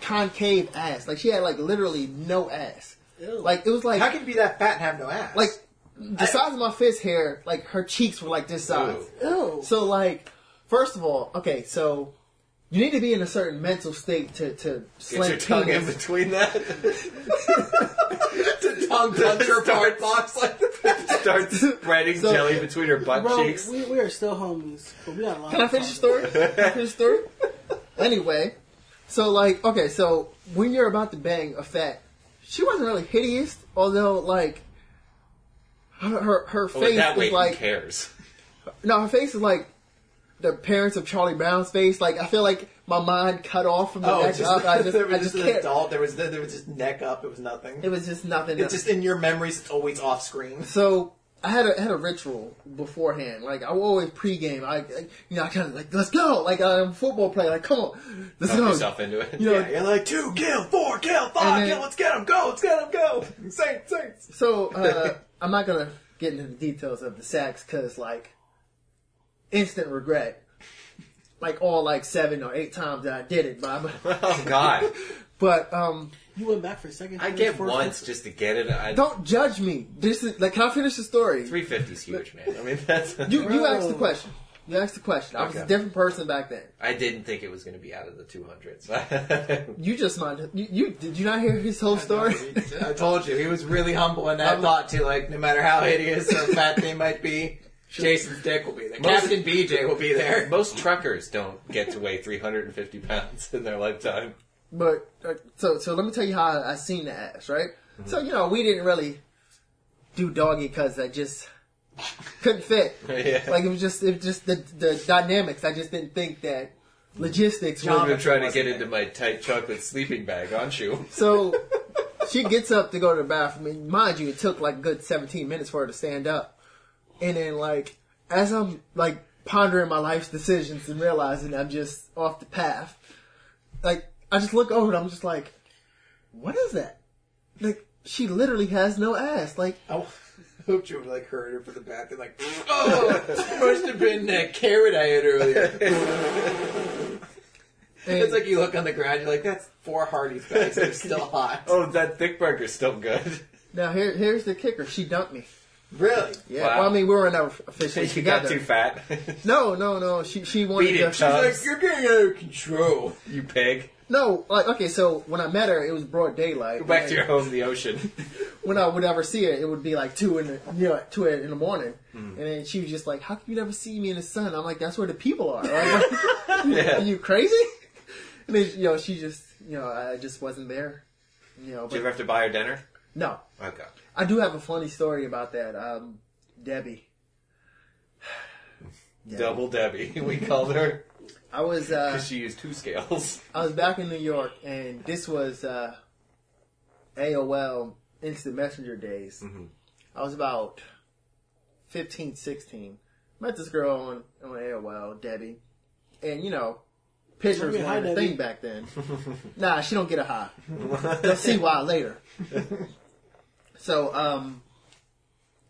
[SPEAKER 2] concave ass. Like she had like literally no ass.
[SPEAKER 4] Ew.
[SPEAKER 2] Like it was like
[SPEAKER 1] How can you be that fat and have no ass? <laughs>
[SPEAKER 2] like the size of my fist hair, like her cheeks were like this size.
[SPEAKER 3] Ew.
[SPEAKER 4] Ew.
[SPEAKER 2] So like, first of all, okay, so you need to be in a certain mental state to to
[SPEAKER 3] Get your
[SPEAKER 2] slant
[SPEAKER 3] tongue in
[SPEAKER 2] penis.
[SPEAKER 3] between that.
[SPEAKER 1] tongue puncher
[SPEAKER 3] Start-
[SPEAKER 1] part box like that.
[SPEAKER 3] <laughs> Start spreading
[SPEAKER 2] So-
[SPEAKER 3] jelly between her butt
[SPEAKER 4] Bro,
[SPEAKER 3] cheeks.
[SPEAKER 4] we, we are still homies, but we got a lot
[SPEAKER 2] Can I
[SPEAKER 4] of
[SPEAKER 2] finish the
[SPEAKER 4] fun.
[SPEAKER 2] story? Can I finish the
[SPEAKER 3] <laughs>
[SPEAKER 2] story? Anyway, so like, okay, so when you're about to bang a fat, she wasn't really hideous, although like. Her her, her
[SPEAKER 3] But
[SPEAKER 2] face
[SPEAKER 3] with Oh, that
[SPEAKER 2] was
[SPEAKER 3] weight,
[SPEAKER 2] like
[SPEAKER 3] who cares?
[SPEAKER 2] No, her face is like the parents of Charlie Brown's face. Like I feel like my mind cut off from the
[SPEAKER 1] Oh,
[SPEAKER 2] neck
[SPEAKER 1] just,
[SPEAKER 2] up.
[SPEAKER 3] <laughs>
[SPEAKER 2] I just,
[SPEAKER 1] there was
[SPEAKER 2] I just
[SPEAKER 1] just an
[SPEAKER 2] can't.
[SPEAKER 1] adult. There was there was just neck up. It was nothing.
[SPEAKER 2] It was just nothing.
[SPEAKER 1] it's just in your memories. It's always off screen.
[SPEAKER 2] so I had a had a ritual beforehand. Like I would always pregame. I, I you know I kind of like let's go. Like I'm a football player. Like come on, let's
[SPEAKER 3] Talk
[SPEAKER 2] go.
[SPEAKER 3] yourself into it.
[SPEAKER 2] You know,
[SPEAKER 1] Yeah, you're like two kill, four kill,
[SPEAKER 2] And
[SPEAKER 1] five
[SPEAKER 2] then-
[SPEAKER 1] kill. Let's get them, go. Let's get them, go. Saints, saints.
[SPEAKER 2] So uh, I'm not gonna get into the details of the sacks because like instant regret, like all like seven or eight times that I did it. But I'm-
[SPEAKER 3] <laughs> Oh God,
[SPEAKER 2] but um,
[SPEAKER 4] You went back for a second.
[SPEAKER 3] I
[SPEAKER 4] time,
[SPEAKER 3] get
[SPEAKER 4] first
[SPEAKER 3] once
[SPEAKER 4] time.
[SPEAKER 3] just to get it. I,
[SPEAKER 2] don't judge me. This is like can I finish the story?
[SPEAKER 3] 350's huge, man. I mean, <laughs> that's.
[SPEAKER 2] You you
[SPEAKER 4] Bro.
[SPEAKER 2] asked the question. You asked the question. I was a
[SPEAKER 3] Okay.
[SPEAKER 2] different person back then.
[SPEAKER 3] I didn't think it was going to be out of the <laughs> 200s.
[SPEAKER 2] You just mind. You, you did you not hear his whole story?
[SPEAKER 1] <laughs> I told you he was really humble in that
[SPEAKER 2] Um,
[SPEAKER 1] thought too. Like no matter how hideous
[SPEAKER 3] <laughs>
[SPEAKER 1] or fat they might be, Jason's dick will be there.
[SPEAKER 3] Most-
[SPEAKER 1] Captain BJ will be there.
[SPEAKER 3] Most truckers don't get to weigh 350 pounds in their lifetime. <laughs>
[SPEAKER 2] but uh, so so let me tell you how I, I seen the ass. Right. So you know we didn't really do doggy because I just couldn't fit.
[SPEAKER 3] Yeah.
[SPEAKER 2] Like it was just it was just the the dynamics. I just didn't think that logistics.
[SPEAKER 3] I've
[SPEAKER 2] were-
[SPEAKER 3] been trying to get into my tight chocolate sleeping bag, aren't <laughs> you?
[SPEAKER 2] So she gets up to go to the bathroom, and mind you, it took like good 17 minutes for her to stand up. And then, like, as I'm like pondering my life's decisions and realizing I'm just off the path, like, I just look over and I'm just like, what is that? Like, she literally has no ass. Like,
[SPEAKER 1] I hoped you would like heard her from the back and like, <laughs> oh, must have been that carrot I had <laughs> earlier.
[SPEAKER 2] and-
[SPEAKER 1] it's like you look on the ground, you're like, that's four Hardy's <laughs> guys. They're still hot.
[SPEAKER 3] Oh, that thick burger's still good.
[SPEAKER 2] now here, here's the kicker. She dumped me.
[SPEAKER 1] Really?
[SPEAKER 2] Yeah.
[SPEAKER 3] Wow.
[SPEAKER 2] Well, I mean, we were never officially
[SPEAKER 3] You got
[SPEAKER 2] together.
[SPEAKER 3] too fat. <laughs>
[SPEAKER 2] No, no, no. She she wanted
[SPEAKER 3] Beat
[SPEAKER 2] to.
[SPEAKER 3] it, Chuck.
[SPEAKER 1] Like, you're getting out of control.
[SPEAKER 3] you pig.
[SPEAKER 2] No, like okay. So when I met her, it was broad daylight.
[SPEAKER 3] Go back to your home in the <laughs> ocean.
[SPEAKER 2] When I would ever see her, it would be like two in the you know two in the morning,
[SPEAKER 3] Mm.
[SPEAKER 2] and then she was just like, "How can you never see me in the sun?" I'm like, "That's where the people are."
[SPEAKER 3] <laughs>
[SPEAKER 2] Like,
[SPEAKER 3] Yeah.
[SPEAKER 2] Are you crazy? And then you know she just you know I just wasn't there. You know, but
[SPEAKER 3] Did you ever have to buy her dinner?
[SPEAKER 2] no,
[SPEAKER 3] Okay.
[SPEAKER 2] I do have a funny story about that. Um, Debbie, <sighs>
[SPEAKER 3] Double Debbie, <laughs> we called her
[SPEAKER 2] I was uh,
[SPEAKER 3] because she used two <laughs> scales.
[SPEAKER 2] I was back in New York, and this was uh, AOL Instant Messenger days. I was about 15, 16. Met this girl on, on AOL, Debbie, and you know, pictures
[SPEAKER 4] Give me a
[SPEAKER 2] were
[SPEAKER 4] hi,
[SPEAKER 2] the
[SPEAKER 4] Debbie.
[SPEAKER 2] thing back then. nah, she don't get a high. You'll see why later. so, um,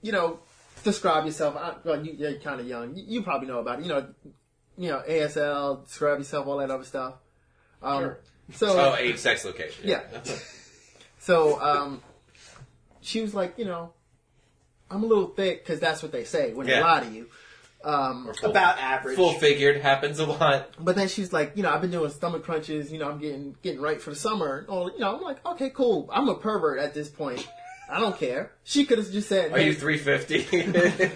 [SPEAKER 2] you know, describe yourself. I, well, you, you're kind of young. You, you probably know about it. You know, you know, ASL, describe yourself, all that other stuff. Um, So,
[SPEAKER 3] Oh, age, sex, location.
[SPEAKER 2] Yeah. so um, she was like, you know, I'm a little thick because that's what they say when they
[SPEAKER 3] Yeah.
[SPEAKER 2] lie to you. Um,
[SPEAKER 3] <laughs> Full-
[SPEAKER 1] About average.
[SPEAKER 3] full figured happens a lot.
[SPEAKER 2] but then she's like, you know, I've been doing stomach crunches. You know, I'm getting getting right for the summer. Oh, you know, I'm like, okay, cool. I'm a pervert at this point. I don't care. She could have just said,
[SPEAKER 3] Are
[SPEAKER 2] hey,
[SPEAKER 3] you <laughs> 350?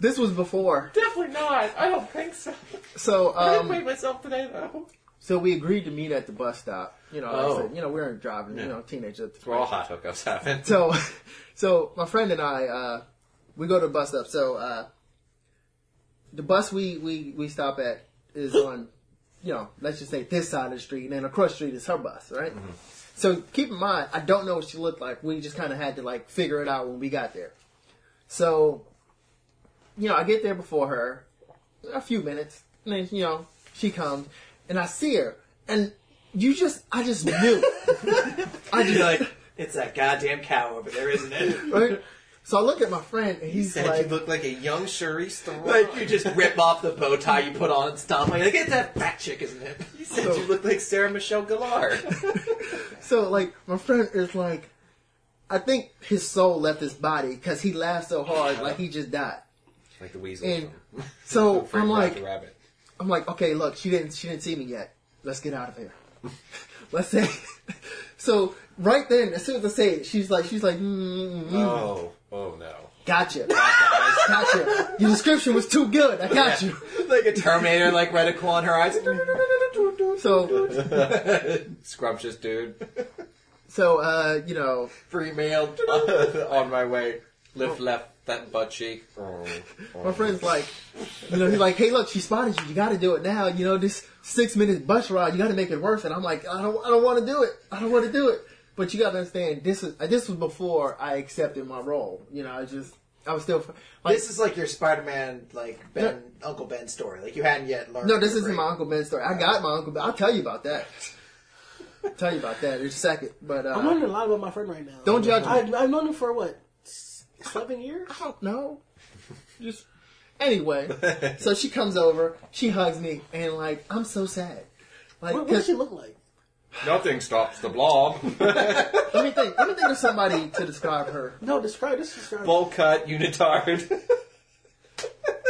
[SPEAKER 2] this was before.
[SPEAKER 3] Definitely not. I don't think so.
[SPEAKER 2] So um,
[SPEAKER 3] myself today though.
[SPEAKER 2] so we agreed to meet at the bus stop. You know, like I
[SPEAKER 3] Oh.
[SPEAKER 2] said, you know, we weren't driving.
[SPEAKER 3] Yeah.
[SPEAKER 2] You know, teenagers at the
[SPEAKER 3] We're all hot hookups happen.
[SPEAKER 2] <laughs> so so my friend and I uh we go to the bus stop. So uh the bus we we we stop at is on you know, let's just say this side of the street and then across the street is her bus, right? So keep in mind I don't know what she looked like. We just kinda had to like figure it out when we got there. So you know, I get there before her a few minutes and then you know, she comes and I see her and you just I just knew. I just
[SPEAKER 1] <laughs> You're like, it's that goddamn cow over there, isn't <laughs> it?
[SPEAKER 2] right? So I look at my friend and he's
[SPEAKER 3] Said
[SPEAKER 2] like,
[SPEAKER 3] you look like a young Charisse Theron.
[SPEAKER 1] like, you just rip off the bow tie you put on and stomp. Like, it's that fat chick, isn't it?
[SPEAKER 3] You said you look like Sarah Michelle Gellar.
[SPEAKER 2] so like my friend is like, I think his soul left his body because he laughed so hard, like he just died.
[SPEAKER 3] <laughs> like the weasel.
[SPEAKER 2] And
[SPEAKER 3] from-
[SPEAKER 2] so
[SPEAKER 3] from
[SPEAKER 2] I'm
[SPEAKER 3] Roger
[SPEAKER 2] like,
[SPEAKER 3] rabbit.
[SPEAKER 2] I'm like, okay, look, she didn't, she didn't see me yet. Let's get out of here. <laughs> Let's say. <laughs> So right then, as soon as I say it, she's like, she's like, mm, mm, mm,
[SPEAKER 3] Oh, oh no.
[SPEAKER 2] gotcha, gotcha. Your description was too good. I got you.
[SPEAKER 1] <laughs> like a Terminator, like reticle on her eyes. <laughs>
[SPEAKER 2] So,
[SPEAKER 3] Scrumptious dude. <laughs>
[SPEAKER 2] so uh, you know,
[SPEAKER 1] Free mail.
[SPEAKER 3] On my way.
[SPEAKER 2] Oh.
[SPEAKER 3] Lift left that butt cheek. Oh, oh.
[SPEAKER 2] My friend's like, you know, he's like, hey, look, she spotted you. You got to do it now. You know, this six minute bus ride, you got to make it worth it. I'm like, I don't, I don't want to do it. I don't want to do it. But you got to understand, this is uh, this was before I accepted my role. You know, I just, I was still, like,
[SPEAKER 1] This is like your Spider-Man, like Ben, Uncle Ben story. Like you hadn't yet learned.
[SPEAKER 2] no, this
[SPEAKER 1] your
[SPEAKER 2] isn't my
[SPEAKER 1] grade.
[SPEAKER 2] Uncle Ben story. I got my Uncle Ben. I'll tell you about that. I'll tell you about that in a second. But,
[SPEAKER 4] I'm
[SPEAKER 2] uh,
[SPEAKER 4] learning a lot about my friend right now.
[SPEAKER 2] Don't judge me.
[SPEAKER 4] I, I've known him for what s- seven years.
[SPEAKER 2] I don't know. Just, anyway.
[SPEAKER 4] <laughs>
[SPEAKER 2] so she comes over, she hugs me, and like, I'm so sad. Like,
[SPEAKER 4] What, what
[SPEAKER 2] 'cause-
[SPEAKER 4] does she look like?
[SPEAKER 3] Nothing stops
[SPEAKER 2] <laughs>
[SPEAKER 3] the blob.
[SPEAKER 2] Let me think. Let me think of somebody to describe her.
[SPEAKER 4] No, describe this. Describe.
[SPEAKER 3] Bowl cut, unitard,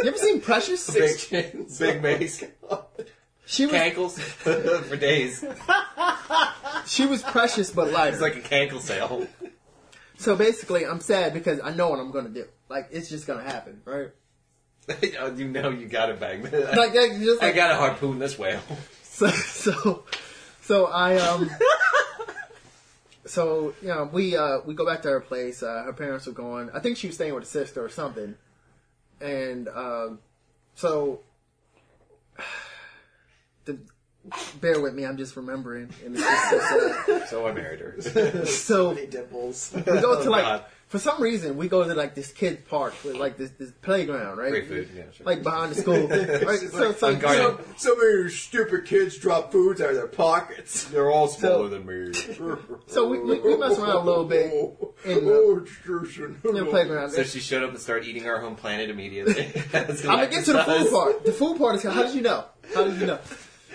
[SPEAKER 2] You ever seen Precious?
[SPEAKER 3] <laughs> big chins,
[SPEAKER 2] <laughs>
[SPEAKER 3] big mace,
[SPEAKER 2] Oh She was
[SPEAKER 3] cankles <laughs> for days.
[SPEAKER 2] she was precious but lighter.
[SPEAKER 3] It's like a cankle sale. <laughs>
[SPEAKER 2] so basically, I'm sad because I know what I'm gonna do. Like it's just gonna happen, right?
[SPEAKER 3] Oh, you know you gotta bang that.
[SPEAKER 2] Like that's just
[SPEAKER 3] I
[SPEAKER 2] like,
[SPEAKER 3] gotta harpoon this whale. <laughs>
[SPEAKER 2] so, so so I um so you know we uh we go back to her place. Uh, her parents were gone. I think she was staying with a sister or something. And um so <sighs> the bear with me. I'm just remembering. And it's just so sad.
[SPEAKER 3] So I married
[SPEAKER 2] <laughs>
[SPEAKER 3] her.
[SPEAKER 2] So
[SPEAKER 1] Many dimples. <laughs>
[SPEAKER 2] we go to
[SPEAKER 3] Oh,
[SPEAKER 2] like
[SPEAKER 3] God.
[SPEAKER 2] for some reason we go to like this kid park with like this this playground, right?
[SPEAKER 3] Free food. Yeah, sure.
[SPEAKER 2] Like behind the
[SPEAKER 3] <laughs>
[SPEAKER 2] school. right? So, so,
[SPEAKER 3] unguarded.
[SPEAKER 2] so-
[SPEAKER 1] Some of your stupid kids drop foods out of their pockets.
[SPEAKER 3] They're all
[SPEAKER 2] smaller
[SPEAKER 3] than me.
[SPEAKER 2] so we, we, we mess around a little bit in the,
[SPEAKER 1] Oh, Jason.
[SPEAKER 2] in the playground.
[SPEAKER 3] So she showed up and started eating our home planet immediately. <laughs>
[SPEAKER 2] I'm gonna get to the food part. The food part is how did you know? How did you know?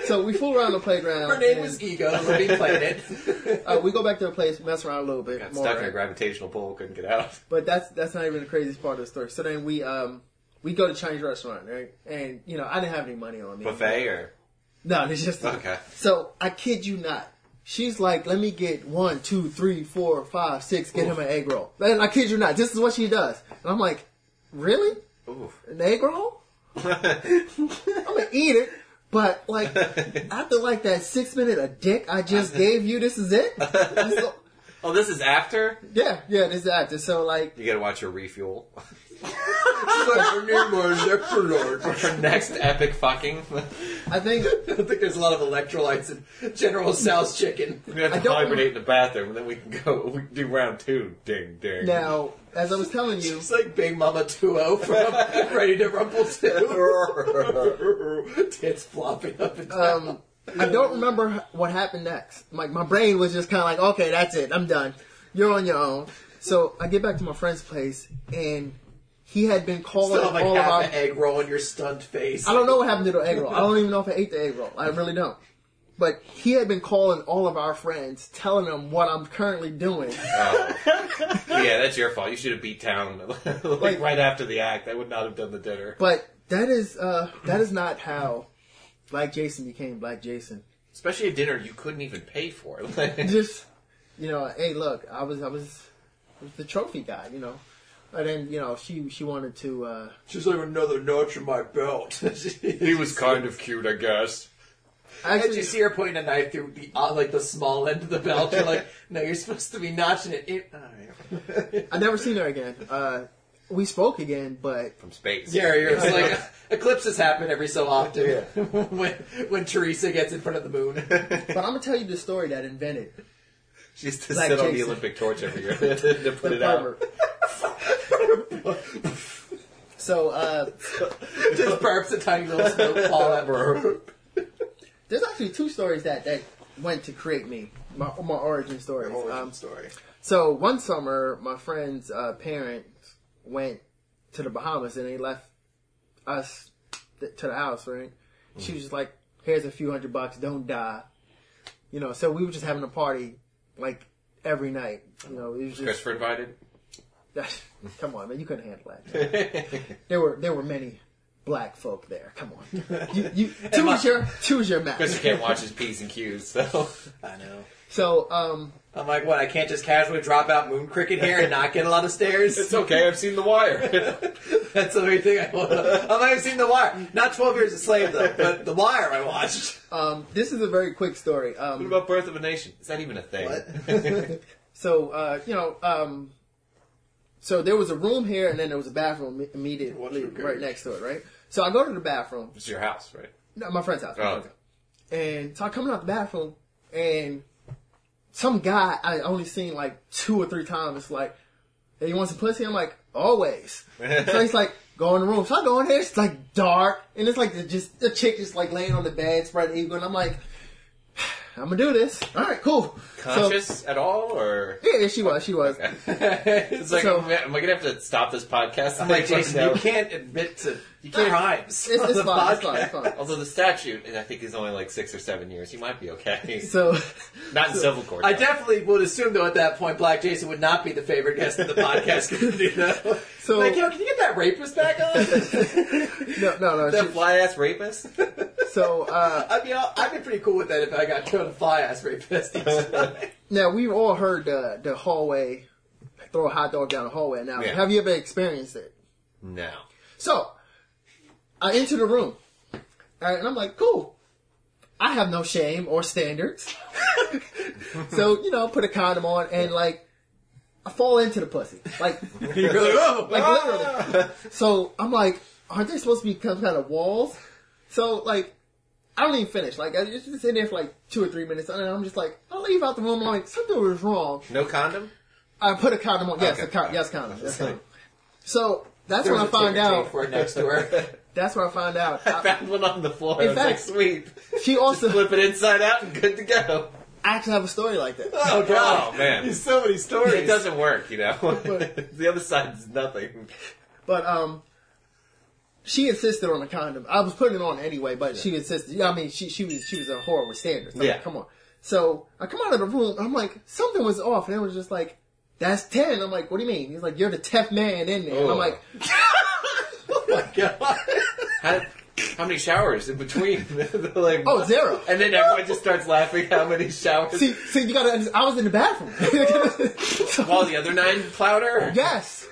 [SPEAKER 2] So we fool around the playground.
[SPEAKER 1] Her name
[SPEAKER 2] and,
[SPEAKER 1] was Ego, and we played
[SPEAKER 2] <laughs>
[SPEAKER 1] it.
[SPEAKER 2] Uh, we go back to the place, mess around a little bit
[SPEAKER 3] Got
[SPEAKER 2] more.
[SPEAKER 3] stuck in a gravitational pull, couldn't get out. <laughs>
[SPEAKER 2] But that's that's not even the craziest part of the story. So then we um we go to Chinese restaurant, right? And you know I didn't have any money on me.
[SPEAKER 3] Buffet or
[SPEAKER 2] No, it's just
[SPEAKER 3] Okay.
[SPEAKER 2] So I kid you not. She's like, let me get one, two, three, four, five, six. Get him an egg roll. And I kid you not. This is what she does. And I'm like, really?
[SPEAKER 3] Ooh.
[SPEAKER 2] An egg roll? I'm gonna eat it. But like after like that six minute a dick I just gave you, this is it. This is-
[SPEAKER 3] Oh, this is after?
[SPEAKER 2] yeah, yeah, this is after. So like
[SPEAKER 3] You gotta watch your refuel. <laughs>
[SPEAKER 1] Her name was Electrolyte.
[SPEAKER 3] For next epic fucking. <laughs> We're
[SPEAKER 2] I think
[SPEAKER 1] I don't think there's a lot of electrolytes in General Sal's chicken.
[SPEAKER 3] gonna
[SPEAKER 2] I
[SPEAKER 3] have to
[SPEAKER 2] don't-
[SPEAKER 3] hibernate in the bathroom and then we can go <laughs> we can do round two. Ding ding.
[SPEAKER 2] now, as I was telling you,
[SPEAKER 1] It's like Big Mama 2
[SPEAKER 2] <laughs>
[SPEAKER 1] from Ready to Rumble 2. Tits flopping up and down.
[SPEAKER 2] um, I don't remember what happened next. Like my brain was just kind of like, okay, that's it, I'm done. You're on your own. So I get back to my friend's place, and he had been calling
[SPEAKER 1] Still have like
[SPEAKER 2] all of
[SPEAKER 1] half
[SPEAKER 2] our.
[SPEAKER 1] an egg roll in your stunned face.
[SPEAKER 2] I don't know what happened to the egg roll. I don't even know if I ate the egg roll. I really don't. But he had been calling all of our friends, telling them what I'm currently doing.
[SPEAKER 3] Oh. <laughs> yeah, that's your fault. You should have beat town <laughs> like,
[SPEAKER 2] Like-
[SPEAKER 3] right after the act. I would not have done the dinner.
[SPEAKER 2] But that is uh, that is not how Black Jason became Black Jason.
[SPEAKER 3] Especially a dinner you couldn't even pay for. <laughs> Like,
[SPEAKER 2] <laughs> just you know, hey, look, I was I was, I was the trophy guy, you know. And then you know she she wanted to. uh
[SPEAKER 1] She's like another notch in my belt. <laughs>
[SPEAKER 3] he was kind of cute, I guess.
[SPEAKER 1] Did
[SPEAKER 2] Actually,
[SPEAKER 1] you see her putting a knife through the uh, like the small end of the belt? You're <laughs> like, no, you're supposed to be notching it. in. Alright.
[SPEAKER 2] I never seen her again. Uh We spoke again, but
[SPEAKER 3] From space.
[SPEAKER 1] Yeah, you're it's like uh, eclipses happen every so often <laughs> when when Teresa gets in front of the <laughs> moon.
[SPEAKER 2] but I'm gonna tell you the story that invented
[SPEAKER 3] <laughs> She used to
[SPEAKER 2] Like
[SPEAKER 3] sit on the
[SPEAKER 2] Jason.
[SPEAKER 3] Olympic torch every year <laughs> to put
[SPEAKER 2] the
[SPEAKER 3] it out.
[SPEAKER 2] pervert. <laughs> so uh
[SPEAKER 1] Just burps a tiny little <laughs> smoke fall out.
[SPEAKER 2] there's actually two stories that that went to create me. My, my origin stories. Um,
[SPEAKER 1] story.
[SPEAKER 2] So one summer, my friend's uh, parents went to the Bahamas and they left us th- to the house, right? She
[SPEAKER 1] Mm.
[SPEAKER 2] was just like, here's a few hundred bucks, don't die. You know, so we were just having a party like every night. You know, it was just,
[SPEAKER 3] Christopher invited.
[SPEAKER 2] <laughs> come on, man, you couldn't handle that.
[SPEAKER 1] <laughs>
[SPEAKER 2] there were, there were many black folk there. Come on. You, you, choose
[SPEAKER 1] my-
[SPEAKER 2] your, choose your match.
[SPEAKER 3] Christopher can't watch his P's and Q's, so
[SPEAKER 1] I know.
[SPEAKER 2] So, um,
[SPEAKER 1] I'm like, what? I can't just casually drop out moon cricket here and not get a lot of
[SPEAKER 3] it's
[SPEAKER 1] <laughs> stares.
[SPEAKER 3] okay. I've seen The Wire. <laughs>
[SPEAKER 1] That's the only thing I want. I might have seen The Wire. Not Twelve Years a Slave though, but The Wire I watched.
[SPEAKER 2] um, this is a very quick story. Um,
[SPEAKER 3] What about Birth of a Nation? Is that even a thing?
[SPEAKER 2] So uh, you know, um, so there was a room here, and then there was a bathroom imme- immediately
[SPEAKER 1] What's your
[SPEAKER 2] right
[SPEAKER 1] gauge?
[SPEAKER 2] next to it, right? So I go to the bathroom,
[SPEAKER 3] It's your house, right?
[SPEAKER 2] no, my friend's house, my
[SPEAKER 3] Oh,
[SPEAKER 2] friend's house. and so I'm coming out the bathroom, and some guy I only seen like two or three times. It's like, hey, you want some pussy? I'm like, always. so he's like, go in the room. So I go in there. It's like dark, and it's like the, just the chick just like laying on the bed, spread eagle, and I'm like, I'm gonna do this. All right, cool. So,
[SPEAKER 3] Conscious at all, or
[SPEAKER 2] yeah, yeah, she was, she was.
[SPEAKER 3] it's like
[SPEAKER 2] So-
[SPEAKER 3] am I gonna have to stop this podcast?
[SPEAKER 1] I'm like, Jason, you can't admit to you can't crimes.
[SPEAKER 2] It's,
[SPEAKER 1] on
[SPEAKER 2] it's
[SPEAKER 1] the
[SPEAKER 2] fine. It's fine.
[SPEAKER 1] podcast.
[SPEAKER 2] It's fine.
[SPEAKER 3] Although the statute, and I think is only like six or seven years, he might be okay.
[SPEAKER 2] So,
[SPEAKER 3] <laughs> Not in civil
[SPEAKER 1] <laughs>
[SPEAKER 3] court.
[SPEAKER 1] I
[SPEAKER 3] though.
[SPEAKER 1] definitely would assume though at that point, Black Jason would not be the favorite guest of the podcast <laughs> community though.
[SPEAKER 2] So-
[SPEAKER 1] like, yo, can you get that rapist back on? <laughs>
[SPEAKER 2] no, no, no.
[SPEAKER 3] that fly ass rapist.
[SPEAKER 2] she- so, uh,
[SPEAKER 1] I mean, I'll, I'd be pretty cool with that if I got turned a fly ass <laughs> rapist. each time.
[SPEAKER 2] now we've all heard the the hallway, throw a hot dog down the hallway. Now,
[SPEAKER 3] Yeah.
[SPEAKER 2] have you ever experienced it?
[SPEAKER 3] no.
[SPEAKER 2] So, I enter the room, all right, and I'm like, cool. I have no shame or standards. <laughs> so, you know, put a condom on and like, I fall into the pussy. Like,
[SPEAKER 1] You're like, oh,
[SPEAKER 2] Like literally. so I'm like, aren't they supposed to be some kind of walls? So like, I don't even finish. Like I just just in there for like two or three minutes, and I'm just like, I leave out the room. I'm like, something was wrong.
[SPEAKER 3] No condom.
[SPEAKER 2] I put a condom on. Yes,
[SPEAKER 3] Okay.
[SPEAKER 2] a con- yes, condom. Yes, condom. So that's
[SPEAKER 1] There
[SPEAKER 2] when I
[SPEAKER 1] was a
[SPEAKER 2] found
[SPEAKER 1] ticker tape
[SPEAKER 2] out.
[SPEAKER 1] for it next Oh, to <laughs> her.
[SPEAKER 2] That's when I
[SPEAKER 1] <laughs>
[SPEAKER 2] found out.
[SPEAKER 3] I
[SPEAKER 2] I,
[SPEAKER 3] found one on the floor.
[SPEAKER 2] In
[SPEAKER 3] I was like,
[SPEAKER 2] fact- <laughs>
[SPEAKER 3] sweet.
[SPEAKER 2] she also
[SPEAKER 3] Flip it inside out and good to go.
[SPEAKER 2] I actually have a story like that.
[SPEAKER 1] Oh god,
[SPEAKER 3] <laughs> Oh, man.
[SPEAKER 1] There's so many stories.
[SPEAKER 3] It <laughs> doesn't work, you know. the other side is nothing.
[SPEAKER 2] But um, she insisted on a condom. I was putting it on anyway, but she insisted. Yeah, I mean, she she was she was a whore with standards. I'm
[SPEAKER 3] Yeah.
[SPEAKER 2] like, come on. So I come out of the room. I'm like, something was off, and it was just like, that's ten. I'm like, what do you mean? He's like, you're the tenth man in there. And
[SPEAKER 3] Oh.
[SPEAKER 2] I'm like,
[SPEAKER 3] God. How, how many showers in between? <laughs> They're like,
[SPEAKER 2] oh,
[SPEAKER 3] <laughs>
[SPEAKER 2] zero.
[SPEAKER 3] And then everyone just starts laughing how many showers
[SPEAKER 2] see, see, you gotta. understand, I was in the <laughs> bathroom.
[SPEAKER 3] while the other nine plowed her?
[SPEAKER 2] yes.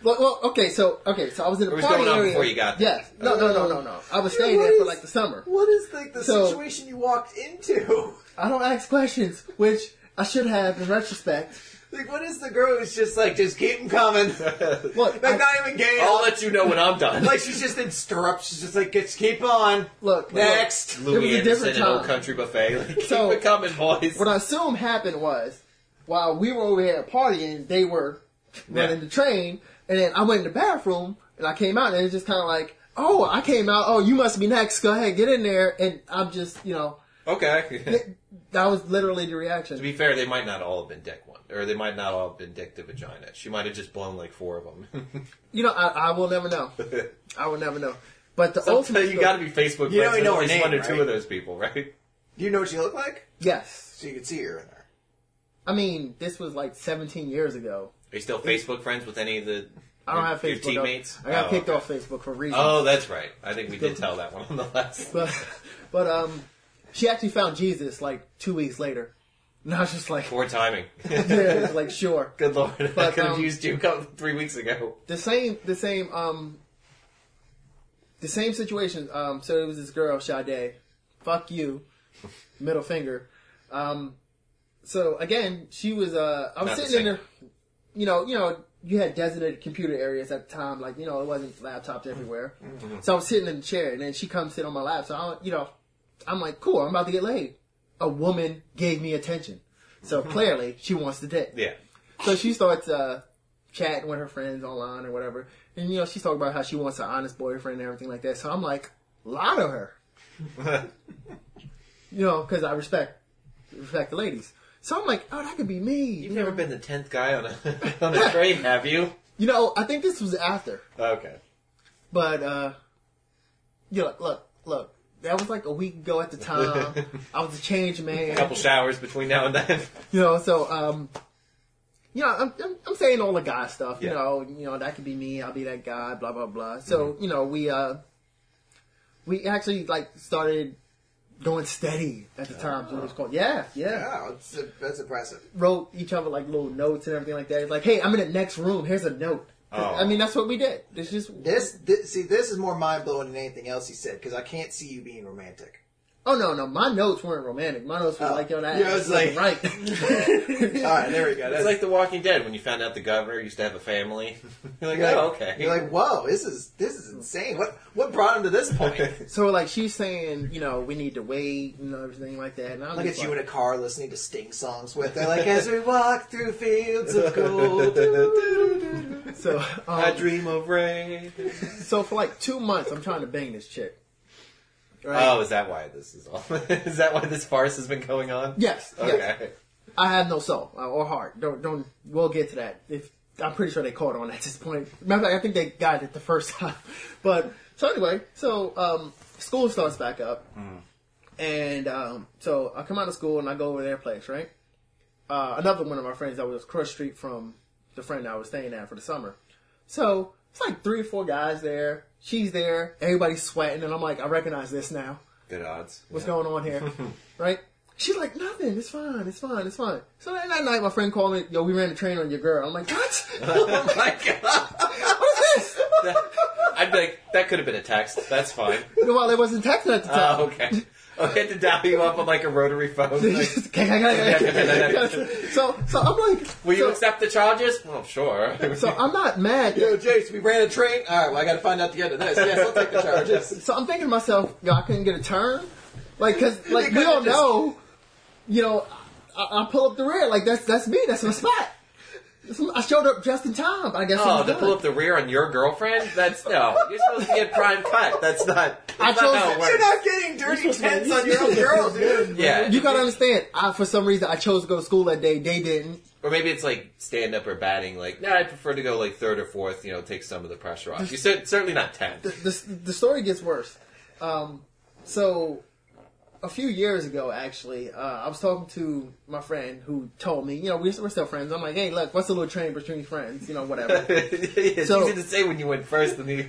[SPEAKER 2] Well, well, okay, so okay, so I was in a
[SPEAKER 3] was
[SPEAKER 2] party
[SPEAKER 3] going on
[SPEAKER 2] area.
[SPEAKER 3] before you got there.
[SPEAKER 2] Yes. No, no, no, no, no. I was staying there for like the summer.
[SPEAKER 1] What is like the
[SPEAKER 2] So-
[SPEAKER 1] situation you walked into? <laughs>
[SPEAKER 2] I don't ask questions, which I should have in retrospect.
[SPEAKER 1] Like, what is the girl who's just like, just keep them <laughs> coming?
[SPEAKER 2] Look,
[SPEAKER 1] like,
[SPEAKER 2] I-
[SPEAKER 1] not even gay.
[SPEAKER 3] I'll let you know when I'm done.
[SPEAKER 1] like, she's just in stirrups. She's just like, just keep on.
[SPEAKER 2] Look,
[SPEAKER 1] Next.
[SPEAKER 2] There was
[SPEAKER 3] <laughs> Louis
[SPEAKER 2] a
[SPEAKER 3] Anderson
[SPEAKER 2] different
[SPEAKER 3] and Old
[SPEAKER 2] time.
[SPEAKER 3] Country Buffet. <laughs> Like,
[SPEAKER 2] So-
[SPEAKER 3] keep it coming, boys.
[SPEAKER 2] What I assume happened was, while we were over here partying, they were running
[SPEAKER 3] Yeah.
[SPEAKER 2] the train, and then I went in the bathroom, and I came out, and it's just kind of like, oh, I came out, oh, you must be next, go ahead, get in there, and I'm just, you know,
[SPEAKER 3] Okay.
[SPEAKER 2] that was literally the
[SPEAKER 3] <laughs> to
[SPEAKER 2] reaction.
[SPEAKER 3] be fair, they might not all have been dick one, or they might not all have been dick to vagina. She might have just blown like four of them. <laughs>
[SPEAKER 2] You know, I, I will never know. I will never know. But the
[SPEAKER 3] Ultimately,
[SPEAKER 2] ultimate,
[SPEAKER 3] you got to be Facebook
[SPEAKER 1] You
[SPEAKER 3] you
[SPEAKER 1] don't even know
[SPEAKER 3] friends with at
[SPEAKER 1] her
[SPEAKER 3] least
[SPEAKER 1] name,
[SPEAKER 3] one or
[SPEAKER 1] right?
[SPEAKER 3] two of those people, right?
[SPEAKER 1] Do you know what she looked like?
[SPEAKER 2] yes.
[SPEAKER 1] So you could see her in there.
[SPEAKER 2] I mean, this was like 17 years ago.
[SPEAKER 3] Are you still Facebook friends with any of the
[SPEAKER 2] I don't have
[SPEAKER 3] your
[SPEAKER 2] Facebook. though.
[SPEAKER 3] teammates?
[SPEAKER 2] I got
[SPEAKER 3] Oh,
[SPEAKER 2] kicked
[SPEAKER 3] okay.
[SPEAKER 2] off Facebook for reasons.
[SPEAKER 3] Oh, that's right. I think we did <laughs> tell that one on the last.
[SPEAKER 2] But, but um, she actually found Jesus like two weeks later. And I was just like, <laughs>
[SPEAKER 3] Poor <laughs> timing.
[SPEAKER 2] yeah, it's like sure.
[SPEAKER 3] Good lord, I
[SPEAKER 2] But,
[SPEAKER 3] could have
[SPEAKER 2] um,
[SPEAKER 3] used you a couple, three weeks ago.
[SPEAKER 2] The same, the same, um, the same situation. Um, so it was this girl, Sade. Fuck you, middle finger. Um, so again, she was. Uh, I was
[SPEAKER 3] Not the
[SPEAKER 2] sitting in
[SPEAKER 3] same.
[SPEAKER 2] there. You know, you know, you had designated computer areas at the time. Like you know, it wasn't laptops everywhere.
[SPEAKER 3] Mm-hmm.
[SPEAKER 2] So I was sitting in the chair, and then she comes sit on my lap. So I, you know, I'm like, cool. I'm about to get laid. A woman gave me attention.
[SPEAKER 3] <laughs>
[SPEAKER 2] So clearly, she wants the dick.
[SPEAKER 3] Yeah.
[SPEAKER 2] So she starts uh, chatting with her friends online or whatever, and you know she's talking about how she wants an honest boyfriend and everything like that. So I'm like, lie to her, you know, because I respect respect the ladies. So I'm like, oh, that could be me.
[SPEAKER 3] You've never been the tenth guy on a <laughs> on a train, have you?
[SPEAKER 2] You know, I think this was after,
[SPEAKER 3] Okay.
[SPEAKER 2] but uh, you know, look, look, that was like a week ago at the time. I was a change man.
[SPEAKER 3] A couple showers between now and <laughs> then.
[SPEAKER 2] You know, so um, you know, I'm I'm, I'm saying all the guy stuff. You
[SPEAKER 3] Yeah.
[SPEAKER 2] know, you know that could be me. I'll be that guy. Blah blah blah. So
[SPEAKER 1] Mm-hmm.
[SPEAKER 2] you know, we uh, we actually like started going steady at the time. is what it was called. Yeah, yeah,
[SPEAKER 1] Wow, oh, it's, that's impressive.
[SPEAKER 2] Wrote each other like little notes and everything like that. It's like, hey, I'm in the next room. Here's a note.
[SPEAKER 3] Oh.
[SPEAKER 2] I mean, that's what we did. It's just
[SPEAKER 1] This, this see, this is more mind blowing than anything else he said because I can't see you being <laughs> romantic.
[SPEAKER 2] oh no no, my notes weren't romantic. My notes were
[SPEAKER 1] Oh.
[SPEAKER 2] like yo that.
[SPEAKER 1] Yeah, I was
[SPEAKER 2] looking
[SPEAKER 1] like- <laughs> All
[SPEAKER 2] right.
[SPEAKER 1] right, there we go.
[SPEAKER 3] It's like The Walking Dead when you found out the governor used to have a family. <laughs> You're like,
[SPEAKER 1] you're like,
[SPEAKER 3] oh, okay.
[SPEAKER 1] You're like, whoa, this is this is insane. What what brought him to this point?
[SPEAKER 2] <laughs> so like she's saying, you know, we need to wait and everything like that. And I'm
[SPEAKER 1] Look
[SPEAKER 2] just
[SPEAKER 1] at you
[SPEAKER 2] like,
[SPEAKER 1] in a car listening to Sting songs with. They're <laughs> like, as we walk through fields <laughs> of gold.
[SPEAKER 2] So,
[SPEAKER 3] I
[SPEAKER 2] um,
[SPEAKER 3] dream of rain.
[SPEAKER 2] so for like two months, I'm trying to bang this chick. Right?
[SPEAKER 3] Oh, is that why this is all? <laughs> is that why this farce has been going on?
[SPEAKER 2] yes, yes.
[SPEAKER 3] Okay.
[SPEAKER 2] I have no soul uh, or heart. Don't, don't. We'll get to that. If I'm pretty sure they caught on at this point. Matter of fact, I think they got it the first time. <laughs> But so anyway, so um, school starts back up, and um, so I come out of school and I go over to their place, right? Uh, another one of my friends that was across the street from the friend I was staying at for the summer. So it's like three or four guys there. She's there. Everybody's sweating, and I'm like, I recognize this now
[SPEAKER 3] Good
[SPEAKER 2] <laughs>
[SPEAKER 3] odds.
[SPEAKER 2] what's going on
[SPEAKER 3] <laughs>
[SPEAKER 2] here, right? She's like, nothing. It's fine. It's fine. It's fine. So then that night, my friend called me. Yo, we ran a train on your girl. I'm like, what? <laughs>
[SPEAKER 3] oh my god.
[SPEAKER 2] what is this?
[SPEAKER 3] I'd be like, that could have been a text.
[SPEAKER 2] <laughs>
[SPEAKER 3] That's fine.
[SPEAKER 2] well, it wasn't texting at the time. <laughs>
[SPEAKER 3] Oh, okay. I had to dial you up on like a rotary phone.
[SPEAKER 2] <laughs>
[SPEAKER 3] Like,
[SPEAKER 2] so, so I'm like,
[SPEAKER 3] Will you
[SPEAKER 2] so,
[SPEAKER 3] accept the charges? Well, sure.
[SPEAKER 2] so I'm not mad.
[SPEAKER 1] Yo, Jace, we ran a train. All right, well, I got to find out the end of this. Yes, I'll take the <laughs> charges.
[SPEAKER 2] So I'm thinking to myself, yo, I couldn't get a turn, like,
[SPEAKER 3] <laughs>
[SPEAKER 2] cause like we
[SPEAKER 1] could've
[SPEAKER 2] all
[SPEAKER 1] just-
[SPEAKER 2] know, you know, I, I pull up the rear, like that's that's me, that's my spot. I showed up just in time. I guess.
[SPEAKER 3] <laughs> Oh,
[SPEAKER 2] I'm
[SPEAKER 3] to
[SPEAKER 2] good.
[SPEAKER 3] pull up the rear on your girlfriend? That's no. You're supposed to get prime cut. That's not. That's
[SPEAKER 2] I
[SPEAKER 3] not
[SPEAKER 2] chose-
[SPEAKER 3] how it
[SPEAKER 1] You're
[SPEAKER 3] works.
[SPEAKER 1] not getting dirty tents on your own girl, dude.
[SPEAKER 3] Yeah.
[SPEAKER 2] You gotta understand. I, for some reason, I chose to go to school that day. They didn't.
[SPEAKER 3] Or maybe it's like stand up or batting. Like, no, I prefer to go like third or fourth. You know, take some of the pressure off. You're cer- certainly not
[SPEAKER 2] The,
[SPEAKER 3] tenth.
[SPEAKER 2] the, the story gets worse. Um, so, a few years ago, actually, uh, I was talking to my friend who told me, you know, we're, we're still friends. I'm like, hey, look, what's the little train between friends? You know,
[SPEAKER 3] <laughs>
[SPEAKER 2] whatever.
[SPEAKER 3] it's
[SPEAKER 2] So-
[SPEAKER 3] easy to say when you went first, and you,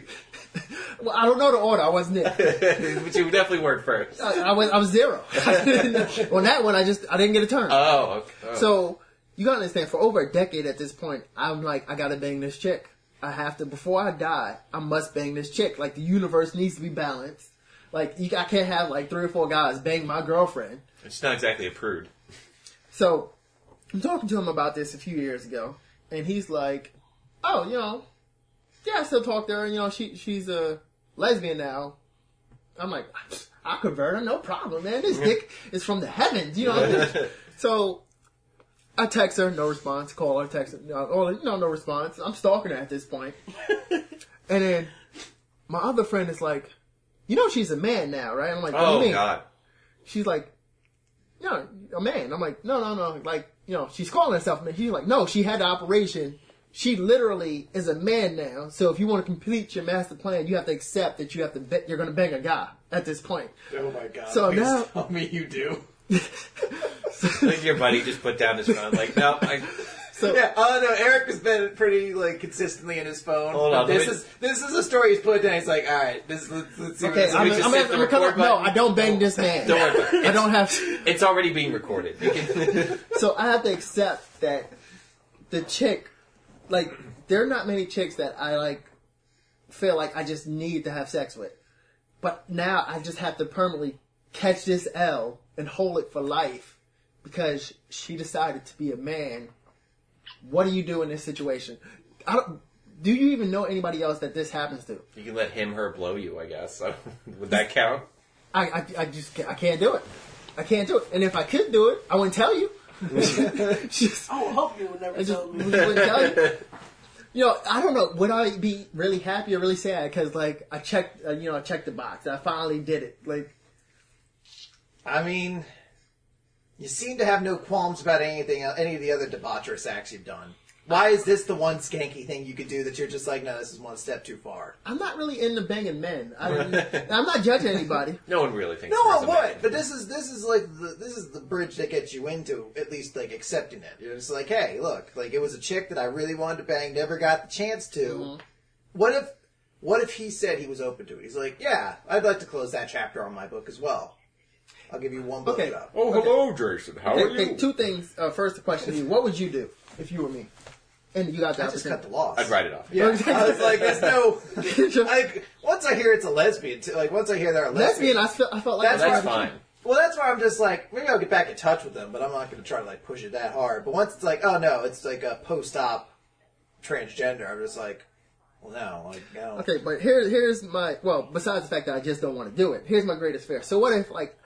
[SPEAKER 3] <laughs>
[SPEAKER 2] well, I don't know the order. I wasn't there.
[SPEAKER 3] but you definitely weren't first.
[SPEAKER 2] I, I was I was zero. <laughs> On that one, I just I didn't get a turn.
[SPEAKER 3] Oh, okay. Oh.
[SPEAKER 2] So you gotta understand, for over a decade at this point, I'm like, I gotta bang this chick. I have to before I die. I must bang this chick. Like the universe needs to be balanced. Like you, I can't have like three or four guys bang my girlfriend.
[SPEAKER 3] it's not exactly a prude.
[SPEAKER 2] So I'm talking to him about this a few years ago, and he's like, "Oh, you know, yeah, I still talk to her. You know, she she's a lesbian now." I'm like, "I convert her, no problem, man. This dick is from the heavens, you know." <laughs> what
[SPEAKER 3] <laughs>
[SPEAKER 2] I mean? so I text her, no response. Call her, text her, no, oh, no, no response. I'm stalking her at this
[SPEAKER 3] <laughs>
[SPEAKER 2] point. and then my other friend is like, "You know, she's a man now, right?" I'm like, "What do you
[SPEAKER 3] Oh
[SPEAKER 2] mean?"
[SPEAKER 3] God.
[SPEAKER 2] she's like, no, a man. I'm like, no, no, no. Like, you know, she's calling herself a man. She's like, no, she had the operation. She literally is a man now. So if you want to complete your master plan, you have to accept that you have to bet you're going to bang a guy at this point.
[SPEAKER 1] Oh my god.
[SPEAKER 2] So
[SPEAKER 1] please
[SPEAKER 2] now-
[SPEAKER 1] tell me you do.
[SPEAKER 3] Like your buddy just put down his phone. Like, no, I,
[SPEAKER 2] So
[SPEAKER 1] Yeah, oh no, Eric has been pretty like consistently in his phone.
[SPEAKER 3] Hold on,
[SPEAKER 1] this
[SPEAKER 3] let me-
[SPEAKER 1] is this is a story he's put down. He's like, all right, this let's, let's see. what
[SPEAKER 2] okay,
[SPEAKER 1] this-
[SPEAKER 2] I'm,
[SPEAKER 3] we
[SPEAKER 2] I'm,
[SPEAKER 3] just
[SPEAKER 2] I'm,
[SPEAKER 3] hit
[SPEAKER 2] I'm
[SPEAKER 3] the
[SPEAKER 2] gonna come up.
[SPEAKER 3] record
[SPEAKER 2] No,
[SPEAKER 3] button?
[SPEAKER 2] I don't bang this man.
[SPEAKER 3] don't worry. About it.
[SPEAKER 2] I don't have. to-
[SPEAKER 3] It's already being recorded. You can,
[SPEAKER 2] So I have to accept that the chick, like, there are not many chicks that I like feel like I just need to have sex with. But now I just have to permanently catch this L and hold it for life because she decided to be a man. What do you do in this situation? I don't, do you even know anybody else that this happens to?
[SPEAKER 3] you can let him, her blow you. I guess. Would that count?
[SPEAKER 2] I, I, I just can't, I can't do it. I can't do it. And if I could do it, I wouldn't tell you. Just-
[SPEAKER 4] I would hope you would never
[SPEAKER 2] I just <laughs>
[SPEAKER 4] tell me.
[SPEAKER 2] wouldn't
[SPEAKER 1] <laughs>
[SPEAKER 2] tell you. You know, I don't know. Would I be really happy or really sad? Because like I checked, uh, you know, I checked the box. I finally did it. Like
[SPEAKER 1] I mean, you seem to have no qualms about anything, any of the other debaucherous acts you've done. Why is this the one skanky thing you could do that you're just like, no, this is one step too far?
[SPEAKER 2] I'm not really into banging men.
[SPEAKER 1] <laughs>
[SPEAKER 2] I, I'm not judging anybody.
[SPEAKER 3] No one really thinks.
[SPEAKER 1] No
[SPEAKER 3] there's
[SPEAKER 1] one
[SPEAKER 3] a
[SPEAKER 1] would,
[SPEAKER 3] man.
[SPEAKER 1] but this is this is like the, this is the bridge that gets you into at least like accepting it. You're just like, hey, look, like it was a chick that I really wanted to bang, never got the chance to. What if what if he said he was open to it? He's like, yeah, I'd like to close that chapter on my book as well. I'll give you one book
[SPEAKER 2] Okay.
[SPEAKER 1] up.
[SPEAKER 3] Oh, hello, Jason. How
[SPEAKER 2] Okay, okay, two things. Uh, first, the question to you: What would you do if you were me? And you got
[SPEAKER 1] I
[SPEAKER 2] that.
[SPEAKER 1] just cut the loss.
[SPEAKER 3] I'd write it off.
[SPEAKER 1] Yeah,
[SPEAKER 2] <laughs>
[SPEAKER 1] I was like, there's no.
[SPEAKER 2] Lesbian,
[SPEAKER 1] Like once I hear it's a lesbian, too, like once I hear they're a lesbian,
[SPEAKER 2] I felt, I felt like
[SPEAKER 1] That's
[SPEAKER 3] Well, that's
[SPEAKER 1] why-
[SPEAKER 3] fine.
[SPEAKER 1] well, that's why I'm just like maybe I'll get back in touch with them, but I'm not going to try to like push it that hard. But once it's like, oh no, it's like a post-op transgender, I'm just like, well, no, like no.
[SPEAKER 2] Okay, but here, here's my well. Besides the fact that I just don't want to do it, here's my greatest fear. So what if like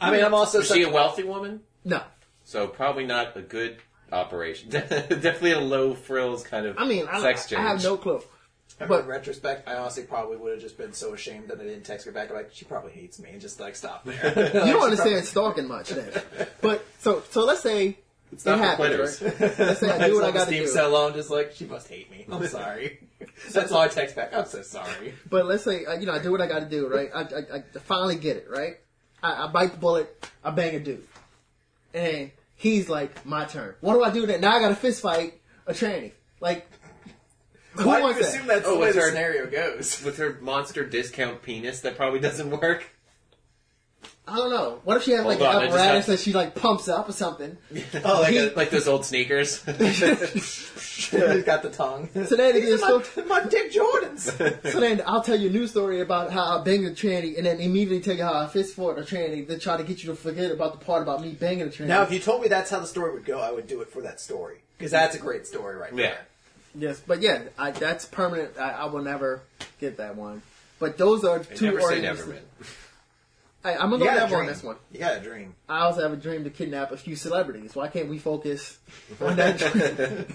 [SPEAKER 1] I mean, I'm also
[SPEAKER 3] Was she a
[SPEAKER 1] such,
[SPEAKER 3] wealthy woman?
[SPEAKER 2] no?
[SPEAKER 3] So probably not a good operation. <laughs> Definitely a low frills kind of.
[SPEAKER 2] I mean, I,
[SPEAKER 3] sex
[SPEAKER 2] I
[SPEAKER 3] change.
[SPEAKER 2] have no clue.
[SPEAKER 1] I mean,
[SPEAKER 2] but-
[SPEAKER 1] in retrospect, I honestly probably would have just been so ashamed that I didn't text her back. I'm like, she probably hates me, and just like stop there. <laughs> Like,
[SPEAKER 2] <laughs> you
[SPEAKER 1] she
[SPEAKER 2] don't understand stalking much then. But so so let's say it's it
[SPEAKER 3] not for
[SPEAKER 2] happens,
[SPEAKER 3] quitters.
[SPEAKER 2] right? Let's say I
[SPEAKER 1] probably-
[SPEAKER 2] do what I
[SPEAKER 1] Like,
[SPEAKER 2] gotta
[SPEAKER 1] Steam
[SPEAKER 2] do.
[SPEAKER 1] so long, just like she must hate me.
[SPEAKER 2] <laughs>
[SPEAKER 1] I'm sorry. That's all I text back. I'm so sorry.
[SPEAKER 2] But let's say uh, you know I do what I gotta do, right? I, I, I finally get it, right? I, I bite the bullet, I bang a dude, and he's like, "My turn." What do I do then? Now I gotta fist fight a tranny. Like, who
[SPEAKER 1] Why do you
[SPEAKER 2] wants that?
[SPEAKER 1] assume that's
[SPEAKER 3] Oh,
[SPEAKER 1] the way
[SPEAKER 3] it's
[SPEAKER 1] the
[SPEAKER 3] her-
[SPEAKER 1] scenario goes?
[SPEAKER 3] With her monster discount penis, that probably doesn't work.
[SPEAKER 2] I don't know. What if she has like
[SPEAKER 3] Hold on, I
[SPEAKER 2] an
[SPEAKER 3] just
[SPEAKER 2] apparatus
[SPEAKER 3] have-
[SPEAKER 2] that she like pumps up or something?
[SPEAKER 1] Oh, like,
[SPEAKER 2] He-
[SPEAKER 1] a,
[SPEAKER 3] Like those old <laughs>
[SPEAKER 1] <laughs>
[SPEAKER 3] sneakers.
[SPEAKER 1] like got the tongue.
[SPEAKER 2] So then it
[SPEAKER 1] These
[SPEAKER 2] is
[SPEAKER 1] are
[SPEAKER 2] so-
[SPEAKER 1] my, my Dick Jordans.
[SPEAKER 2] So then I'll tell you a new story about how I banged a tranny and then immediately tell you how I fist fought a tranny to try to get you to forget about the part about me banging a tranny.
[SPEAKER 1] now, if you told me that's how the story would go, I would do it for that story because that's a great story right
[SPEAKER 3] yeah.
[SPEAKER 1] there.
[SPEAKER 2] yes, but yeah, I, that's permanent. I, I will never get that one. But those are
[SPEAKER 3] I
[SPEAKER 2] two
[SPEAKER 3] never say
[SPEAKER 2] oriented-
[SPEAKER 3] never, man.
[SPEAKER 2] Hey, I'm gonna
[SPEAKER 1] You got
[SPEAKER 2] go
[SPEAKER 1] a
[SPEAKER 2] Nev on
[SPEAKER 1] dream.
[SPEAKER 2] this one.
[SPEAKER 1] You got a dream.
[SPEAKER 2] I also have a dream to kidnap a few celebrities. Why can't we focus on
[SPEAKER 1] <laughs>
[SPEAKER 2] that dream?
[SPEAKER 1] I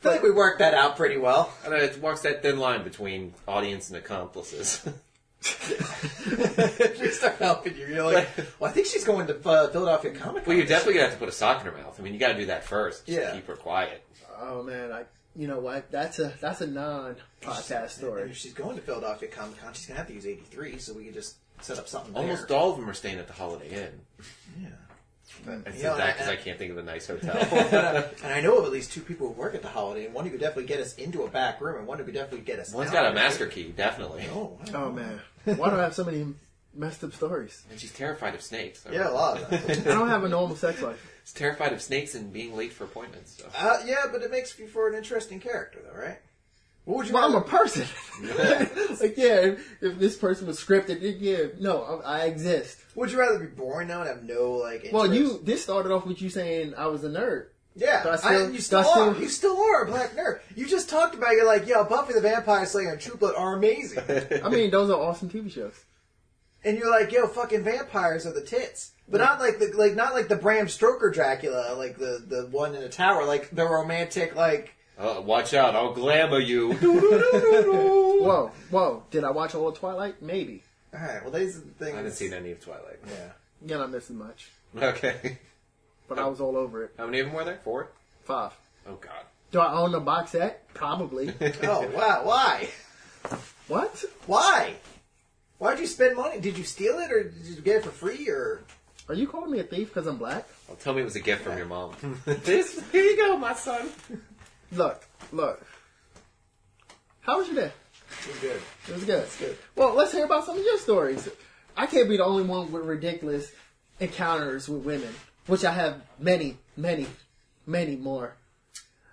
[SPEAKER 1] feel like we worked that out pretty well. <laughs>
[SPEAKER 3] I don't know, it walks that thin line between audience and accomplices. <laughs>
[SPEAKER 1] if we start helping you, you're like, well, I think she's going to uh, Philadelphia Comic Con.
[SPEAKER 3] well, you're definitely gonna have to put a sock in her mouth. I mean, you got to do that first. just to
[SPEAKER 1] Yeah.
[SPEAKER 3] keep her quiet.
[SPEAKER 2] oh man, I you know what? That's a that's a non podcast
[SPEAKER 1] And
[SPEAKER 2] story.
[SPEAKER 1] <laughs> if she's going to Philadelphia Comic Con, she's gonna have to use eighty three, so we could just set up something.
[SPEAKER 3] Almost
[SPEAKER 1] there.
[SPEAKER 3] all of them are staying at the Holiday Inn.
[SPEAKER 1] Yeah.
[SPEAKER 3] I
[SPEAKER 1] But,
[SPEAKER 3] said
[SPEAKER 1] you know,
[SPEAKER 3] that
[SPEAKER 1] and,
[SPEAKER 3] because I
[SPEAKER 1] I,
[SPEAKER 3] can't think of a nice hotel. <laughs>
[SPEAKER 1] and I know of at least two people who work at the Holiday, and one who could definitely get us into a back room, and one who could definitely get us.
[SPEAKER 3] One's
[SPEAKER 1] out.
[SPEAKER 3] got a master key, definitely,
[SPEAKER 1] Oh, wow.
[SPEAKER 2] Oh man, why do I have so many messed up stories?
[SPEAKER 3] and she's terrified of snakes. so-
[SPEAKER 1] Yeah, a lot of them. <laughs>
[SPEAKER 2] I don't have a normal sex life.
[SPEAKER 3] She's terrified of snakes and being late for appointments. So.
[SPEAKER 1] uh, yeah, but it makes you for an interesting character, though, right? What would you?
[SPEAKER 2] Well, I'm a
[SPEAKER 1] rather-
[SPEAKER 2] person. <laughs> like yeah, if, if this person was scripted, it- yeah, no, I, I exist.
[SPEAKER 1] would you rather be boring now and have no like? Interest?
[SPEAKER 2] Well, you this started off with you saying I was a nerd.
[SPEAKER 1] Yeah,
[SPEAKER 2] Do I still-
[SPEAKER 1] I- you still
[SPEAKER 2] do I still-
[SPEAKER 1] are. You still are a black nerd. You just talked about you're like, yo, Buffy the Vampire Slayer and True Blood are
[SPEAKER 2] <laughs>
[SPEAKER 1] amazing,
[SPEAKER 2] I mean, those are awesome TV shows.
[SPEAKER 1] and you're like, yo, fucking vampires are the tits, but not like the like not like the Bram Stoker Dracula, like the the one in the tower, like the romantic like. <laughs>
[SPEAKER 3] Uh, watch out! I'll glamour you. <laughs>
[SPEAKER 2] Whoa, whoa! Did I watch all of Twilight? Maybe.
[SPEAKER 1] All right, well, these are the
[SPEAKER 3] I
[SPEAKER 1] things.
[SPEAKER 3] haven't seen any of Twilight.
[SPEAKER 1] Yeah,
[SPEAKER 2] You're not missing much,
[SPEAKER 3] <laughs> Okay.
[SPEAKER 2] but I was all over it.
[SPEAKER 3] How many of them were there? Four.
[SPEAKER 2] Five.
[SPEAKER 3] Oh God.
[SPEAKER 2] Do I own the box set? Probably.
[SPEAKER 1] Oh
[SPEAKER 3] <laughs>
[SPEAKER 1] wow, why?
[SPEAKER 2] what?
[SPEAKER 1] Why? Why'd you spend money? Did you steal it or did you get it for free or
[SPEAKER 2] Are you calling me a thief because I'm black?
[SPEAKER 3] Well, tell me it was a gift from your mom. <laughs> this here you go, my son.
[SPEAKER 2] Look, look. How was your day?
[SPEAKER 1] you're good?
[SPEAKER 2] It was good.
[SPEAKER 1] good.
[SPEAKER 2] Well, let's hear about some of your stories. I can't be the only one with ridiculous encounters with women, which I have many, many, many more.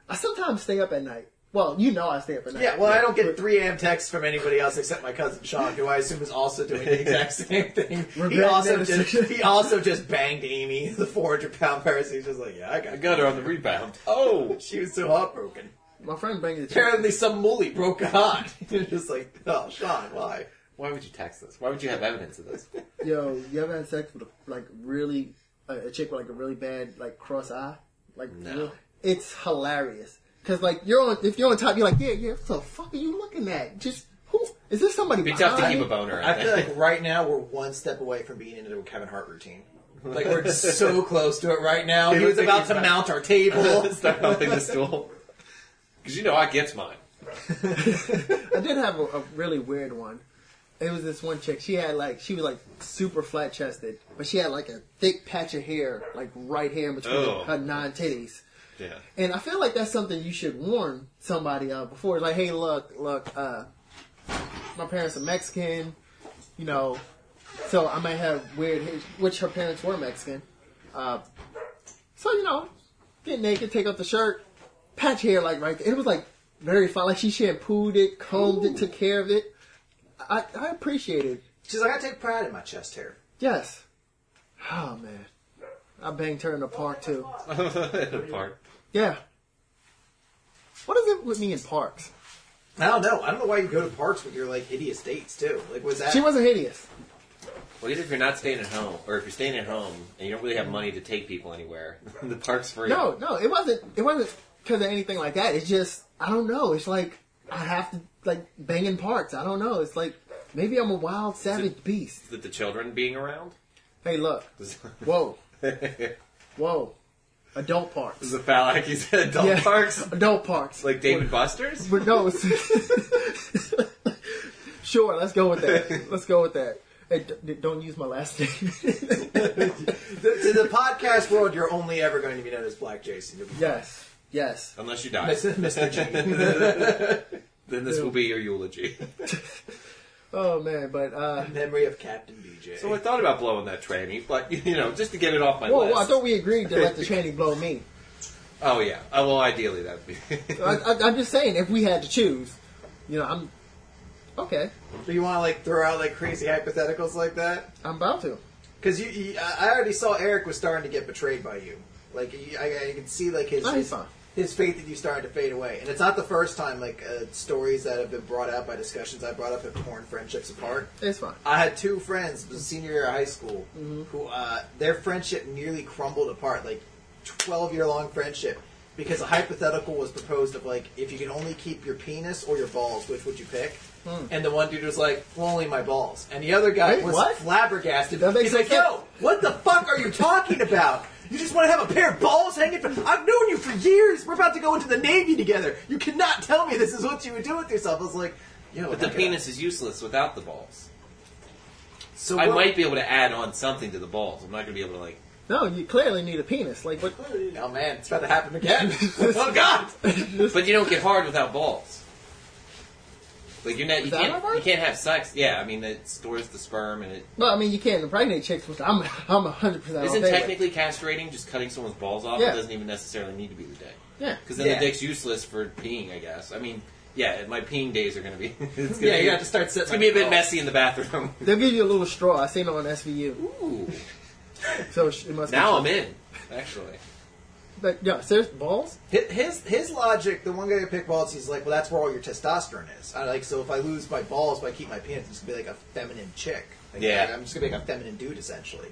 [SPEAKER 2] I sometimes stay up at night. Well, you know I stay up at night.
[SPEAKER 1] Yeah, well, I don't get 3 a.m. texts from anybody else except my cousin Sean, who I assume is also doing the
[SPEAKER 2] <laughs>
[SPEAKER 1] exact same thing. He
[SPEAKER 2] Regret
[SPEAKER 1] also,
[SPEAKER 2] never
[SPEAKER 1] just,
[SPEAKER 2] said-
[SPEAKER 1] he also just banged Amy, the 400 pound parasite. He's just like, yeah, I
[SPEAKER 3] I
[SPEAKER 1] got
[SPEAKER 3] got her on the rebound. Oh,
[SPEAKER 1] She was so heartbroken.
[SPEAKER 2] My friend brings the chair.
[SPEAKER 1] Apparently, some mully broke a heart. <laughs> You're just like, oh, Sean, why?
[SPEAKER 3] why would you text this? Why would you have evidence of this?
[SPEAKER 2] Yo, you ever had sex with a, like really a, a chick with like a really bad like cross eye? Like
[SPEAKER 3] No.
[SPEAKER 2] real- it's hilarious because like you're on if you're on top, you're like yeah yeah. What the fuck are you looking at? Just who is this somebody
[SPEAKER 3] Be
[SPEAKER 2] behind
[SPEAKER 3] tough to keep
[SPEAKER 2] me?
[SPEAKER 3] a boner. I
[SPEAKER 1] I feel
[SPEAKER 3] think.
[SPEAKER 1] like right now we're one step away from being into a Kevin Hart routine. Like, we're <laughs> just so close to it right now. He
[SPEAKER 3] Dude,
[SPEAKER 1] was
[SPEAKER 3] I think
[SPEAKER 1] about
[SPEAKER 3] he's
[SPEAKER 1] to
[SPEAKER 3] back.
[SPEAKER 1] mount our <laughs> table.
[SPEAKER 3] Start holding the stool. Because you know I gets mine.
[SPEAKER 2] I did have a, a really weird one. It was this one chick. She had like she was like super flat chested, but she had like a thick patch of hair, like right here in between
[SPEAKER 3] Oh.
[SPEAKER 2] her non titties.
[SPEAKER 3] <laughs> Yeah.
[SPEAKER 2] And I feel like that's something you should warn somebody of before. Like, hey, look, look, uh, my parents are Mexican, you know, so I might have weird hair, which her parents were Mexican. Uh, so, you know, get naked, take off the shirt, patch hair, like, right there. It was, like, very fine. Like, she shampooed it, combed it, took care of it. I, I appreciate it.
[SPEAKER 1] She's like, I take pride in my chest hair.
[SPEAKER 2] Yes. Oh, man. I banged her in the park, too.
[SPEAKER 3] the park.
[SPEAKER 2] Yeah. What is it with me in parks?
[SPEAKER 1] I don't know. I don't know why you go to parks with your like hideous dates too. Like, was that?
[SPEAKER 2] She wasn't hideous.
[SPEAKER 3] Well, even if you're not staying at home, or if you're staying at home and you don't really have money to take people anywhere, <laughs> the park's free.
[SPEAKER 2] No, no, it wasn't. It wasn't because of anything like that. It's just I don't know. It's like I have to like bang in parts. I don't know. It's like maybe I'm a wild savage beast.
[SPEAKER 3] With the children being around. <laughs>
[SPEAKER 2] Hey, look. Whoa, whoa. Adult parks.
[SPEAKER 3] This is a foul like you said, adult
[SPEAKER 2] Yeah.
[SPEAKER 3] parks.
[SPEAKER 2] Adult parks.
[SPEAKER 3] Like David Buster's?
[SPEAKER 2] <laughs> But no. It's, <laughs> sure. Let's go with
[SPEAKER 3] <laughs>
[SPEAKER 2] that. Let's go with that. Hey, d- d- don't use my last name.
[SPEAKER 1] to the podcast world, you're only ever going to be known as Black Jason. You'll be
[SPEAKER 2] <laughs> yes. Yes.
[SPEAKER 3] Unless you die.
[SPEAKER 1] Mr. <laughs> G.
[SPEAKER 3] Then this will be your eulogy. <laughs>
[SPEAKER 2] Oh man, but uh,
[SPEAKER 1] Memory of Captain BJ.
[SPEAKER 3] So I thought about blowing that tranny, but <laughs> you know, just to get it off my
[SPEAKER 2] whoa,
[SPEAKER 3] list.
[SPEAKER 2] whoa, I thought we agreed to
[SPEAKER 1] <laughs>
[SPEAKER 2] let the tranny blow me.
[SPEAKER 3] Oh yeah. Oh, well, ideally that would be. <laughs>
[SPEAKER 2] I, I, I'm just saying, if we had to choose, you know, I'm okay.
[SPEAKER 1] Do you want to like throw out like crazy hypotheticals like that?
[SPEAKER 2] I'm about to.
[SPEAKER 1] Because you, you, I I already saw Eric was starting to get betrayed by you. Like, you, I, I can see like his,
[SPEAKER 2] No, Oh, he's
[SPEAKER 1] his
[SPEAKER 2] fine.
[SPEAKER 1] his faith in you started to fade away. And it's not the first time, like, uh, stories that have been brought out by discussions I brought up have torn friendships apart.
[SPEAKER 2] It's fine.
[SPEAKER 1] I had two friends, the senior year of high school,
[SPEAKER 2] Mm-hmm.
[SPEAKER 1] who uh, their friendship nearly crumbled apart, like twelve year long friendship, because a hypothetical was proposed of like if you could only keep your penis or your balls, which would you pick? And the one dude was like, "Well, only my balls," and the other guy
[SPEAKER 2] Hmm.
[SPEAKER 1] was
[SPEAKER 2] Wait, what?
[SPEAKER 1] flabbergasted.
[SPEAKER 2] That makes
[SPEAKER 1] He's like,
[SPEAKER 2] no sense.
[SPEAKER 1] "Yo, what the fuck are you talking about?" You just want to have a pair of balls hanging from. I've known you for years. We're about to go into the Navy together. You cannot tell me this is what you would do with yourself. I was like, yo,
[SPEAKER 3] But the
[SPEAKER 1] that guy-
[SPEAKER 3] penis is useless without the balls.
[SPEAKER 1] So
[SPEAKER 3] I
[SPEAKER 1] what-
[SPEAKER 3] might be able to add on something to the balls. I'm not going to be able to like.
[SPEAKER 2] No, you clearly need a penis. Like what?
[SPEAKER 1] Oh man, it's about to happen <laughs> again. oh god!
[SPEAKER 3] But you don't get hard without balls. Like you're not. You
[SPEAKER 2] Is that
[SPEAKER 3] can't.
[SPEAKER 2] how it works?
[SPEAKER 3] You can't have sex. Yeah, I mean it stores the sperm and it
[SPEAKER 2] Well, I mean, you can't impregnate chicks, which I'm I'm hundred percent.
[SPEAKER 3] Isn't
[SPEAKER 2] Oh, okay with.
[SPEAKER 3] technically castrating just cutting someone's balls off?
[SPEAKER 2] Yeah.
[SPEAKER 3] It doesn't even necessarily need to be the dick.
[SPEAKER 2] Yeah.
[SPEAKER 3] Because then
[SPEAKER 1] Yeah.
[SPEAKER 3] the dick's useless for peeing, I guess. I mean, yeah, my peeing days are going to be. <laughs> It's gonna
[SPEAKER 1] Yeah,
[SPEAKER 3] be,
[SPEAKER 1] you have to start Oh.
[SPEAKER 3] It's
[SPEAKER 1] setting.
[SPEAKER 3] going to be a bit messy in the bathroom.
[SPEAKER 2] They'll give you a little straw. I seen it on SVU,
[SPEAKER 3] Ooh.
[SPEAKER 2] so it must. be-
[SPEAKER 3] Now I'm in, actually. up
[SPEAKER 2] But yeah, serious balls.
[SPEAKER 1] Hi- His his logic, the one guy who picked balls, he's like, well, that's where all your testosterone is. I like, so if I lose my balls, if I keep my penis, it's gonna be like a feminine chick. Like,
[SPEAKER 3] Yeah.
[SPEAKER 1] I'm just gonna be like a feminine dude essentially.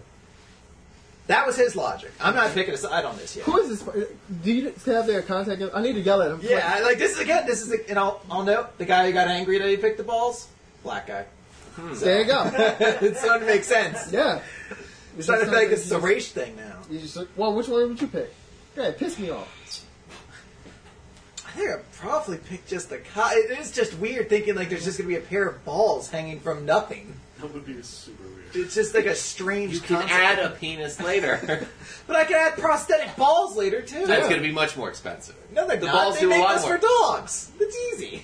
[SPEAKER 1] That was his logic. I'm not picking a side on this yet.
[SPEAKER 2] Who is this? Do you have their contact? I need to yell at him.
[SPEAKER 1] Yeah, I- like this is again. This is a, and I'll I'll note the guy who got angry that he picked the balls, black guy. <laughs> So-
[SPEAKER 2] there you go.
[SPEAKER 1] it's starting to make <laughs> sense.
[SPEAKER 2] yeah.
[SPEAKER 1] It's starting to feel like this is a race thing now.
[SPEAKER 2] You just like, well, which one would you pick? Yeah, it pissed me off.
[SPEAKER 1] I think I probably picked just the co- It is just weird thinking like there's just gonna be a pair of balls hanging from nothing.
[SPEAKER 4] That would be super weird.
[SPEAKER 1] It's just like a strange.
[SPEAKER 3] You can
[SPEAKER 1] concept.
[SPEAKER 3] add a penis
[SPEAKER 1] <laughs>
[SPEAKER 3] later.
[SPEAKER 1] but I can add prosthetic balls later too.
[SPEAKER 3] That's going to be much more expensive.
[SPEAKER 1] no, they're
[SPEAKER 3] the
[SPEAKER 1] not.
[SPEAKER 3] balls
[SPEAKER 1] they
[SPEAKER 3] do a
[SPEAKER 1] make
[SPEAKER 3] lot
[SPEAKER 1] this
[SPEAKER 3] more.
[SPEAKER 1] for dogs. It's easy.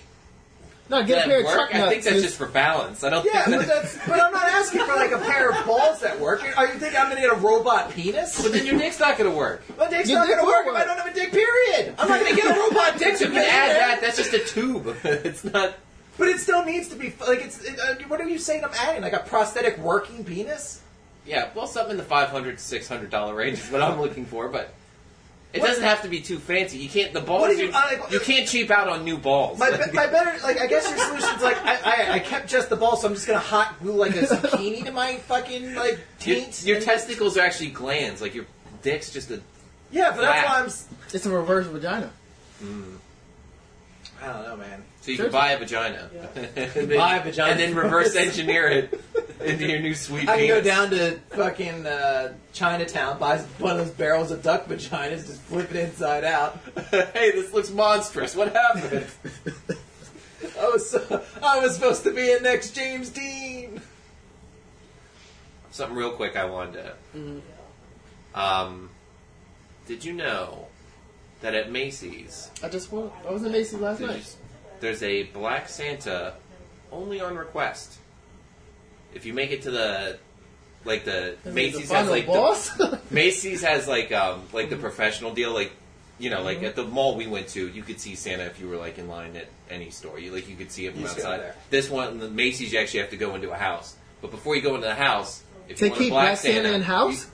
[SPEAKER 2] No, get a
[SPEAKER 3] Does that
[SPEAKER 2] pair of
[SPEAKER 3] work?
[SPEAKER 2] truck nuts.
[SPEAKER 3] I think that's
[SPEAKER 2] dude.
[SPEAKER 3] just for balance. I don't
[SPEAKER 1] Yeah,
[SPEAKER 3] think
[SPEAKER 1] but that's. But I'm not asking for like a pair of balls that work. Are you thinking I'm gonna get a robot penis?
[SPEAKER 3] But then your dick's not going to
[SPEAKER 1] <laughs>
[SPEAKER 3] work.
[SPEAKER 1] My dick's
[SPEAKER 2] Your
[SPEAKER 1] not
[SPEAKER 2] dick
[SPEAKER 1] gonna
[SPEAKER 2] will
[SPEAKER 1] work if
[SPEAKER 2] work.
[SPEAKER 1] I don't have a dick. Period. I'm not gonna get a robot dick
[SPEAKER 3] So
[SPEAKER 1] to
[SPEAKER 3] you can add that. That's just a tube. <laughs> it's not.
[SPEAKER 1] But it still needs to be like it's. It, uh, what are you saying? I'm adding like a prosthetic working penis.
[SPEAKER 3] Yeah, well, something in the five hundred to six hundred dollar range is what I'm looking for, but it
[SPEAKER 1] What-
[SPEAKER 3] doesn't have to be too fancy. You can't the
[SPEAKER 1] What
[SPEAKER 3] balls.
[SPEAKER 1] do you-
[SPEAKER 3] You,
[SPEAKER 1] I- like-
[SPEAKER 3] you can't cheap out on new balls. <laughs>
[SPEAKER 1] My, be- my better, like, I guess your solution's like, I, I, I kept just the ball, so I'm just gonna hot glue like a zucchini to my fucking, like,
[SPEAKER 3] your,
[SPEAKER 1] taint.
[SPEAKER 3] your testicles are actually glands. Like your dick's just a.
[SPEAKER 1] yeah, but that's why I'm. s-
[SPEAKER 2] It's a reverse vagina.
[SPEAKER 1] I don't know, man.
[SPEAKER 3] So you can buy a vagina, and then,
[SPEAKER 1] Buy a vagina.
[SPEAKER 3] and then
[SPEAKER 1] <laughs>
[SPEAKER 3] reverse engineer it into your new sweet
[SPEAKER 1] I can go
[SPEAKER 3] penis.
[SPEAKER 1] down to fucking uh, Chinatown, buy one of those barrels of duck vaginas, just flip it inside out.
[SPEAKER 3] <laughs> hey, this looks monstrous. What
[SPEAKER 2] <laughs>
[SPEAKER 3] happened?
[SPEAKER 1] I was, so, I was supposed to be in next James Dean.
[SPEAKER 3] Something real quick I wanted to. Um, did you know that at Macy's
[SPEAKER 2] I just went, I was in Macy's last
[SPEAKER 3] Did you
[SPEAKER 2] night.
[SPEAKER 3] s- There's a Black Santa only on request. If you make it to the like the
[SPEAKER 2] Is it
[SPEAKER 3] Macy's
[SPEAKER 2] the
[SPEAKER 3] has
[SPEAKER 2] final
[SPEAKER 3] like the-
[SPEAKER 2] boss. <laughs>
[SPEAKER 3] Macy's has like um like
[SPEAKER 2] Mm-hmm.
[SPEAKER 3] the professional deal like you know like at the mall we went to you could see Santa if you were like in line at any store you like you could see it from
[SPEAKER 1] You just go
[SPEAKER 3] outside.
[SPEAKER 1] there.
[SPEAKER 3] This one the Macy's you actually have to go into a house. But before you go into the house, if
[SPEAKER 2] to
[SPEAKER 3] you want a
[SPEAKER 2] keep
[SPEAKER 3] Black
[SPEAKER 2] Black Santa, in house.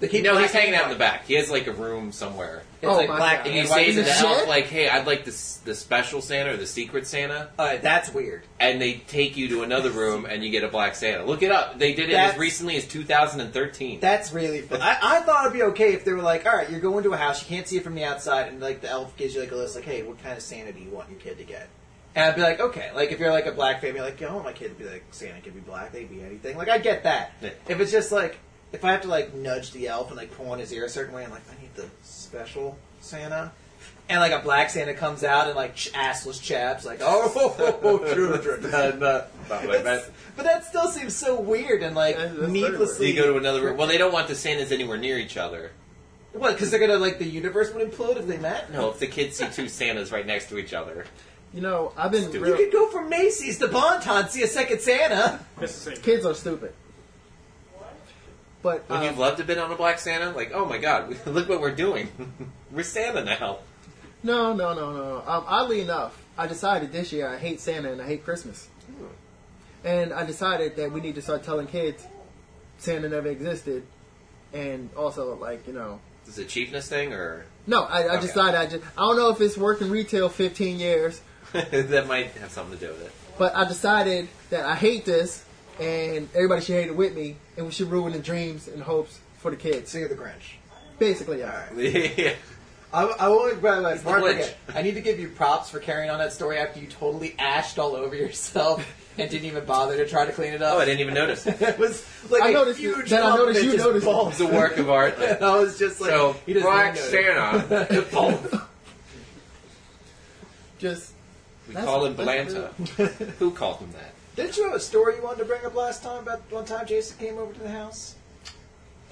[SPEAKER 1] They
[SPEAKER 3] you,
[SPEAKER 1] keep
[SPEAKER 3] no
[SPEAKER 1] black
[SPEAKER 3] he's hanging
[SPEAKER 1] and
[SPEAKER 3] out in the back. He has like a room somewhere.
[SPEAKER 1] It's
[SPEAKER 2] Oh
[SPEAKER 1] like
[SPEAKER 2] my
[SPEAKER 1] black
[SPEAKER 2] God.
[SPEAKER 1] and
[SPEAKER 3] And you
[SPEAKER 1] white.
[SPEAKER 3] say to
[SPEAKER 2] the
[SPEAKER 3] the
[SPEAKER 2] shit?
[SPEAKER 3] elf, like, hey, I'd like this, the special Santa or the secret Santa.
[SPEAKER 1] Alright, that's weird.
[SPEAKER 3] and they take you to another room and you get a black Santa. Look it up. They did it
[SPEAKER 1] That's-
[SPEAKER 3] as recently as 2013.
[SPEAKER 1] That's really fun. I, I thought it'd be okay if they were like, all right, you're going to a house, you can't see it from the outside, and like the elf gives you like a list, like, hey, what kind of Santa do you want your kid to get? And I'd be like, okay, like if you're like a black family, like, yo, I want my kid to be like Santa could be black, they could be anything. Like I get that.
[SPEAKER 3] Yeah.
[SPEAKER 1] If it's just like if I have to like nudge the elf and like pull on his ear a certain way, I'm like, I need the special Santa. And like a black Santa comes out and like ch- assless chaps, like, <laughs> oh,
[SPEAKER 3] <laughs>
[SPEAKER 1] children. And, uh,
[SPEAKER 3] By the way,
[SPEAKER 1] it's- but that still seems so weird and like
[SPEAKER 2] Yeah, that's very weird.
[SPEAKER 1] needlessly.
[SPEAKER 3] you go to another room. Well, they don't want the Santas anywhere near each other.
[SPEAKER 1] What? Because they're gonna like the universe would implode if they met.
[SPEAKER 3] No, if the kids see two Santas right next to each other.
[SPEAKER 2] You know, I've been.
[SPEAKER 3] Stupid.
[SPEAKER 1] You
[SPEAKER 2] Real,
[SPEAKER 1] could go from Macy's to Bonton, see a second Santa.
[SPEAKER 4] That's the same.
[SPEAKER 2] kids are stupid. But
[SPEAKER 3] Would
[SPEAKER 2] uh,
[SPEAKER 3] you have loved to have been on a black Santa? Like, oh my god, <laughs> look what we're doing. we're Santa now.
[SPEAKER 2] no, no, no, no. no. Um, oddly enough, I decided this year I hate Santa and I hate Christmas, and I decided that we need to start telling kids Santa never existed, and also like you know,
[SPEAKER 3] Is it a cheapness thing or <laughs>
[SPEAKER 2] No, I, I
[SPEAKER 3] Okay.
[SPEAKER 2] decided I just I don't know if it's worked in retail 15 years,
[SPEAKER 3] that might have something to do with it?
[SPEAKER 2] but I decided that I hate this, and everybody should hate it with me, and we should ruin the dreams and hopes for the kids.
[SPEAKER 1] So you're the Grinch.
[SPEAKER 2] Basically,
[SPEAKER 1] All
[SPEAKER 2] yeah.
[SPEAKER 1] right.
[SPEAKER 3] yeah.
[SPEAKER 1] I, I will. By the way,
[SPEAKER 3] the
[SPEAKER 1] Mark,
[SPEAKER 3] glitch.
[SPEAKER 1] okay, I need to give you props for carrying on that story after you totally ashed all over yourself <laughs> and didn't even bother to try to clean it up.
[SPEAKER 3] <laughs> Oh, I didn't even notice.
[SPEAKER 1] <laughs>
[SPEAKER 3] It's
[SPEAKER 1] It was like
[SPEAKER 2] I
[SPEAKER 1] a
[SPEAKER 2] noticed
[SPEAKER 1] huge
[SPEAKER 2] it. Then I
[SPEAKER 1] lump
[SPEAKER 2] noticed
[SPEAKER 1] that
[SPEAKER 2] you
[SPEAKER 1] just
[SPEAKER 2] noticed it.
[SPEAKER 1] bulged.
[SPEAKER 3] a work
[SPEAKER 1] <laughs>
[SPEAKER 3] of art. Like,
[SPEAKER 1] And I was just like,
[SPEAKER 3] so
[SPEAKER 1] he doesn't
[SPEAKER 3] Black
[SPEAKER 1] even notice.
[SPEAKER 3] Santa, the
[SPEAKER 1] <laughs>
[SPEAKER 3] Pope.
[SPEAKER 2] Just
[SPEAKER 3] We
[SPEAKER 2] That's-
[SPEAKER 3] call him
[SPEAKER 2] that's
[SPEAKER 3] Blanta. Who called him that?
[SPEAKER 1] Didn't you have a story you wanted to bring up last time about one time Jason came over to the house?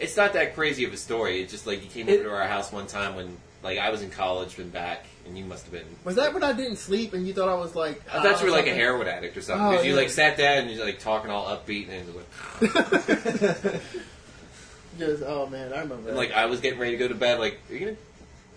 [SPEAKER 3] It's not that crazy of a story. It's just like you came
[SPEAKER 1] It-
[SPEAKER 3] over to our house one time when, like, I was in college, been back, and you must have been.
[SPEAKER 2] was that when I didn't sleep and you thought I was like
[SPEAKER 3] I thought you were like a
[SPEAKER 2] hero.
[SPEAKER 3] heroin addict or something
[SPEAKER 2] Oh,
[SPEAKER 3] because you
[SPEAKER 2] yeah.
[SPEAKER 3] like sat down and you're like talking all upbeat and it was like,
[SPEAKER 2] Just oh man, I remember.
[SPEAKER 3] and,
[SPEAKER 2] That.
[SPEAKER 3] like I was getting ready to go to bed. Like, are you gonna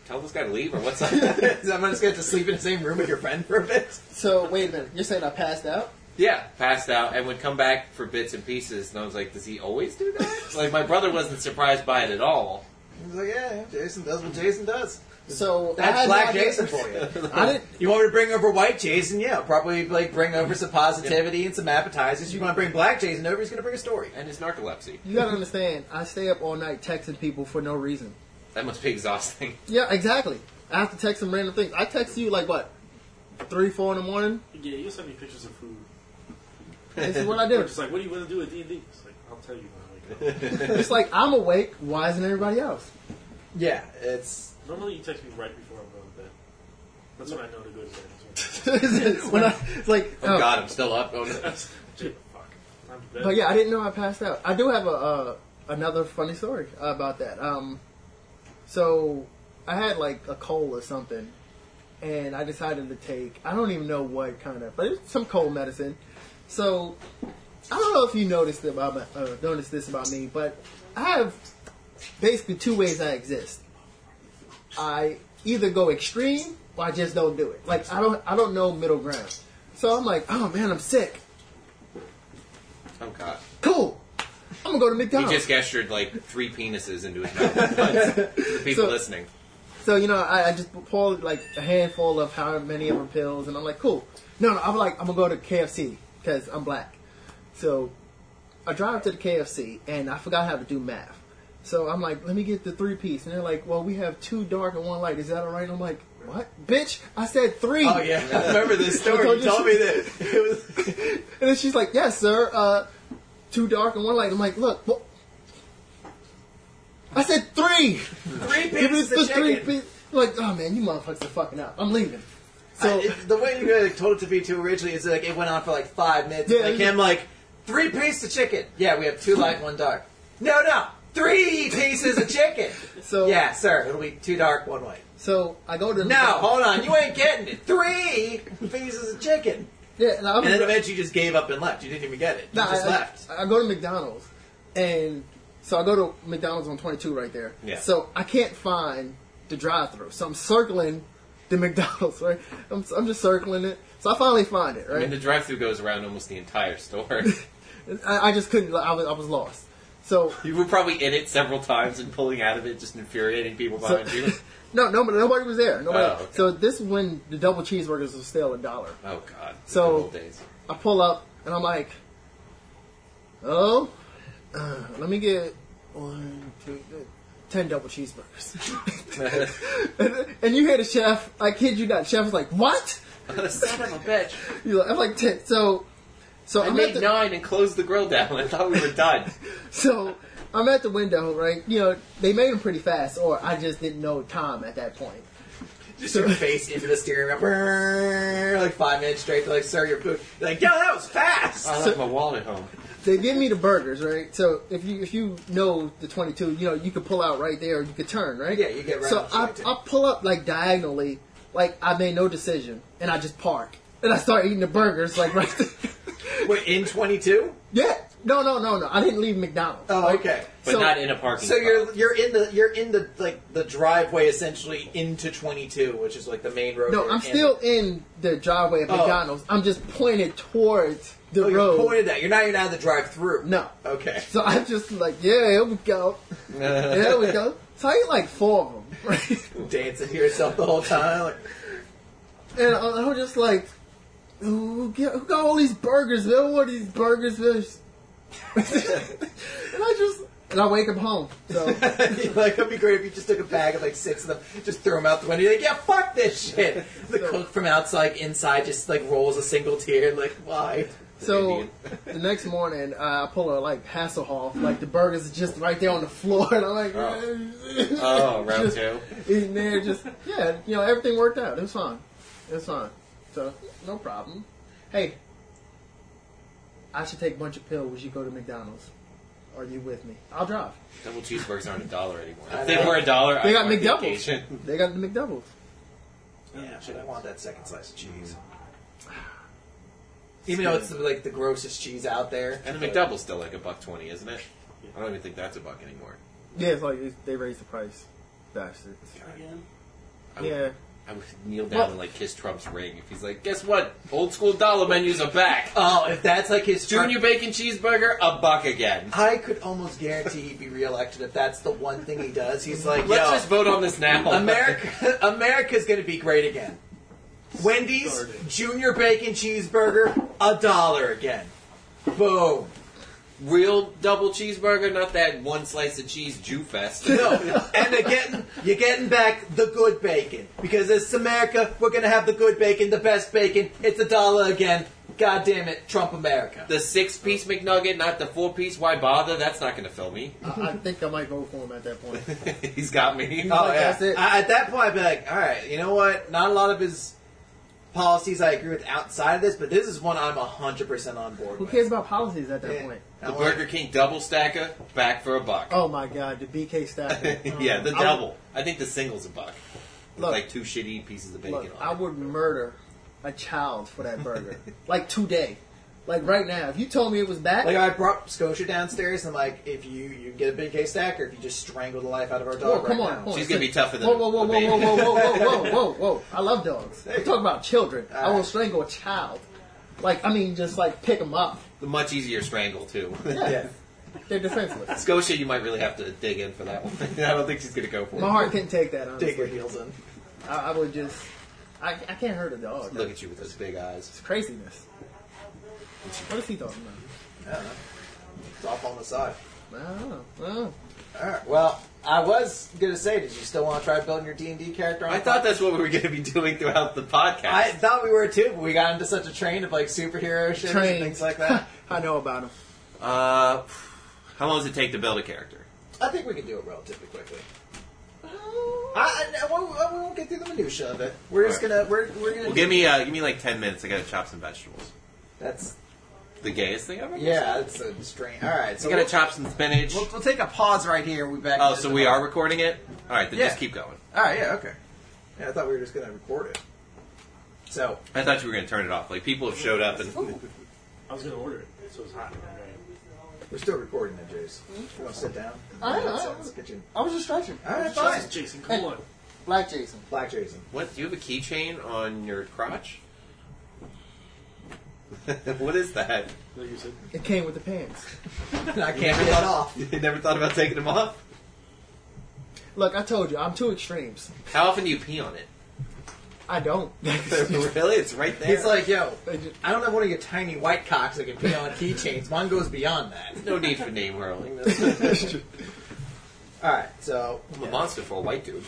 [SPEAKER 3] tell this guy to leave or what's
[SPEAKER 1] <laughs>
[SPEAKER 3] up?
[SPEAKER 2] <laughs>
[SPEAKER 1] Is that when it's going to sleep in the same room with your friend for a bit?
[SPEAKER 2] so wait a minute, you're saying I passed out?
[SPEAKER 3] Yeah, passed out and would come back for bits and pieces. And I was like, does he always do
[SPEAKER 2] <laughs>
[SPEAKER 3] that? like, my brother wasn't surprised by it at all.
[SPEAKER 1] He was like, yeah, yeah, Jason does what Jason does.
[SPEAKER 2] So I
[SPEAKER 1] That's
[SPEAKER 2] had
[SPEAKER 1] Black
[SPEAKER 2] no idea-
[SPEAKER 1] Jason for you. <laughs>
[SPEAKER 2] I didn't.
[SPEAKER 1] You want me to bring over white Jason? Yeah, probably like bring over some positivity and some appetizers. You want to bring black Jason over? He's going to bring a story.
[SPEAKER 3] And his narcolepsy.
[SPEAKER 2] You gotta understand. I stay up all night texting people for no reason.
[SPEAKER 3] That must be exhausting. <laughs>
[SPEAKER 2] Yeah, exactly. I have to text some random things. I text you like what, three, four in the morning.
[SPEAKER 4] Yeah, you send me pictures of food.
[SPEAKER 2] This is what I
[SPEAKER 3] <laughs>
[SPEAKER 4] They're
[SPEAKER 2] do.
[SPEAKER 4] just like, what do you want to do with D and D? It's like, I'll tell you
[SPEAKER 1] <laughs>
[SPEAKER 4] when I wake up.
[SPEAKER 2] It's like I'm awake. Why isn't everybody else?
[SPEAKER 1] Yeah, it's
[SPEAKER 4] Normally, you text me right before I'm going to bed. That's when I know to go to
[SPEAKER 1] <laughs>
[SPEAKER 4] bed. That's
[SPEAKER 2] <laughs> when I, it's like,
[SPEAKER 3] Oh,
[SPEAKER 2] oh.
[SPEAKER 3] God, I'm still up. Oh, no.
[SPEAKER 4] when- <laughs> Fuck. I'm to bed.
[SPEAKER 2] but Oh, yeah, I didn't know I passed out. I do have a uh, another funny story about that. Um, so I had like a cold or something, and I decided to take I don't even know what kind of, but it's some cold medicine. So I don't know if you noticed about my- uh, noticed this about me, but I have basically two ways I exist. I either go extreme or I just don't do it. Like I don't I don't know middle ground. So I'm like, oh man, I'm sick.
[SPEAKER 3] oh God.
[SPEAKER 2] Cool. I'm gonna go to
[SPEAKER 3] He
[SPEAKER 2] McDonald's.
[SPEAKER 3] just gestured like three penises into
[SPEAKER 2] <laughs>
[SPEAKER 3] his mouth. For the people
[SPEAKER 2] So-
[SPEAKER 3] listening.
[SPEAKER 2] So you know, I, I just poured like a handful of how many of them pills, and I'm like, cool. No, no, I'm like, I'm gonna go to KFC because I'm black. So I drive to the KFC, and I forgot how to do math. So I'm like, let me get the three piece, and they're like, well, we have two dark and one light. Is that all right? And I'm like, what, bitch? I said three.
[SPEAKER 1] oh
[SPEAKER 2] <laughs>
[SPEAKER 1] yeah, I remember this
[SPEAKER 2] I
[SPEAKER 1] story.
[SPEAKER 2] told
[SPEAKER 1] you
[SPEAKER 2] you-
[SPEAKER 1] told me that it
[SPEAKER 2] <laughs>
[SPEAKER 1] was.
[SPEAKER 2] And then she's like, yes, sir. Uh, two dark and one light. I'm like, look. Well, I said three.
[SPEAKER 1] Three
[SPEAKER 2] Give me
[SPEAKER 1] pieces
[SPEAKER 2] the
[SPEAKER 1] of
[SPEAKER 2] three.
[SPEAKER 1] chicken.
[SPEAKER 2] pi- Like, oh man, you motherfuckers are fucking up. I'm leaving.
[SPEAKER 1] I-
[SPEAKER 2] So
[SPEAKER 1] it- the way you guys like, told it to be too originally is like it went on for like five minutes.
[SPEAKER 2] Yeah,
[SPEAKER 1] like
[SPEAKER 2] it-
[SPEAKER 1] him, like three pieces of chicken. Yeah, we have two light, and one dark. No, no, three pieces of chicken.
[SPEAKER 2] <laughs> So-
[SPEAKER 1] yeah, sir, it'll be two dark, one white.
[SPEAKER 2] so I go to
[SPEAKER 1] No, hold on, you ain't getting it. Three pieces of chicken,
[SPEAKER 2] Yeah, and, I was,
[SPEAKER 1] and then eventually you just gave up and left. You didn't even get it. You
[SPEAKER 2] <laughs> Nah,
[SPEAKER 1] just
[SPEAKER 2] I,
[SPEAKER 1] left.
[SPEAKER 2] I, I go to McDonald's, and so I go to McDonald's on 22 right there.
[SPEAKER 3] Yeah.
[SPEAKER 2] So I can't find the drive-through, so I'm circling the <laughs> McDonald's. Right, I'm, I'm just circling it. So I finally find it.
[SPEAKER 3] I
[SPEAKER 2] Right.
[SPEAKER 3] mean, the drive-through goes around almost the
[SPEAKER 2] <laughs>
[SPEAKER 3] entire store. <laughs>
[SPEAKER 2] I, I just couldn't. I was, I was lost. So
[SPEAKER 3] you were probably in it several times and pulling out of it, just infuriating people
[SPEAKER 2] So-
[SPEAKER 3] behind
[SPEAKER 2] <laughs>
[SPEAKER 3] you.
[SPEAKER 2] no, no, nobody was there. Nobody.
[SPEAKER 3] Oh, okay.
[SPEAKER 2] So this is when the double cheeseburgers was still a dollar.
[SPEAKER 3] Oh God.
[SPEAKER 2] So-
[SPEAKER 3] The old days.
[SPEAKER 2] I pull up and I'm like, oh, uh, let me get one, two, three, ten double cheeseburgers. and, and you hear the chef, I kid you not, chef is like, what?
[SPEAKER 1] Son of a
[SPEAKER 3] <laughs>
[SPEAKER 1] bitch.
[SPEAKER 2] You're like, I'm like, ten. So, so
[SPEAKER 3] I
[SPEAKER 2] I'm
[SPEAKER 3] made
[SPEAKER 2] at the,
[SPEAKER 3] nine and closed the grill down. I thought we were done.
[SPEAKER 2] <laughs> so I'm at the window, right? You know, they made them pretty fast, or I just didn't know time at that point.
[SPEAKER 1] Just your face into the steering wheel, brrrr, like five minutes straight. They're like, sir, your food. You're like, yo, that was fast.
[SPEAKER 3] I left my wallet at home.
[SPEAKER 2] they give me the burgers, right? So if you if you know the twenty two, you know you could pull out right there, or you could turn, right?
[SPEAKER 1] Yeah, you get right
[SPEAKER 2] So
[SPEAKER 1] on the
[SPEAKER 2] I
[SPEAKER 1] 22.
[SPEAKER 2] I pull up like diagonally, like I made no decision, and I just park, and I start eating the burgers like right. There. <laughs>
[SPEAKER 1] Wait, in 22?
[SPEAKER 2] yeah, no, no, no, no. I didn't leave McDonald's.
[SPEAKER 1] Oh, okay.
[SPEAKER 3] But
[SPEAKER 2] So-
[SPEAKER 3] not in a parking
[SPEAKER 1] So
[SPEAKER 3] spot.
[SPEAKER 1] you're you're in the you're in the like the driveway essentially into 22, which is like the main road.
[SPEAKER 2] No,
[SPEAKER 1] you're
[SPEAKER 2] I'm
[SPEAKER 1] in.
[SPEAKER 2] still in the driveway of
[SPEAKER 1] Oh.
[SPEAKER 2] McDonald's. I'm just pointed towards the
[SPEAKER 1] Oh, you're
[SPEAKER 2] road.
[SPEAKER 1] pointed at. You're not even out of the drive-through.
[SPEAKER 2] No.
[SPEAKER 1] Okay. <laughs>
[SPEAKER 2] So I'm just like, yeah, here we go.
[SPEAKER 3] Uh,
[SPEAKER 2] There we go. So I ate like four of them, <laughs> right?
[SPEAKER 1] dancing to yourself the whole time. Like,
[SPEAKER 2] And I, I was just like, who, get, who got all these burgers? They don't want these burgers. This. and I just, and I wake up home. So,
[SPEAKER 3] <laughs>
[SPEAKER 1] <laughs> like it'd be great if you just took a bag of like six of them, just throw them out the window. You're like, yeah, fuck this shit. The cook from outside, inside, just like rolls a single tear. and Like, why?
[SPEAKER 2] so
[SPEAKER 3] Indian.
[SPEAKER 2] the next morning, uh, I pull a like Hasselhoff. Like the burgers are just right there on the floor, <laughs> and I'm like, <laughs>
[SPEAKER 3] Oh, round
[SPEAKER 2] Just-
[SPEAKER 3] two.
[SPEAKER 2] eating there, just yeah, you know, everything worked out. It was fine. It was fine. So no problem. Hey, I should take a bunch of pills. Would you go to McDonald's? Are you with me? I'll drive.
[SPEAKER 3] Double cheeseburgers aren't a dollar anymore.
[SPEAKER 1] I
[SPEAKER 3] If they
[SPEAKER 1] know.
[SPEAKER 3] were a dollar,
[SPEAKER 2] They
[SPEAKER 3] I'd
[SPEAKER 2] got
[SPEAKER 3] want
[SPEAKER 2] McDoubles.
[SPEAKER 3] vacation.
[SPEAKER 2] They got the McDoubles.
[SPEAKER 1] Yeah, but I want that second slice of cheese.
[SPEAKER 2] It's
[SPEAKER 1] Even though
[SPEAKER 2] good.
[SPEAKER 1] it's like the grossest cheese out there,
[SPEAKER 3] And the McDouble's still like a buck twenty, isn't it? I don't even think that's a buck anymore.
[SPEAKER 2] Yeah, it's like it's, they raised the price, bastards.
[SPEAKER 4] Again?
[SPEAKER 3] I would,
[SPEAKER 2] Yeah,
[SPEAKER 3] I would kneel down
[SPEAKER 2] Well-
[SPEAKER 3] and like kiss Trump's ring if he's like, guess what? Old school dollar menus are back.
[SPEAKER 1] Oh, if that's like his
[SPEAKER 3] Junior bacon cheeseburger, a buck again.
[SPEAKER 1] I could almost guarantee he'd be reelected if that's the one thing he does. He's like,
[SPEAKER 3] Let's
[SPEAKER 1] yo,
[SPEAKER 3] just vote on this now.
[SPEAKER 1] America, <laughs> America's gonna be great again. Wendy's
[SPEAKER 4] Started.
[SPEAKER 1] junior bacon cheeseburger, a dollar again. Boom.
[SPEAKER 3] <laughs> real double cheeseburger, not that one slice of cheese Jew fest.
[SPEAKER 1] No, and they're getting you're getting back the good bacon because it's America. We're gonna have the good bacon, the best bacon. It's a dollar again. God damn it, Trump America.
[SPEAKER 3] <laughs> The six piece McNugget, not the four piece. Why bother? That's not going to fill me. <laughs>
[SPEAKER 2] I, I think I might go for him at that point.
[SPEAKER 3] He's
[SPEAKER 2] <laughs>
[SPEAKER 3] got me.
[SPEAKER 1] Oh
[SPEAKER 2] Like,
[SPEAKER 1] yeah.
[SPEAKER 2] that's it.
[SPEAKER 1] I, at that point, I'd be like, all right, you know what? Not a lot of his policies I agree with outside of this, but this is one I'm hundred percent on board
[SPEAKER 2] Who
[SPEAKER 1] with.
[SPEAKER 2] cares about policies at that point?
[SPEAKER 3] The Burger King double stacker, back for a buck.
[SPEAKER 2] Oh my god, the BK <laughs> stack.
[SPEAKER 3] <laughs> yeah, the
[SPEAKER 2] I would-
[SPEAKER 3] double. I think the single's a buck. With
[SPEAKER 2] Look.
[SPEAKER 3] like two shitty pieces of bacon
[SPEAKER 2] Look, I
[SPEAKER 3] on it.
[SPEAKER 2] would murder a child for that burger, like today, like right now. If you told me it was back,
[SPEAKER 1] Like I brought Scotia downstairs, and I'm like, if you you get a big case stack, or if you just strangle the life out of our
[SPEAKER 2] Whoa,
[SPEAKER 1] dog right
[SPEAKER 2] Oh, come on,
[SPEAKER 1] now.
[SPEAKER 2] hold on.
[SPEAKER 3] She's gonna be tougher than
[SPEAKER 2] Whoa, whoa, whoa,
[SPEAKER 3] the
[SPEAKER 2] whoa,
[SPEAKER 3] baby.
[SPEAKER 2] whoa, whoa, whoa, whoa, whoa, <laughs> whoa! I love dogs. I'm talking about children. I will
[SPEAKER 1] Alright.
[SPEAKER 2] strangle a child. Like I mean, just like pick them up.
[SPEAKER 3] The much easier strangle, too.
[SPEAKER 1] Yeah.
[SPEAKER 2] They're defenseless.
[SPEAKER 3] Scotia, you might really have to dig in for that one. <laughs> I don't think she's going to go for
[SPEAKER 2] My
[SPEAKER 3] it.
[SPEAKER 2] heart couldn't take that.
[SPEAKER 1] Dig your
[SPEAKER 2] Honestly,
[SPEAKER 1] heels in.
[SPEAKER 2] I, I would just. I, I can't hurt a dog.
[SPEAKER 3] Look at you with those big eyes.
[SPEAKER 2] It's craziness. What is he talking
[SPEAKER 1] I don't know. It's off on the side.
[SPEAKER 2] about? I don't know. I don't know.
[SPEAKER 1] All right. Well, I was gonna say, did you still want to try building your D and D character? On
[SPEAKER 3] I thought that's what we were going to be doing throughout the podcast.
[SPEAKER 1] I thought we were too, but we got into such a train of like superhero shit and
[SPEAKER 2] Train.
[SPEAKER 1] things like that.
[SPEAKER 2] <laughs> I know about him.
[SPEAKER 3] Uh, how long does it take to build a character?
[SPEAKER 1] I think we can do it relatively quickly. I, I, I, won't, I won't get through the minutia of it. We're just
[SPEAKER 3] Alright.
[SPEAKER 1] gonna we're, we're gonna
[SPEAKER 3] Well, give me uh, give me like ten minutes. I gotta chop some vegetables.
[SPEAKER 1] that's
[SPEAKER 3] The gayest thing ever.
[SPEAKER 1] yeah that's a strain. All right, so
[SPEAKER 3] I gotta
[SPEAKER 1] we'll,
[SPEAKER 3] chop some spinach.
[SPEAKER 1] we'll, we'll take a pause right here. We back.
[SPEAKER 3] Oh,
[SPEAKER 1] in
[SPEAKER 3] so
[SPEAKER 1] just a
[SPEAKER 3] we are
[SPEAKER 1] moment.
[SPEAKER 3] recording it. All right, then
[SPEAKER 1] Yeah.
[SPEAKER 3] just keep going.
[SPEAKER 1] All right, yeah, okay. Yeah, I thought we were just gonna record it. So
[SPEAKER 3] I thought you were gonna turn it off. Like people have showed up and
[SPEAKER 4] I was gonna order it, so it's hot.
[SPEAKER 1] we're still recording it, Jace. You want to sit down?
[SPEAKER 2] I don't know.
[SPEAKER 1] Sit in this kitchen.
[SPEAKER 2] I was just stretching.
[SPEAKER 1] All right, fine.
[SPEAKER 4] Jesus, Jason, come on.
[SPEAKER 2] Black Jason.
[SPEAKER 1] Black Jason.
[SPEAKER 3] what? Do you have a keychain on your crotch? <laughs> what is that?
[SPEAKER 4] Like you said,
[SPEAKER 2] It came with the pants.
[SPEAKER 1] <laughs> I can't get that off.
[SPEAKER 3] <laughs> You never thought about taking them off?
[SPEAKER 2] Look, I told you, I'm two extremes.
[SPEAKER 3] How often do you pee on it?
[SPEAKER 2] I don't.
[SPEAKER 3] <laughs>
[SPEAKER 2] <laughs>
[SPEAKER 3] really? It's right there.
[SPEAKER 1] It's like, yo,
[SPEAKER 2] I ju-
[SPEAKER 1] I don't have one of your tiny white cocks that can pee on keychains. Mine goes beyond that.
[SPEAKER 3] no need for name hurling.
[SPEAKER 1] <laughs> All right, so
[SPEAKER 3] I'm a monster for a white dude.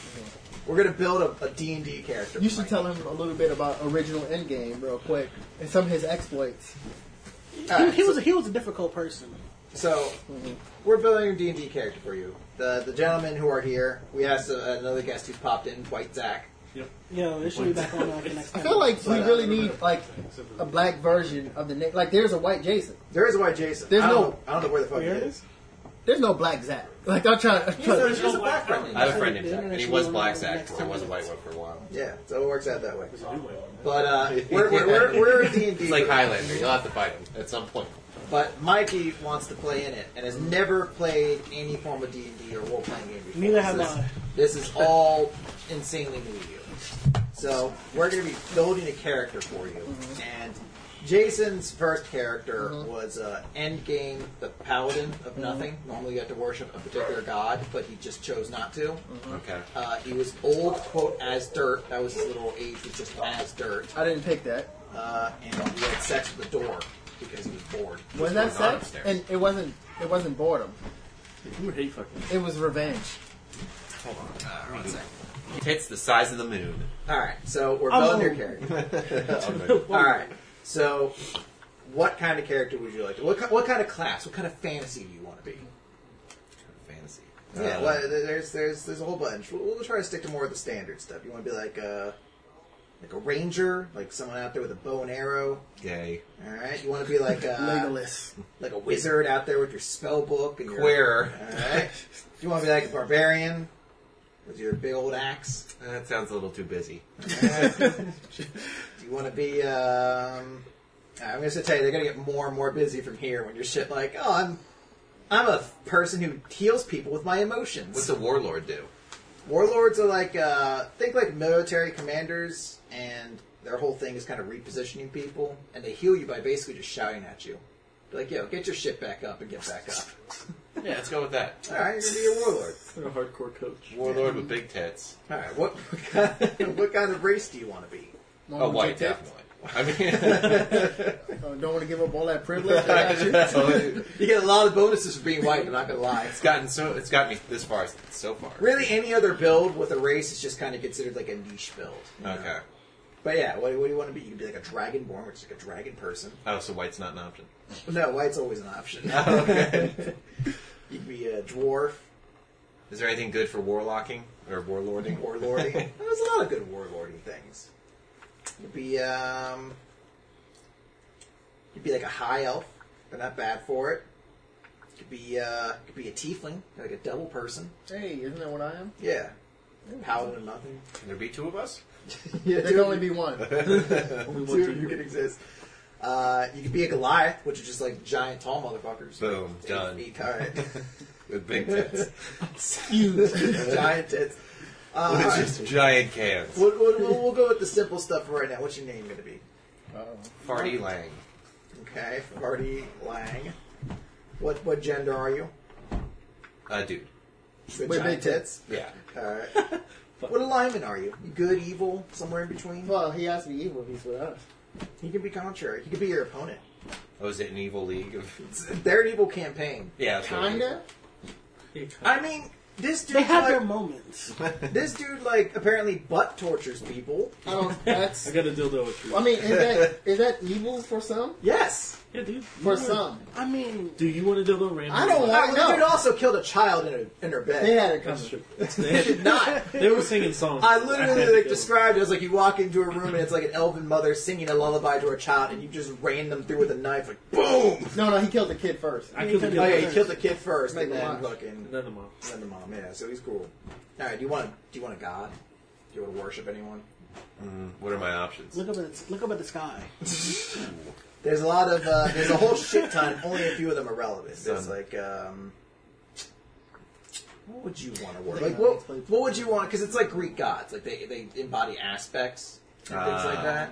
[SPEAKER 1] we're gonna build a, a D and D character.
[SPEAKER 2] You
[SPEAKER 1] for
[SPEAKER 2] should
[SPEAKER 1] Mike.
[SPEAKER 2] tell him a little bit about original Endgame real quick and some of his exploits.
[SPEAKER 1] All right,
[SPEAKER 5] he was he was a difficult person.
[SPEAKER 1] So we're building a D and D character for you. The the gentlemen who are here, we asked uh another guest who's popped in, White Zach.
[SPEAKER 5] Yo, it should be back on after next
[SPEAKER 1] <laughs>
[SPEAKER 2] I
[SPEAKER 5] time.
[SPEAKER 2] feel like we
[SPEAKER 1] But, uh,
[SPEAKER 2] really need like
[SPEAKER 4] except for
[SPEAKER 2] a
[SPEAKER 4] the
[SPEAKER 1] Um,
[SPEAKER 2] black version of the name. Like there's a white Jason.
[SPEAKER 1] There is a White Jason.
[SPEAKER 2] There's
[SPEAKER 1] I don't
[SPEAKER 2] no-
[SPEAKER 1] know, I don't know where the fuck
[SPEAKER 5] Here
[SPEAKER 1] it
[SPEAKER 5] it
[SPEAKER 1] is.
[SPEAKER 2] There's no black Zach. Like I'm trying. I'm trying-
[SPEAKER 1] There's just a
[SPEAKER 4] no white
[SPEAKER 1] background.
[SPEAKER 4] colour.
[SPEAKER 3] I have a friend named Zach, and he was black Zach,
[SPEAKER 5] Next
[SPEAKER 3] but he
[SPEAKER 5] time.
[SPEAKER 3] was a white one for a while.
[SPEAKER 1] Yeah, so it works out that way.
[SPEAKER 4] there's a new one.
[SPEAKER 1] But uh, we're we're we're, we're a D and D.
[SPEAKER 3] He's like Highlander. You'll have to fight him at some point.
[SPEAKER 1] But Mikey wants to play in it and has never played any form of D and D or role playing game before.
[SPEAKER 5] Neither have
[SPEAKER 1] this
[SPEAKER 5] I.
[SPEAKER 1] Is, this is all
[SPEAKER 5] Mm-hmm.
[SPEAKER 1] insanely new to you. So we're going to be building a character for you, and Jason's first character was uh, Endgame, the Paladin
[SPEAKER 5] Mm-hmm.
[SPEAKER 1] of Nothing. Normally, you had to worship a particular god, but he just chose not to.
[SPEAKER 5] Mm-hmm.
[SPEAKER 3] Okay.
[SPEAKER 1] Uh, he was old, quote, as dirt. That was his little age, was just as dirt.
[SPEAKER 2] I didn't pick that.
[SPEAKER 1] Uh, and he had sex with a door because he was bored.
[SPEAKER 2] Wasn't that
[SPEAKER 3] What's going
[SPEAKER 2] sex?
[SPEAKER 3] on upstairs?
[SPEAKER 2] And it wasn't. It wasn't boredom.
[SPEAKER 4] You hate fucking.
[SPEAKER 2] It was revenge.
[SPEAKER 3] Hold on.
[SPEAKER 1] Uh, one sec.
[SPEAKER 3] Tits the size of the moon.
[SPEAKER 1] All right, so we're
[SPEAKER 5] I'm
[SPEAKER 1] building your
[SPEAKER 5] old.
[SPEAKER 1] character.
[SPEAKER 3] Okay.
[SPEAKER 1] All right. So, what kind of character would you like? To, what ki- what kind of class? What kind of fantasy do you want to be?
[SPEAKER 3] Fantasy.
[SPEAKER 1] Yeah,
[SPEAKER 3] Uh,
[SPEAKER 1] well, there's there's there's a whole bunch. We'll, we'll try to stick to more of the standard stuff. You want to be like a like a ranger, like someone out there with a bow and arrow.
[SPEAKER 3] Gay.
[SPEAKER 1] All right. You want to be like a
[SPEAKER 2] Legolas.
[SPEAKER 1] like a wizard out there with your spell book and your
[SPEAKER 3] Queer.
[SPEAKER 1] All right. You want to be like a barbarian with your big old axe.
[SPEAKER 3] That sounds a little too busy.
[SPEAKER 1] All right. Do you want to be? um... I'm just gonna tell you, they're gonna get more and more busy from here when you're shit like, oh, I'm, I'm a person who heals people with my emotions.
[SPEAKER 3] What's a warlord do?
[SPEAKER 1] Warlords are like uh, think like military commanders, and their whole thing is kind of repositioning people, and they heal you by basically just shouting at you, Be like yo, get your shit back up and get back up.
[SPEAKER 3] Yeah, let's go with that.
[SPEAKER 1] All right, you're gonna be a warlord.
[SPEAKER 4] You're a hardcore coach.
[SPEAKER 3] Warlord with big tits.
[SPEAKER 1] All right, what <laughs> what kind, what kind of race do you want to be?
[SPEAKER 3] Oh, white, definitely. I mean, <laughs>
[SPEAKER 2] Oh, don't want to give up all that privilege. I got you.
[SPEAKER 3] it's
[SPEAKER 1] You get a lot of bonuses for being white. I'm not gonna lie.
[SPEAKER 3] gotten so it's got me this far so far.
[SPEAKER 1] Really, any other build with a race is just kind of considered like a niche build. you know?
[SPEAKER 3] Okay.
[SPEAKER 1] But yeah, what, what do you want to be? You could be like a dragonborn, which is like a dragon person.
[SPEAKER 3] Oh, so white's not an option.
[SPEAKER 1] No, white's always an option.
[SPEAKER 3] okay.
[SPEAKER 1] <laughs> you could be a dwarf.
[SPEAKER 3] Is there anything good for warlocking or warlording?
[SPEAKER 1] warlording. There's a lot of good warlording things. You'd be um, you'd be like a high elf. They're not bad for it. Could be uh, could be a tiefling, like a double person.
[SPEAKER 2] Hey, isn't that what I am?
[SPEAKER 1] Yeah, paladin of nothing.
[SPEAKER 3] Can there be two of us?
[SPEAKER 1] yeah,
[SPEAKER 2] There can only be one.
[SPEAKER 4] Only one
[SPEAKER 1] two.
[SPEAKER 4] team.
[SPEAKER 1] You could exist. Uh, you could be a Goliath, which is just like giant tall motherfuckers.
[SPEAKER 3] Boom,
[SPEAKER 1] Eight
[SPEAKER 3] done.
[SPEAKER 1] feet,
[SPEAKER 5] <laughs>
[SPEAKER 1] all right.
[SPEAKER 3] With big <laughs> tits.
[SPEAKER 1] <laughs> <laughs> giant tits. Uh, all
[SPEAKER 3] With
[SPEAKER 1] right.
[SPEAKER 3] just giant cans.
[SPEAKER 1] we'll, we'll, we'll, we'll go with the simple stuff for right now. What's your name going to be?
[SPEAKER 2] Uh-oh.
[SPEAKER 3] Farty Lang.
[SPEAKER 1] Okay, Farty Lang. What what gender are you?
[SPEAKER 3] Uh, dude.
[SPEAKER 1] With
[SPEAKER 2] With
[SPEAKER 1] giant
[SPEAKER 2] big tits.
[SPEAKER 3] Yeah.
[SPEAKER 1] Alright.
[SPEAKER 5] <laughs>
[SPEAKER 1] what alignment are you? You Good, evil, somewhere in between?
[SPEAKER 2] Well, he has to be evil if he's with us.
[SPEAKER 1] He can be contrary. He could be your opponent.
[SPEAKER 3] Oh, is it an evil league of?
[SPEAKER 1] They're an evil campaign.
[SPEAKER 3] Yeah. that's what it
[SPEAKER 2] Kinda.
[SPEAKER 1] I mean, this dude
[SPEAKER 5] They have
[SPEAKER 1] like,
[SPEAKER 5] their moments.
[SPEAKER 1] this dude like apparently butt tortures people.
[SPEAKER 2] I don't. That's.
[SPEAKER 4] I got a dildo with you.
[SPEAKER 2] I mean, is that is that evil for some?
[SPEAKER 1] Yes.
[SPEAKER 4] yeah, dude. you
[SPEAKER 2] For
[SPEAKER 4] want-
[SPEAKER 2] some,
[SPEAKER 5] I mean,
[SPEAKER 4] Do you want a dildo random?
[SPEAKER 2] I don't
[SPEAKER 1] Alright,
[SPEAKER 2] want
[SPEAKER 1] well, the
[SPEAKER 2] no.
[SPEAKER 1] dude also killed a child in, a, in her bed.
[SPEAKER 2] They had it
[SPEAKER 4] That's
[SPEAKER 2] coming.
[SPEAKER 4] true.
[SPEAKER 1] They did
[SPEAKER 2] <laughs>
[SPEAKER 1] not.
[SPEAKER 4] They were singing songs.
[SPEAKER 1] I literally
[SPEAKER 4] had to
[SPEAKER 1] like
[SPEAKER 4] go.
[SPEAKER 1] described it as like you walk into a room and it's like an elven mother singing a lullaby to her child and you just rain them through with a knife like boom.
[SPEAKER 2] No, no, he killed the kid first.
[SPEAKER 4] I killed the
[SPEAKER 1] Oh yeah,
[SPEAKER 4] dildo.
[SPEAKER 1] he killed the kid first and
[SPEAKER 2] Make
[SPEAKER 1] then
[SPEAKER 2] them watch.
[SPEAKER 1] fucking
[SPEAKER 4] Another mom.
[SPEAKER 1] then the mom. Yeah, so he's cool. All right, do you want do you want a god? Do you want to worship anyone?
[SPEAKER 3] is. What are my options?
[SPEAKER 5] look up at the, look up at the sky.
[SPEAKER 1] There's a lot of uh, there's a <laughs> whole shit ton. Only a few of them are relevant. There's
[SPEAKER 3] Son.
[SPEAKER 1] like um, what would you want to worship? Like what what would you want? Because it's like Greek gods. Like they they embody aspects and things like
[SPEAKER 3] Ah.
[SPEAKER 1] that.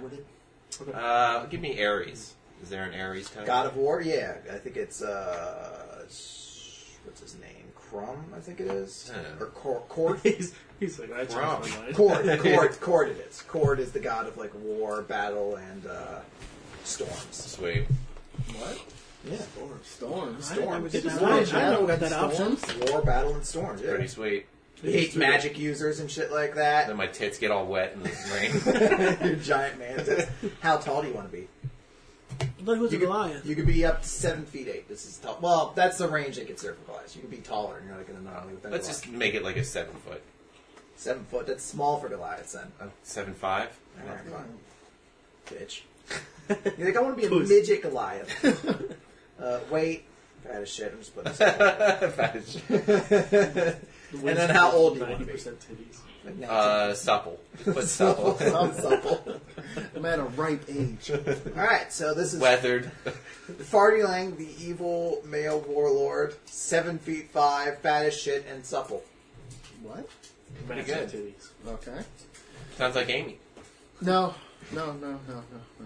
[SPEAKER 3] Uh, give me Aries. Is there an Aries type?
[SPEAKER 1] God of War, yeah. I think it's uh, s- what's his name? Crum, I think it is,
[SPEAKER 3] Yeah.
[SPEAKER 1] or Cord.
[SPEAKER 3] <laughs>
[SPEAKER 1] Cord.
[SPEAKER 4] He's, he's like, I changed my
[SPEAKER 3] Wow. <laughs>
[SPEAKER 4] mind.
[SPEAKER 1] Cord. Cord. Cord. It is. Cord is the god of like war, battle, and uh, storms.
[SPEAKER 3] Sweet.
[SPEAKER 2] What?
[SPEAKER 1] Yeah,
[SPEAKER 2] Storms.
[SPEAKER 5] I didn't ever get that
[SPEAKER 1] Storms.
[SPEAKER 5] option. I never got that option.
[SPEAKER 2] Storms.
[SPEAKER 1] war, battle, and storms. Yeah.
[SPEAKER 3] Pretty sweet.
[SPEAKER 1] He hates magic users and shit like that.
[SPEAKER 3] Then my tits get all wet in <laughs> the rain.
[SPEAKER 1] <laughs> Your giant man. says, How tall do you want to be?
[SPEAKER 5] Look who's
[SPEAKER 1] You
[SPEAKER 5] a
[SPEAKER 1] could,
[SPEAKER 5] Goliath.
[SPEAKER 1] you could be up to seven feet eight. This is tall. Well, that's the range they consider for Goliath. You can be taller, and you're like an anomaly with that.
[SPEAKER 3] Let's just make it like a seven foot.
[SPEAKER 1] seven foot. That's small for Goliath, Oh, then.
[SPEAKER 3] Uh, seven five. <laughs>
[SPEAKER 1] Alright, fine. Bitch. You're like, I want to be a
[SPEAKER 4] Puss.
[SPEAKER 1] midget Goliath. <laughs> uh, wait. Fat as shit. I'm just putting
[SPEAKER 3] <laughs>
[SPEAKER 1] this out.
[SPEAKER 3] Fat as shit.
[SPEAKER 1] And then how old do you want to be?
[SPEAKER 4] 90% titties.
[SPEAKER 1] Like, nah,
[SPEAKER 3] uh, supple. But supple. <laughs>
[SPEAKER 1] <laughs> I'm supple.
[SPEAKER 2] I'm at a ripe age.
[SPEAKER 1] Alright, so this is
[SPEAKER 3] Weathered.
[SPEAKER 1] Farty Lang, the evil male warlord, seven feet five, fat as shit, and supple.
[SPEAKER 2] What?
[SPEAKER 4] Massive titties.
[SPEAKER 2] Okay.
[SPEAKER 3] Sounds like Amy.
[SPEAKER 2] No, no, no, no, no. no.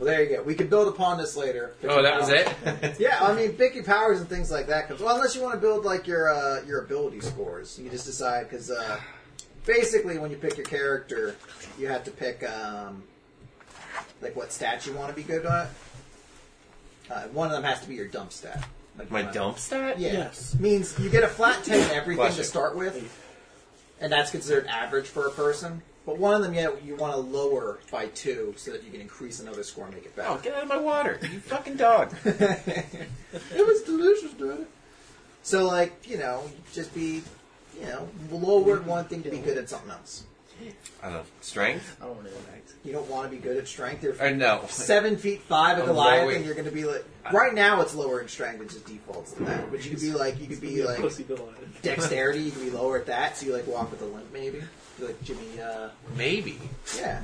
[SPEAKER 1] Well, there you go. We can build upon this later.
[SPEAKER 3] Oh, that was it.
[SPEAKER 1] Yeah, I mean, pick your powers and things like that. Comes, well, unless you want to build like your uh, your ability scores, you just decide because uh, basically when you pick your character, you have to pick um, like what stats you want to be good at. Uh, one of them has to be your dump stat. Like
[SPEAKER 3] <laughs> My
[SPEAKER 1] uh,
[SPEAKER 3] dump stat.
[SPEAKER 1] Yeah.
[SPEAKER 5] Yes.
[SPEAKER 1] Means you get a flat 10 everything
[SPEAKER 3] Flush
[SPEAKER 1] to
[SPEAKER 3] it.
[SPEAKER 1] start with, and that's considered average for a person. But one of them, yeah, you want to lower by two so that you can increase another score and make it better.
[SPEAKER 3] Oh, get out of my water, you fucking dog.
[SPEAKER 1] <laughs> it was delicious, dude. So, like, you know, just be, you know, lower one thing to be good at something else.
[SPEAKER 3] Uh, strength
[SPEAKER 2] I don't know.
[SPEAKER 1] You don't want to be good at strength. You're
[SPEAKER 3] or no?
[SPEAKER 1] seven feet five at
[SPEAKER 3] I'm
[SPEAKER 1] Goliath,
[SPEAKER 3] lowering-
[SPEAKER 1] and you're going to be like. Right now, it's lower in strength, which is defaults to that. But you could be like, you could be like
[SPEAKER 4] Pussy bill on it.
[SPEAKER 1] dexterity. You could be lower at that, so you like walk with a limp, maybe. You're like Jimmy, uh,
[SPEAKER 3] Maybe.
[SPEAKER 1] yeah.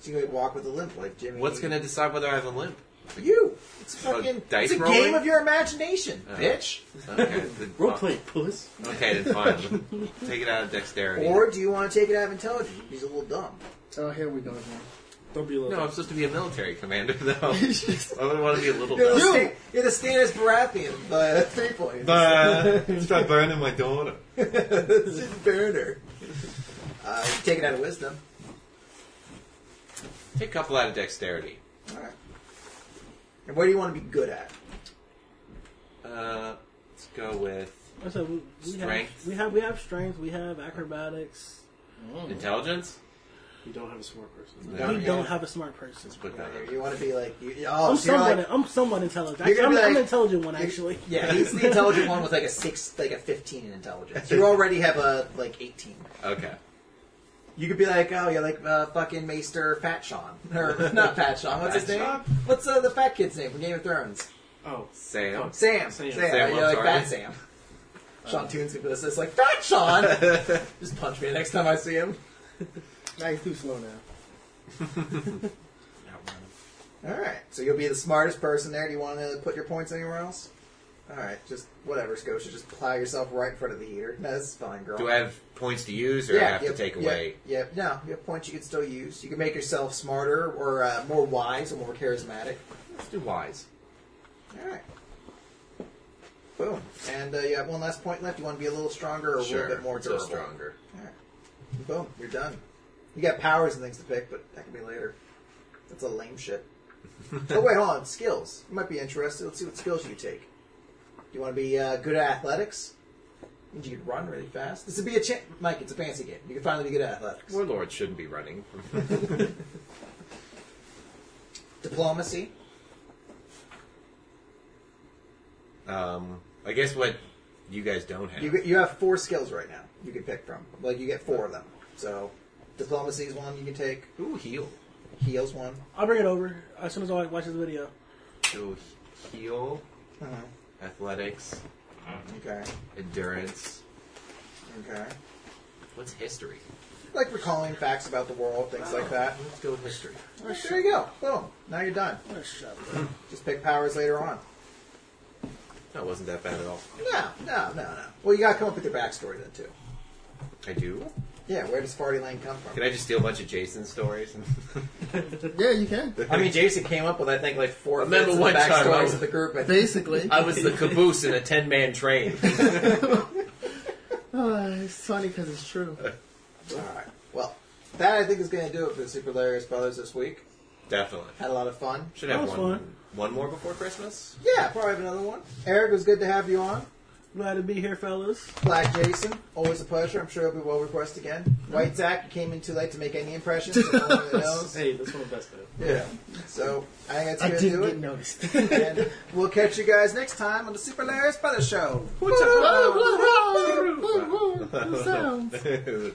[SPEAKER 1] So you like walk with a limp, like Jimmy.
[SPEAKER 3] What's gonna decide whether I have a limp?
[SPEAKER 1] you? It's a
[SPEAKER 3] Oh,
[SPEAKER 1] fucking.
[SPEAKER 3] dice
[SPEAKER 1] it's a
[SPEAKER 3] rolling?
[SPEAKER 1] game of your imagination,
[SPEAKER 3] Oh.
[SPEAKER 1] bitch.
[SPEAKER 3] Okay, <laughs> then-
[SPEAKER 5] Role playing, puss.
[SPEAKER 3] Okay, then fine. Take it out of dexterity.
[SPEAKER 1] Or do you want to take it out of intelligence? He's a little dumb.
[SPEAKER 2] Oh, here we go again.
[SPEAKER 4] Don't be a little.
[SPEAKER 3] no, I'm supposed to be a military commander though. <laughs> I would want to be a little.
[SPEAKER 1] You're the,
[SPEAKER 3] <laughs> dumb.
[SPEAKER 1] Stan- you're the Stannis Baratheon, but three points. <laughs>
[SPEAKER 3] start burning my daughter.
[SPEAKER 1] This is burner. Uh, you take it out of wisdom.
[SPEAKER 3] Take a couple out of dexterity.
[SPEAKER 1] All right. And what do you want to be good at?
[SPEAKER 3] Uh, let's go with
[SPEAKER 5] I said we, we
[SPEAKER 3] Strength.
[SPEAKER 5] Have, we have we have strength. We have acrobatics.
[SPEAKER 3] intelligence.
[SPEAKER 4] You don't have a smart person.
[SPEAKER 1] No.
[SPEAKER 5] we
[SPEAKER 3] Mm.
[SPEAKER 1] yeah.
[SPEAKER 5] don't have a smart person.
[SPEAKER 3] Let's put that.
[SPEAKER 1] You-
[SPEAKER 3] up.
[SPEAKER 1] You want to be like you, oh,
[SPEAKER 5] I'm
[SPEAKER 1] so you're
[SPEAKER 5] somewhat.
[SPEAKER 1] like,
[SPEAKER 5] I'm somewhat intelligent.
[SPEAKER 1] You're
[SPEAKER 5] Actually,
[SPEAKER 1] gonna
[SPEAKER 5] I'm,
[SPEAKER 1] be
[SPEAKER 5] I'm
[SPEAKER 1] like-
[SPEAKER 5] an intelligent one. Actually,
[SPEAKER 1] <laughs> yeah, he's the intelligent one with like a six, like a fifteen in intelligence. You already have a like eighteen.
[SPEAKER 3] Okay.
[SPEAKER 1] You could be like, oh, you're like uh, fucking Maester Fat Sean, <laughs> or not Fat Sean. What's his
[SPEAKER 3] Fat
[SPEAKER 1] name?
[SPEAKER 3] Sean?
[SPEAKER 1] What's uh, the fat kid's name from Game of Thrones?
[SPEAKER 4] Oh,
[SPEAKER 3] Sam.
[SPEAKER 1] Sam. Sam.
[SPEAKER 4] Sam.
[SPEAKER 3] Sam,
[SPEAKER 1] right?
[SPEAKER 3] I'm
[SPEAKER 1] You're like,
[SPEAKER 3] sorry.
[SPEAKER 1] Fat Sam. Sean Toon's gonna be listening. It's like, Fat <laughs> Sean! Just punch me next time I see him.
[SPEAKER 2] Now he's too slow now.
[SPEAKER 1] Alright, so you'll be the smartest person there. Do you want to put your points anywhere else? Alright, just whatever, Scotia. Just plow yourself right in front of the heater. No, that's fine, girl.
[SPEAKER 3] <laughs> Do I have points to use, or I have
[SPEAKER 1] yep,
[SPEAKER 3] to take
[SPEAKER 1] yep,
[SPEAKER 3] away?
[SPEAKER 1] Yep, no, you have points you can still use. You can make yourself smarter or uh, more wise or more charismatic.
[SPEAKER 3] Let's do wise.
[SPEAKER 1] Alright. Boom. And uh, you have one last point left. You want to be a little stronger or a
[SPEAKER 3] Sure.
[SPEAKER 1] little bit more
[SPEAKER 3] Still
[SPEAKER 1] durable?
[SPEAKER 3] stronger.
[SPEAKER 1] Alright. Boom, you're done. You got powers and things to pick, but that can be later. That's a lame
[SPEAKER 3] <laughs>
[SPEAKER 1] shit. oh, wait, hold on. Skills. You might be interested. Let's see what skills you take. Do you want to be uh, good at athletics? Means you could run really fast. This would be a chance. Mike, it's a fancy game. You could finally be good at athletics.
[SPEAKER 3] Warlord shouldn't be running. <laughs>
[SPEAKER 1] Diplomacy.
[SPEAKER 3] um, I guess what you guys don't have.
[SPEAKER 1] You, you have four skills right now you can pick from. Like, you get four of them. So, diplomacy is one you can take,
[SPEAKER 3] Ooh, heal.
[SPEAKER 1] heals one.
[SPEAKER 5] <laughs> I'll bring it over as soon as I watch this video.
[SPEAKER 3] So heal, athletics,
[SPEAKER 1] Uh-huh. Okay,
[SPEAKER 3] endurance.
[SPEAKER 1] okay.
[SPEAKER 3] What's history?
[SPEAKER 1] Like recalling facts about the world, things like that.
[SPEAKER 3] Let's go with history.
[SPEAKER 1] there you go. Boom. Now you're done.
[SPEAKER 5] Oh, shut up.
[SPEAKER 1] Just pick powers later on.
[SPEAKER 3] That wasn't that bad at all.
[SPEAKER 1] No, no, no, no. Well, you gotta come up with your backstory then, too.
[SPEAKER 3] I do.
[SPEAKER 1] Yeah, where does Farty Lane come
[SPEAKER 3] Can
[SPEAKER 1] from?
[SPEAKER 3] I just steal a bunch of Jason stories?
[SPEAKER 2] Yeah, you can.
[SPEAKER 1] I mean, Jason came up with, I think, like four
[SPEAKER 3] Remember
[SPEAKER 1] fifths of
[SPEAKER 3] one
[SPEAKER 1] the
[SPEAKER 3] time I
[SPEAKER 1] backstories
[SPEAKER 3] was-
[SPEAKER 1] of the group. I think.
[SPEAKER 2] Basically,
[SPEAKER 3] <laughs> I was the caboose in a ten-man train.
[SPEAKER 2] Uh, it's funny because it's true.
[SPEAKER 1] Alright. Well, that I think is gonna do it for the Super Hilarious Brothers this week.
[SPEAKER 3] <laughs> Definitely.
[SPEAKER 1] Had a lot of fun.
[SPEAKER 3] Should
[SPEAKER 5] That
[SPEAKER 3] have
[SPEAKER 5] was
[SPEAKER 3] one.
[SPEAKER 5] fun.
[SPEAKER 3] One more before Christmas. <laughs>
[SPEAKER 1] Yeah, probably have another one. Eric, it was good to have you on.
[SPEAKER 5] Glad to be here, fellas.
[SPEAKER 1] Black Jason, always a pleasure. I'm sure you'll be well requested again. White Zach, you came in too late to make any impressions. so no one really knows.
[SPEAKER 4] Hey, that's one of the best though.
[SPEAKER 1] <laughs> Yeah. So, I think that's
[SPEAKER 2] I
[SPEAKER 1] gonna do
[SPEAKER 2] didn't
[SPEAKER 1] it.
[SPEAKER 2] get noticed.
[SPEAKER 1] and we'll catch you guys next time on the Super Larry's
[SPEAKER 2] Oh,
[SPEAKER 1] Brother Show.
[SPEAKER 2] Sounds.